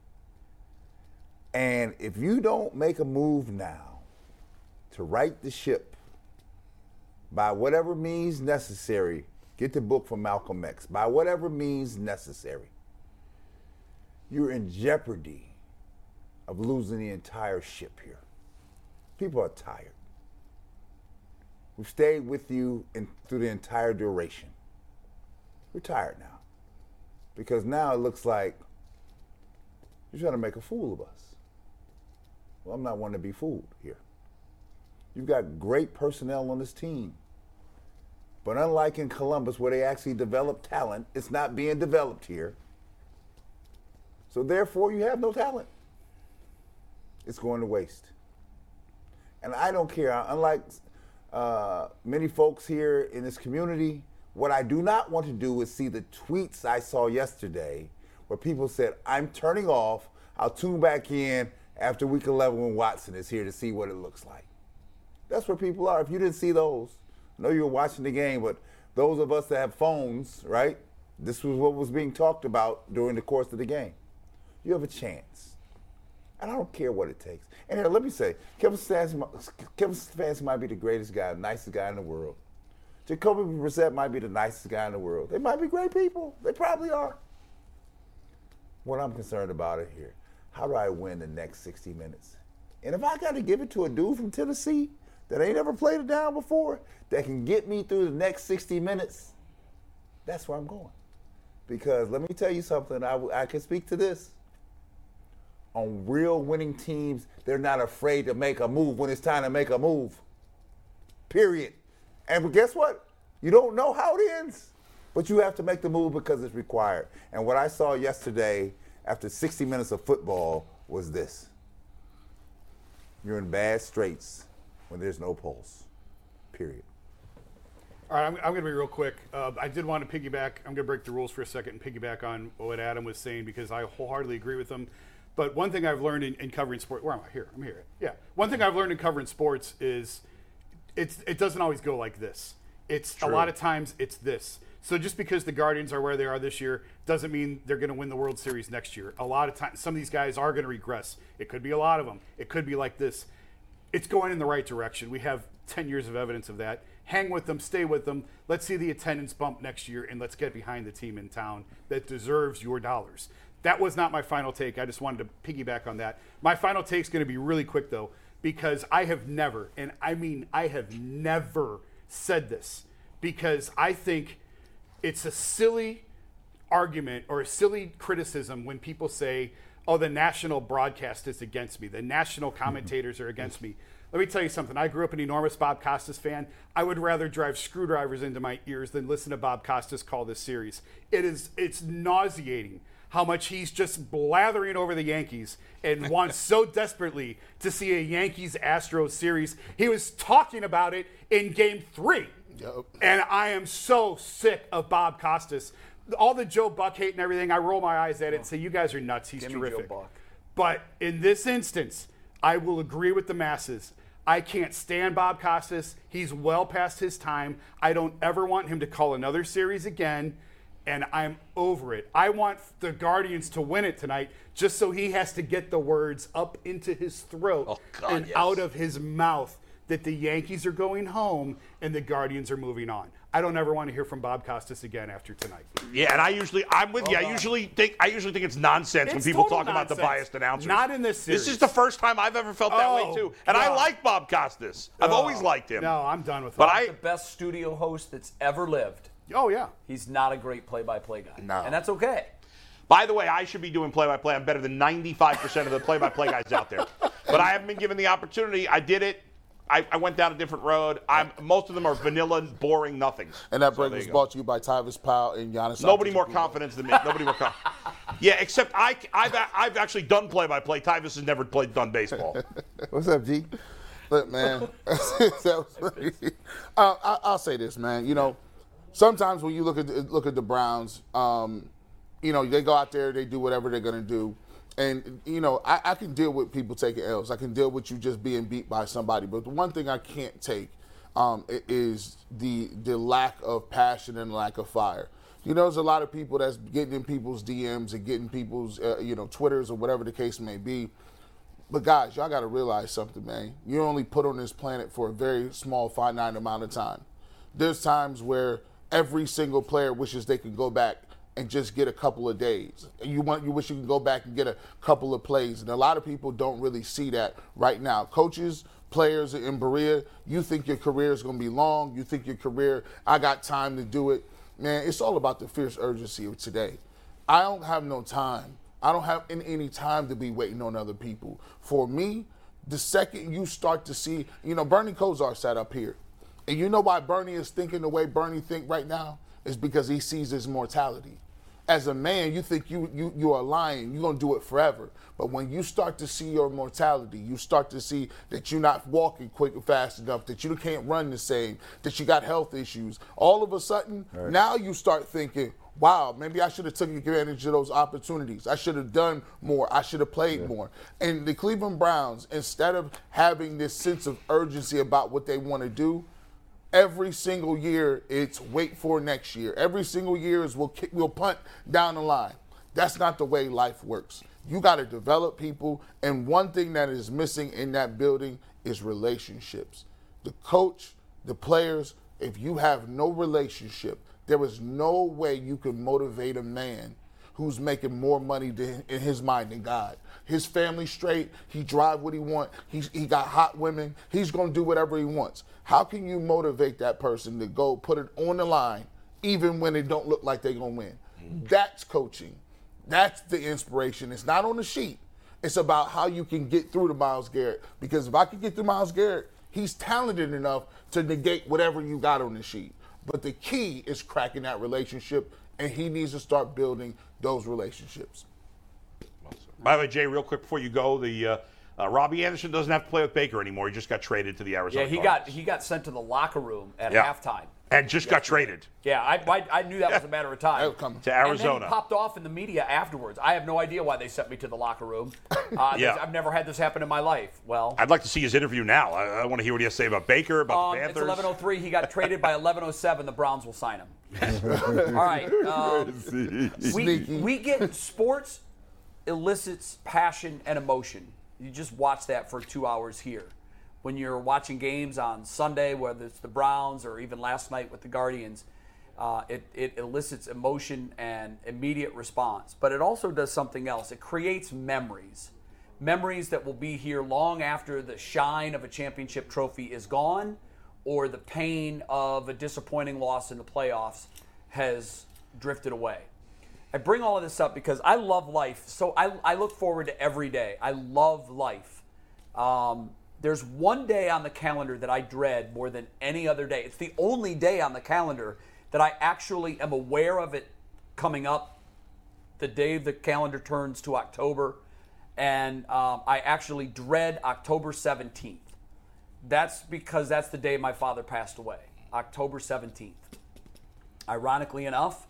Speaker 7: And if you don't make a move now to right the ship by whatever means necessary, get the book from Malcolm X, by whatever means necessary, you're in jeopardy of losing the entire ship here. People are tired. We've stayed with you in, through the entire duration. We're tired now. Because now it looks like you're trying to make a fool of us. Well, I'm not one to be fooled here. You've got great personnel on this team. But unlike in Columbus, where they actually develop talent, it's not being developed here. So therefore, you have no talent. It's going to waste. And I don't care. Unlike uh, many folks here in this community, what I do not want to do is see the tweets I saw yesterday where people said, I'm turning off. I'll tune back in after week 11 when Watson is here to see what it looks like. That's where people are. If you didn't see those, I know you were watching the game, but those of us that have phones, right? This was what was being talked about during the course of the game. You have a chance. And I don't care what it takes. And here, let me say, Kevin Stats, Kevin Stefanski might be the greatest guy, nicest guy in the world. Jacoby Brissett might be the nicest guy in the world. They might be great people. They probably are. What I'm concerned about it here, how do I win the next 60 minutes? And if I got to give it to a dude from Tennessee that ain't ever played it down before, that can get me through the next 60 minutes, that's where I'm going. Because let me tell you something, I, I can speak to this. On real winning teams, they're not afraid to make a move when it's time to make a move. Period. And guess what? You don't know how it ends, but you have to make the move because it's required. And what I saw yesterday after 60 minutes of football was this you're in bad straits when there's no pulse, period.
Speaker 8: All right, I'm, I'm going to be real quick. Uh, I did want to piggyback. I'm going to break the rules for a second and piggyback on what Adam was saying because I wholeheartedly agree with him. But one thing I've learned in, in covering sports, where am I? Here, I'm here. Yeah. One thing I've learned in covering sports is it's, it doesn't always go like this. It's a lot of times it's this. So just because the Guardians are where they are this year doesn't mean they're going to win the World Series next year. A lot of times, some of these guys are going to regress. It could be a lot of them. It could be like this. It's going in the right direction. We have 10 years of evidence of that. Hang with them, stay with them. Let's see the attendance bump next year, and let's get behind the team in town that deserves your dollars. That was not my final take. I just wanted to piggyback on that. My final take is going to be really quick, though, because I have never, and I mean, I have never said this because I think it's a silly argument or a silly criticism when people say, oh, the national broadcast is against me, the national commentators are against me. Let me tell you something. I grew up an enormous Bob Costas fan. I would rather drive screwdrivers into my ears than listen to Bob Costas call this series. It is it's nauseating how much he's just blathering over the Yankees and wants so desperately to see a Yankees Astros series. He was talking about it in game 3. And I am so sick of Bob Costas. All the Joe Buck hate and everything, I roll my eyes at it and say, you guys are nuts. He's
Speaker 3: Oh. Give me Joe
Speaker 8: terrific.
Speaker 3: Buck.
Speaker 8: But in this instance, I will agree with the masses. I can't stand Bob Costas. He's well past his time. I don't ever want him to call another series again, and I'm over it. I want the Guardians to win it tonight just so he has to get the words up into his throat
Speaker 2: Oh, God,
Speaker 8: and
Speaker 2: yes.
Speaker 8: out of his mouth that the Yankees are going home and the Guardians are moving on. I don't ever want to hear from Bob Costas again after tonight.
Speaker 2: Yeah, and I usually I'm with you. I usually think I usually think it's nonsense when
Speaker 8: It's
Speaker 2: people
Speaker 8: total
Speaker 2: talk about the
Speaker 8: nonsense.
Speaker 2: biased announcers.
Speaker 8: Not in this
Speaker 2: This is
Speaker 8: series.
Speaker 2: the first time I've ever felt that
Speaker 8: Oh,
Speaker 2: way too. And I
Speaker 8: God. Oh,
Speaker 2: like Bob Costas. I've always liked him.
Speaker 8: No, I'm done with
Speaker 2: But
Speaker 8: that.
Speaker 2: I
Speaker 3: the best studio host that's ever lived.
Speaker 8: oh yeah.
Speaker 3: He's not a great play-by-play guy,
Speaker 5: No.
Speaker 3: and that's okay.
Speaker 2: by the way, I should be doing play by play. I'm better than 95% of the play by play guys out there. But I haven't been given the opportunity. I did it. I, I went down a different road. I'm most of them are vanilla, boring nothings.
Speaker 5: And that
Speaker 2: So
Speaker 5: break
Speaker 2: there
Speaker 5: was
Speaker 2: you go.
Speaker 5: brought to you by Tyvis Powell and Giannis.
Speaker 2: Nobody
Speaker 5: Antetokounmpo.
Speaker 2: more confidence than me. Nobody more confident. Yeah, except I, I've, I've actually done play by play. Tyvus has never played done baseball.
Speaker 7: What's up, G?
Speaker 5: Look, man, that was pretty. Uh, I, I'll say this, man. You know, sometimes when you look at the, look at the Browns, um, you know they go out there, they do whatever they're gonna do, and you know I, I can deal with people taking L's. I can deal with you just being beat by somebody. But the one thing I can't take um, i- is the the lack of passion and lack of fire. You know, there's a lot of people that's getting in people's DMs and getting people's uh, you know Twitters or whatever the case may be But guys, y'all got to realize something, man. You're only put on this planet for a very small, finite amount of time. There's times where every single player wishes they could go back and just get a couple of days. You want you wish you could go back and get a couple of plays, and a lot of people don't really see that right now. Coaches, players in Berea, you think your career is going to be long. You think your career, I got time to do it. Man, it's all about the fierce urgency of today. I don't have no time. I don't have any, any time to be waiting on other people. For me, the second you start to see, you know, Bernie Kosar sat up here. And you know why Bernie is thinking the way Bernie think right now? Is because he sees his mortality. As a man, you think you you you are lying. You're gonna do it forever. But when you start to see your mortality, you start to see that you're not walking quick and fast enough, that you can't run the same, that you got health issues. All of a sudden, now you start thinking, wow, maybe I should have taken advantage of those opportunities. I should have done more. I should have played more. And the Cleveland Browns, instead of having this sense of urgency about what they want to do, every single year it's wait for next year. Every single year is we'll kick, we'll punt down the line. That's not the way life works. You got to develop people, and one thing that is missing in that building is relationships. The coach, the players. If you have no relationship, there is no way you can motivate a man who's making more money than, in his mind than God. His family straight. He drive what he want. He's, he got hot women. He's gonna do whatever he wants. How can you motivate that person to go put it on the line, even when it don't look like they're gonna win? That's coaching. That's the inspiration. It's not on the sheet. It's about how you can get through to Miles Garrett. Because if I could get through Miles Garrett, he's talented enough to negate whatever you got on the sheet. But the key is cracking that relationship, and he needs to start building those relationships.
Speaker 2: By the way, Jay, real quick before you go, the uh, uh, Robbie Anderson doesn't have to play with Baker anymore. He just got traded to the Arizona.
Speaker 3: Yeah, he
Speaker 2: Cardinals.
Speaker 3: got he got sent to the locker room at
Speaker 2: Yeah.
Speaker 3: halftime.
Speaker 2: and just got traded.
Speaker 3: Yeah, I, I, I knew that was a matter of time.
Speaker 2: To
Speaker 3: And then
Speaker 2: Arizona.
Speaker 3: he popped off in the media afterwards. I have no idea why they sent me to the locker room. Uh,
Speaker 2: Yeah.
Speaker 3: I've never had this happen in my life. Well,
Speaker 2: I'd like to see his interview now. I, I want to hear what he has to say about Baker, about
Speaker 3: um,
Speaker 2: the
Speaker 3: it's
Speaker 2: Panthers.
Speaker 3: 11:03. He got traded by 11:07. The Browns will sign him. All right. Um, we, we get sports elicits passion and emotion. You just watch that for two hours here. When you're watching games on Sunday, whether it's the Browns or even last night with the Guardians, uh, it, it elicits emotion and immediate response. But it also does something else it creates memories. Memories that will be here long after the shine of a championship trophy is gone or the pain of a disappointing loss in the playoffs has drifted away. I bring all of this up because I love life. So I, I look forward to every day. I love life. Um, there's one day on the calendar that I dread more than any other day. It's the only day on the calendar that I actually am aware of it coming up the day the calendar turns to October. And um, I actually dread October 17th. That's because that's the day my father passed away, October 17th. Ironically enough,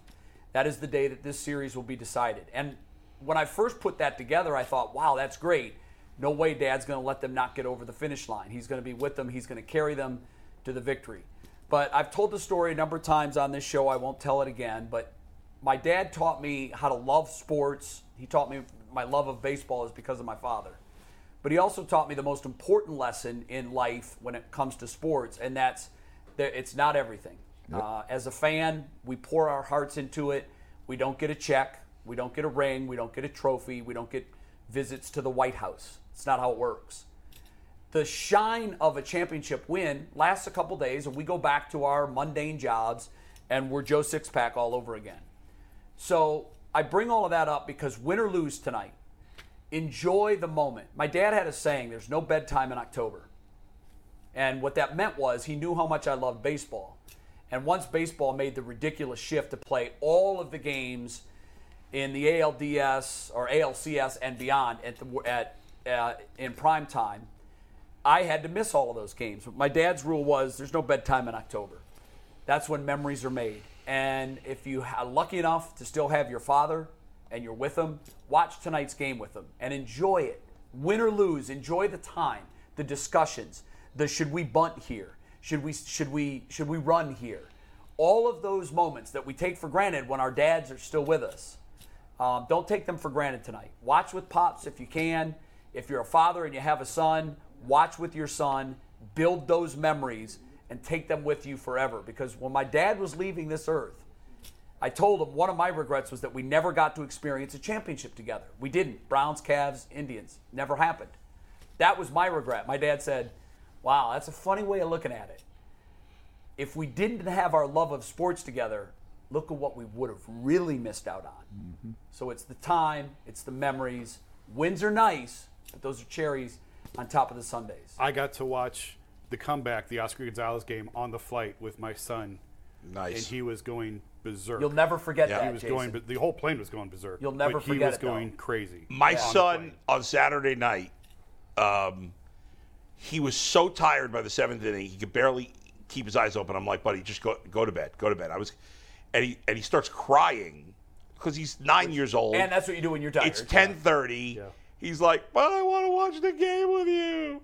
Speaker 3: that is the day that this series will be decided. And when I first put that together, I thought, wow, that's great. No way dad's going to let them not get over the finish line. He's going to be with them, he's going to carry them to the victory. But I've told the story a number of times on this show. I won't tell it again. But my dad taught me how to love sports. He taught me my love of baseball is because of my father. But he also taught me the most important lesson in life when it comes to sports, and that's that it's not everything. Uh, as a fan, we pour our hearts into it. We don't get a check. We don't get a ring. We don't get a trophy. We don't get visits to the White House. It's not how it works the shine of a championship win lasts a couple days and we go back to our mundane jobs and we're Joe Sixpack all over again. So I bring all of that up because win or lose tonight, enjoy the moment. My dad had a saying there's no bedtime in October. And what that meant was he knew how much I loved baseball. And once baseball made the ridiculous shift to play all of the games in the ALDS or ALCS and beyond at the, at uh, in prime time, I had to miss all of those games. My dad's rule was there's no bedtime in October. That's when memories are made. And if you are lucky enough to still have your father and you're with him, watch tonight's game with him and enjoy it. Win or lose, enjoy the time, the discussions, the should we bunt here? Should we should we should we run here? All of those moments that we take for granted when our dads are still with us. Um, don't take them for granted tonight. Watch with pops if you can. If you're a father and you have a son, watch with your son, build those memories, and take them with you forever. Because when my dad was leaving this earth, I told him one of my regrets was that we never got to experience a championship together. We didn't. Browns, Cavs, Indians. Never happened. That was my regret. My dad said, Wow, that's a funny way of looking at it. If we didn't have our love of sports together, look at what we would have really missed out on.
Speaker 8: Mm-hmm.
Speaker 3: So it's the time, it's the memories. Wins are nice, but those are cherries on top of the Sundays.
Speaker 8: I got to watch the comeback, the Oscar Gonzalez game, on the flight with my son.
Speaker 2: Nice.
Speaker 8: And he was going berserk.
Speaker 3: You'll never forget that.
Speaker 8: He was going.
Speaker 3: Jason.
Speaker 8: The whole plane was going berserk.
Speaker 3: You'll never
Speaker 8: but he
Speaker 3: forget
Speaker 8: was
Speaker 3: it, though.
Speaker 8: going crazy.
Speaker 2: My
Speaker 8: on the
Speaker 2: son
Speaker 8: plane.
Speaker 2: on Saturday night, um, he was so tired by the seventh inning, he could barely keep his eyes open. I'm like, buddy, just go go to bed, go to bed. I was, and he and he starts crying because he's nine years old.
Speaker 3: and that's what you do when you're tired.
Speaker 2: It's ten thirty. He's like, but I want to watch the game with you.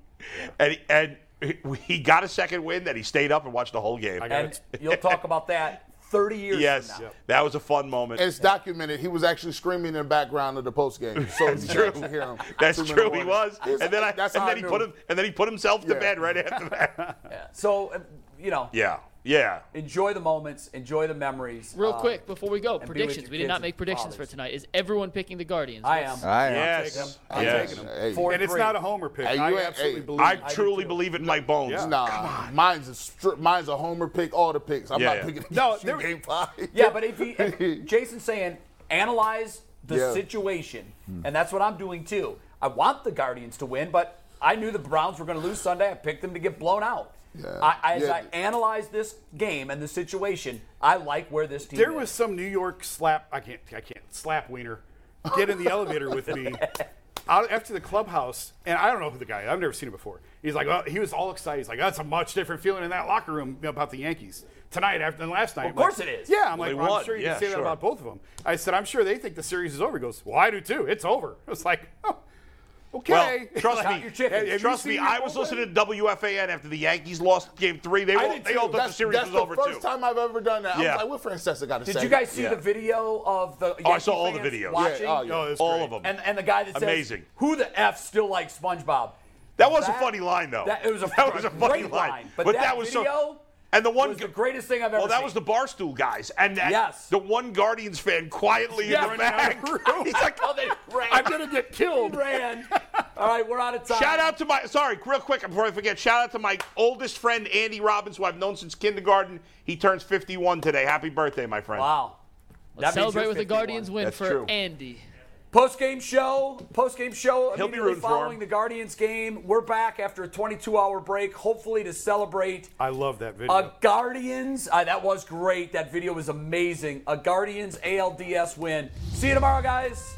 Speaker 2: And he, and he- he got a second win that he stayed up and watched the whole game.
Speaker 3: And you'll talk about that 30 years
Speaker 2: yes,
Speaker 3: from now.
Speaker 2: that was a fun moment.
Speaker 5: It's documented. He was actually screaming in the background of the post game. So
Speaker 2: That's
Speaker 5: you
Speaker 2: true.
Speaker 5: can actually hear him.
Speaker 2: That's
Speaker 5: Two minute
Speaker 2: true. He
Speaker 5: warning.
Speaker 2: was,
Speaker 5: It's-
Speaker 2: and then I,
Speaker 5: that's
Speaker 2: and
Speaker 5: how
Speaker 2: then
Speaker 5: I
Speaker 2: he
Speaker 5: knew.
Speaker 2: put him, and then he put himself to
Speaker 5: Yeah.
Speaker 2: bed right after that.
Speaker 3: So, uh, you know,
Speaker 2: yeah, yeah.
Speaker 3: enjoy the moments, enjoy the memories.
Speaker 1: Real
Speaker 3: Um,
Speaker 1: quick before we go,
Speaker 3: with
Speaker 1: predictions.
Speaker 3: your
Speaker 1: We did not
Speaker 3: kids
Speaker 1: make
Speaker 3: and
Speaker 1: predictions for
Speaker 3: fathers.
Speaker 1: tonight. Is everyone picking the Guardians?
Speaker 3: I
Speaker 1: What's-
Speaker 3: am.
Speaker 7: I am.
Speaker 2: Yes,
Speaker 8: I'm
Speaker 2: yes.
Speaker 8: taking him.
Speaker 5: Ah, Hey,
Speaker 3: Four
Speaker 8: And it's
Speaker 3: three.
Speaker 8: not a homer pick.
Speaker 5: Hey,
Speaker 8: I
Speaker 5: you ain't-
Speaker 8: absolutely
Speaker 5: hey.
Speaker 8: believe.
Speaker 2: I
Speaker 8: it.
Speaker 2: truly believe it in my bones.
Speaker 5: Nah, mine's a stri- mine's a homer pick. All the picks. I'm
Speaker 2: Yeah,
Speaker 5: not
Speaker 2: yeah.
Speaker 5: picking
Speaker 8: No,
Speaker 5: no,
Speaker 8: there-
Speaker 5: game five.
Speaker 3: Yeah, but if he, if Jason's saying, analyze the
Speaker 5: Yeah. Hmm.
Speaker 3: situation, and that's what I'm doing too. I want the Guardians to win, but I knew the Browns were going to lose Sunday. I picked them to get blown out.
Speaker 5: Yeah.
Speaker 3: I, I- as
Speaker 5: Yeah.
Speaker 3: I analyze this game and the situation, I like where this team
Speaker 8: There
Speaker 3: is.
Speaker 8: was some New York slap. I can't. I can't slap wiener. Get in the elevator with me. Out after the clubhouse, and I don't know who the guy. is. I've never seen him before. He's like, well, he was all excited. He's like, that's a much different feeling in that locker room about the Yankees tonight after than last night.
Speaker 3: Of
Speaker 8: I'm like,
Speaker 3: course it is.
Speaker 8: Yeah, I'm like,
Speaker 2: they
Speaker 8: well,
Speaker 2: won.
Speaker 8: I'm sure you
Speaker 2: Yeah,
Speaker 8: can say
Speaker 2: sure.
Speaker 8: that about both of them. I said, I'm sure they think the series is over. He goes, well, I do too. It's over. I was like, oh,
Speaker 2: Well,
Speaker 8: okay.
Speaker 2: trust
Speaker 3: Count
Speaker 2: me.
Speaker 3: your chickens.
Speaker 2: Have- have Trust
Speaker 8: you
Speaker 2: me.
Speaker 8: seen your
Speaker 2: I was
Speaker 8: bullpen?
Speaker 2: listening to WFAN after the Yankees lost Game Three. They all, they all thought the
Speaker 5: that's,
Speaker 2: series
Speaker 5: that's
Speaker 2: was
Speaker 5: the
Speaker 2: over
Speaker 5: first
Speaker 2: too.
Speaker 5: time I've ever done that.
Speaker 2: Yeah.
Speaker 5: I was like, what Francesca got to
Speaker 3: Did
Speaker 5: say?
Speaker 3: you guys see
Speaker 2: Yeah.
Speaker 3: the video of the?
Speaker 2: Oh, I
Speaker 3: Yankee
Speaker 2: saw all the
Speaker 3: fans
Speaker 2: videos.
Speaker 3: Watching,
Speaker 5: Yeah, oh, yeah.
Speaker 8: Oh, it's
Speaker 2: all
Speaker 8: great.
Speaker 2: of them.
Speaker 3: and and the guy that says,
Speaker 2: Amazing.
Speaker 3: Who the f still likes SpongeBob?
Speaker 2: that was a funny line though.
Speaker 3: That, it was a,
Speaker 2: that was a funny
Speaker 3: great
Speaker 2: line.
Speaker 3: But, that,
Speaker 2: was
Speaker 3: video
Speaker 2: so. And the one
Speaker 3: was
Speaker 2: gu-
Speaker 3: the greatest thing I've ever
Speaker 2: Well, that
Speaker 3: seen.
Speaker 2: was the barstool guys, and that,
Speaker 3: Yes.
Speaker 2: the one Guardians fan quietly
Speaker 3: Yes.
Speaker 2: in the back. He's like,
Speaker 3: Oh, they ran.
Speaker 8: I'm gonna get killed.
Speaker 3: ran. All right, we're out of time.
Speaker 2: Shout out to my sorry, real quick before I forget. Shout out to my oldest friend Andy Robbins, who I've known since kindergarten. He turns 51 today. Happy birthday, my friend.
Speaker 3: Wow.
Speaker 1: Let's
Speaker 3: That means
Speaker 1: celebrate
Speaker 3: you're
Speaker 1: with the
Speaker 3: 51.
Speaker 1: Guardians win
Speaker 2: That's
Speaker 1: for
Speaker 2: true.
Speaker 1: Andy.
Speaker 3: Post game show. Post game show.
Speaker 2: He'll be
Speaker 3: immediately
Speaker 2: rooting for
Speaker 3: following
Speaker 2: him.
Speaker 3: the Guardians game. We're back after a 22 hour break, hopefully to celebrate
Speaker 8: I love that video.
Speaker 3: a Guardians. Uh, that was great. That video was amazing. A Guardians ALDS win. See you tomorrow, guys.